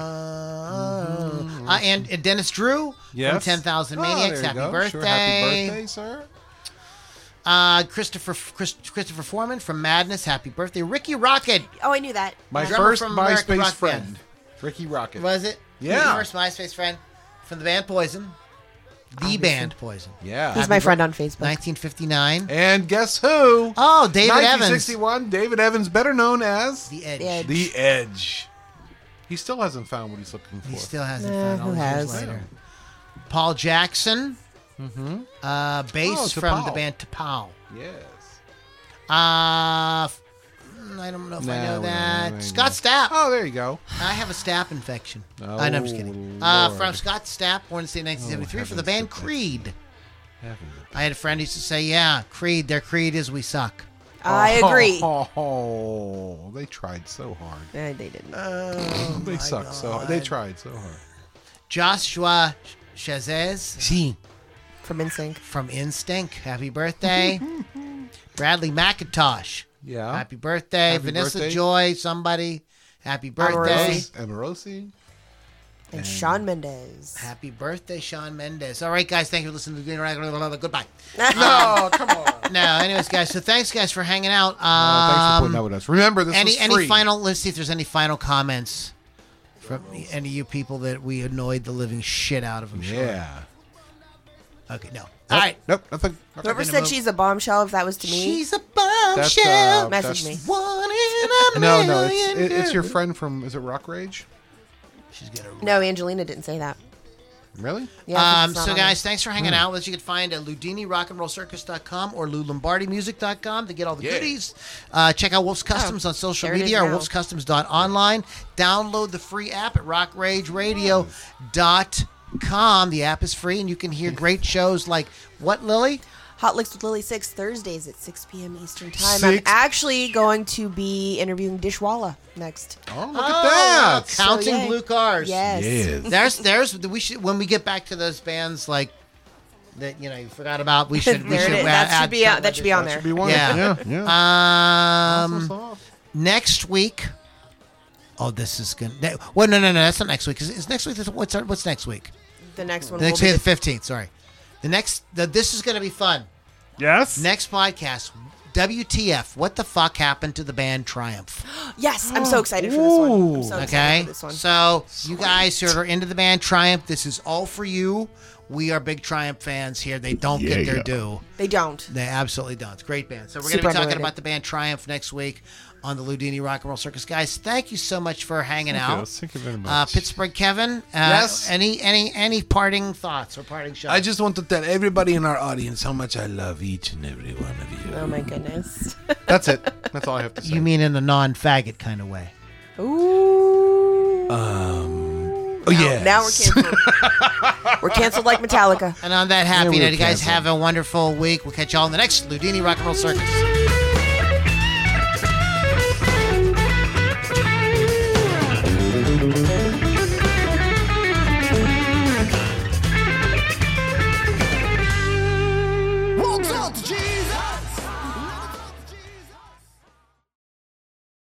Speaker 1: Uh, uh, and, and Dennis Drew from
Speaker 5: Yes.
Speaker 1: 10,000
Speaker 4: Mm-hmm. Oh,
Speaker 1: Maniacs.
Speaker 4: there you
Speaker 1: happy,
Speaker 4: go.
Speaker 1: birthday.
Speaker 4: Sure, happy birthday, sir.
Speaker 1: Uh, Christopher Chris, Christopher Foreman from Madness. Happy birthday. Ricky Rocket.
Speaker 3: Oh, I knew that.
Speaker 4: My
Speaker 1: Drummer
Speaker 4: first
Speaker 1: from American
Speaker 4: MySpace
Speaker 1: Rock
Speaker 4: friend,
Speaker 1: Band.
Speaker 4: Ricky Rocket.
Speaker 1: Was it?
Speaker 4: Yeah.
Speaker 1: Your First MySpace friend from the band Poison. The band Poison.
Speaker 4: Yeah.
Speaker 3: He's my friend on Facebook.
Speaker 1: 1959.
Speaker 4: and guess who?
Speaker 1: Oh, David Evans.
Speaker 4: 1961, David Evans, better known as
Speaker 1: The Edge.
Speaker 3: Yeah.
Speaker 4: The Edge. He still hasn't found what he's looking for.
Speaker 1: He still hasn't
Speaker 3: Nah,
Speaker 1: found
Speaker 3: Eh, who
Speaker 1: all these years
Speaker 3: has?
Speaker 1: later. Paul Jackson. Mm-hmm. Uh, bass
Speaker 4: Oh,
Speaker 1: from the
Speaker 4: Tapao.
Speaker 1: band Tapao.
Speaker 4: yes.
Speaker 1: Uh, f- mm, I don't know if I
Speaker 4: No,
Speaker 1: know
Speaker 4: no,
Speaker 1: that.
Speaker 4: no, no.
Speaker 1: Scott Stapp.
Speaker 4: Oh, there you go.
Speaker 1: I have a Stapp infection.
Speaker 4: Oh,
Speaker 1: I know, I'm just kidding. Uh,
Speaker 4: Lord. Oh,
Speaker 1: from Scott Stapp, born in the state of 1973, for the
Speaker 4: heavens
Speaker 1: band
Speaker 4: to bless.
Speaker 1: Creed.
Speaker 4: Heaven.
Speaker 1: I had a friend who used to say, "Yeah, Creed. Their creed is we suck."
Speaker 3: I agree.
Speaker 4: Oh, oh, they tried so hard.
Speaker 3: Eh, they didn't.
Speaker 1: Oh
Speaker 4: they suck so hard. They tried so hard.
Speaker 1: Joshua Chazes
Speaker 3: From NSYNC.
Speaker 1: from Instinct. Happy birthday. Bradley McIntosh.
Speaker 4: Yeah.
Speaker 1: Happy birthday,
Speaker 4: Happy
Speaker 1: Vanessa
Speaker 4: birthday.
Speaker 1: Joy. Somebody. Happy birthday.
Speaker 3: Amorosi.
Speaker 4: Yes, Amorosi.
Speaker 3: And Sean Mendez.
Speaker 1: Happy birthday, Sean Mendez. All right, guys. Thank you for listening to Green Rag. Goodbye.
Speaker 4: No, come on.
Speaker 1: No, anyways, guys. So thanks, guys, for hanging out. Um,
Speaker 4: Oh, thanks for putting that with us. Remember, this
Speaker 1: any
Speaker 4: was
Speaker 1: any
Speaker 4: free.
Speaker 1: final? Let's see if there's any final comments from any of you people that we annoyed the living shit out of. them.
Speaker 4: Yeah.
Speaker 1: Okay. No. All right.
Speaker 4: Nope. Nothing. nothing.
Speaker 3: Whoever said she's a bombshell, if that was to me,
Speaker 1: She's a
Speaker 4: That's,
Speaker 1: bombshell.
Speaker 4: uh,
Speaker 3: message me.
Speaker 4: that's-
Speaker 1: One in a
Speaker 4: No,
Speaker 1: million.
Speaker 4: no. It's, it, it's your
Speaker 1: girls.
Speaker 4: friend from. Is it Rock Rage?
Speaker 1: She's gonna.
Speaker 3: No, Angelina didn't say that.
Speaker 4: Really?
Speaker 3: Yeah, 'cause
Speaker 1: um,
Speaker 3: it's not
Speaker 1: so,
Speaker 3: on
Speaker 1: guys, thanks for hanging out with us. You can find at Ludini Rock and Roll Circus.com or LouLombardiMusic.com to get all the goodies. Uh, check out Wolf's Customs on social
Speaker 3: there it is
Speaker 1: media or
Speaker 3: now.
Speaker 1: wolfscustoms.online. Download the free app at rockrageradio.com. The app is free, and you can hear great shows like What Lily?
Speaker 3: there. Hot Licks with Lily Six Thursdays at 6 p.m. Eastern Time. I'm
Speaker 4: Six-
Speaker 3: actually going to be interviewing Dishwalla next.
Speaker 4: Oh, look
Speaker 1: Oh,
Speaker 4: at that.
Speaker 1: wow, Counting
Speaker 3: yay.
Speaker 1: blue cars.
Speaker 3: Yes.
Speaker 1: There's, there's, we should, when we get back to those bands like that, you know, you forgot about, we should, we
Speaker 3: There
Speaker 1: should
Speaker 3: it is.
Speaker 1: add-
Speaker 3: That
Speaker 1: add
Speaker 3: should be
Speaker 1: something
Speaker 3: out, that should be on there.
Speaker 4: Should be one.
Speaker 1: Yeah.
Speaker 4: Yeah. yeah.
Speaker 1: Um,
Speaker 4: Awesome stuff.
Speaker 1: next week. Oh, this is gonna. ne- Well, no, no, no. That's not next week. Is, is next week? What's our, what's next week?
Speaker 3: The next one
Speaker 1: The next
Speaker 3: will
Speaker 1: week,
Speaker 3: be
Speaker 1: the fifteenth. Sorry. The next. The, this is gonna be fun.
Speaker 5: Yes.
Speaker 1: Next podcast. WTF? What the fuck happened to the band Triumph?
Speaker 3: Yes, I'm so excited for this one. I'm so excited
Speaker 1: Okay,
Speaker 3: for this one.
Speaker 1: so you guys who are into the band Triumph, this is all for you. We are big Triumph fans here. They don't get their due.
Speaker 3: they don't.
Speaker 1: They absolutely don't. It's a great band. So we're going to
Speaker 3: Super
Speaker 1: be talking
Speaker 3: underrated.
Speaker 1: about the band Triumph next week on the Ludini Rock and Roll Circus. Guys, thank you so much for hanging out.
Speaker 5: you. Thank you very
Speaker 1: Uh,
Speaker 5: much.
Speaker 1: Pittsburgh Kevin, uh,
Speaker 2: Yes?
Speaker 1: any any any parting thoughts or parting shots?
Speaker 2: I just want to tell everybody in our audience how much I love each and every one of you.
Speaker 3: Oh my goodness.
Speaker 1: Uh,
Speaker 4: That's it. That's all I have to say.
Speaker 1: you mean in a non-faggot kind of way.
Speaker 3: Ooh.
Speaker 2: Oh yeah.
Speaker 3: Now we're canceled. we're canceled like Metallica.
Speaker 1: And on that happy
Speaker 2: we
Speaker 1: note,
Speaker 2: were
Speaker 1: you guys
Speaker 2: canceled.
Speaker 1: have a wonderful week. We'll catch y'all in the next Ludini Rock and Roll Circus.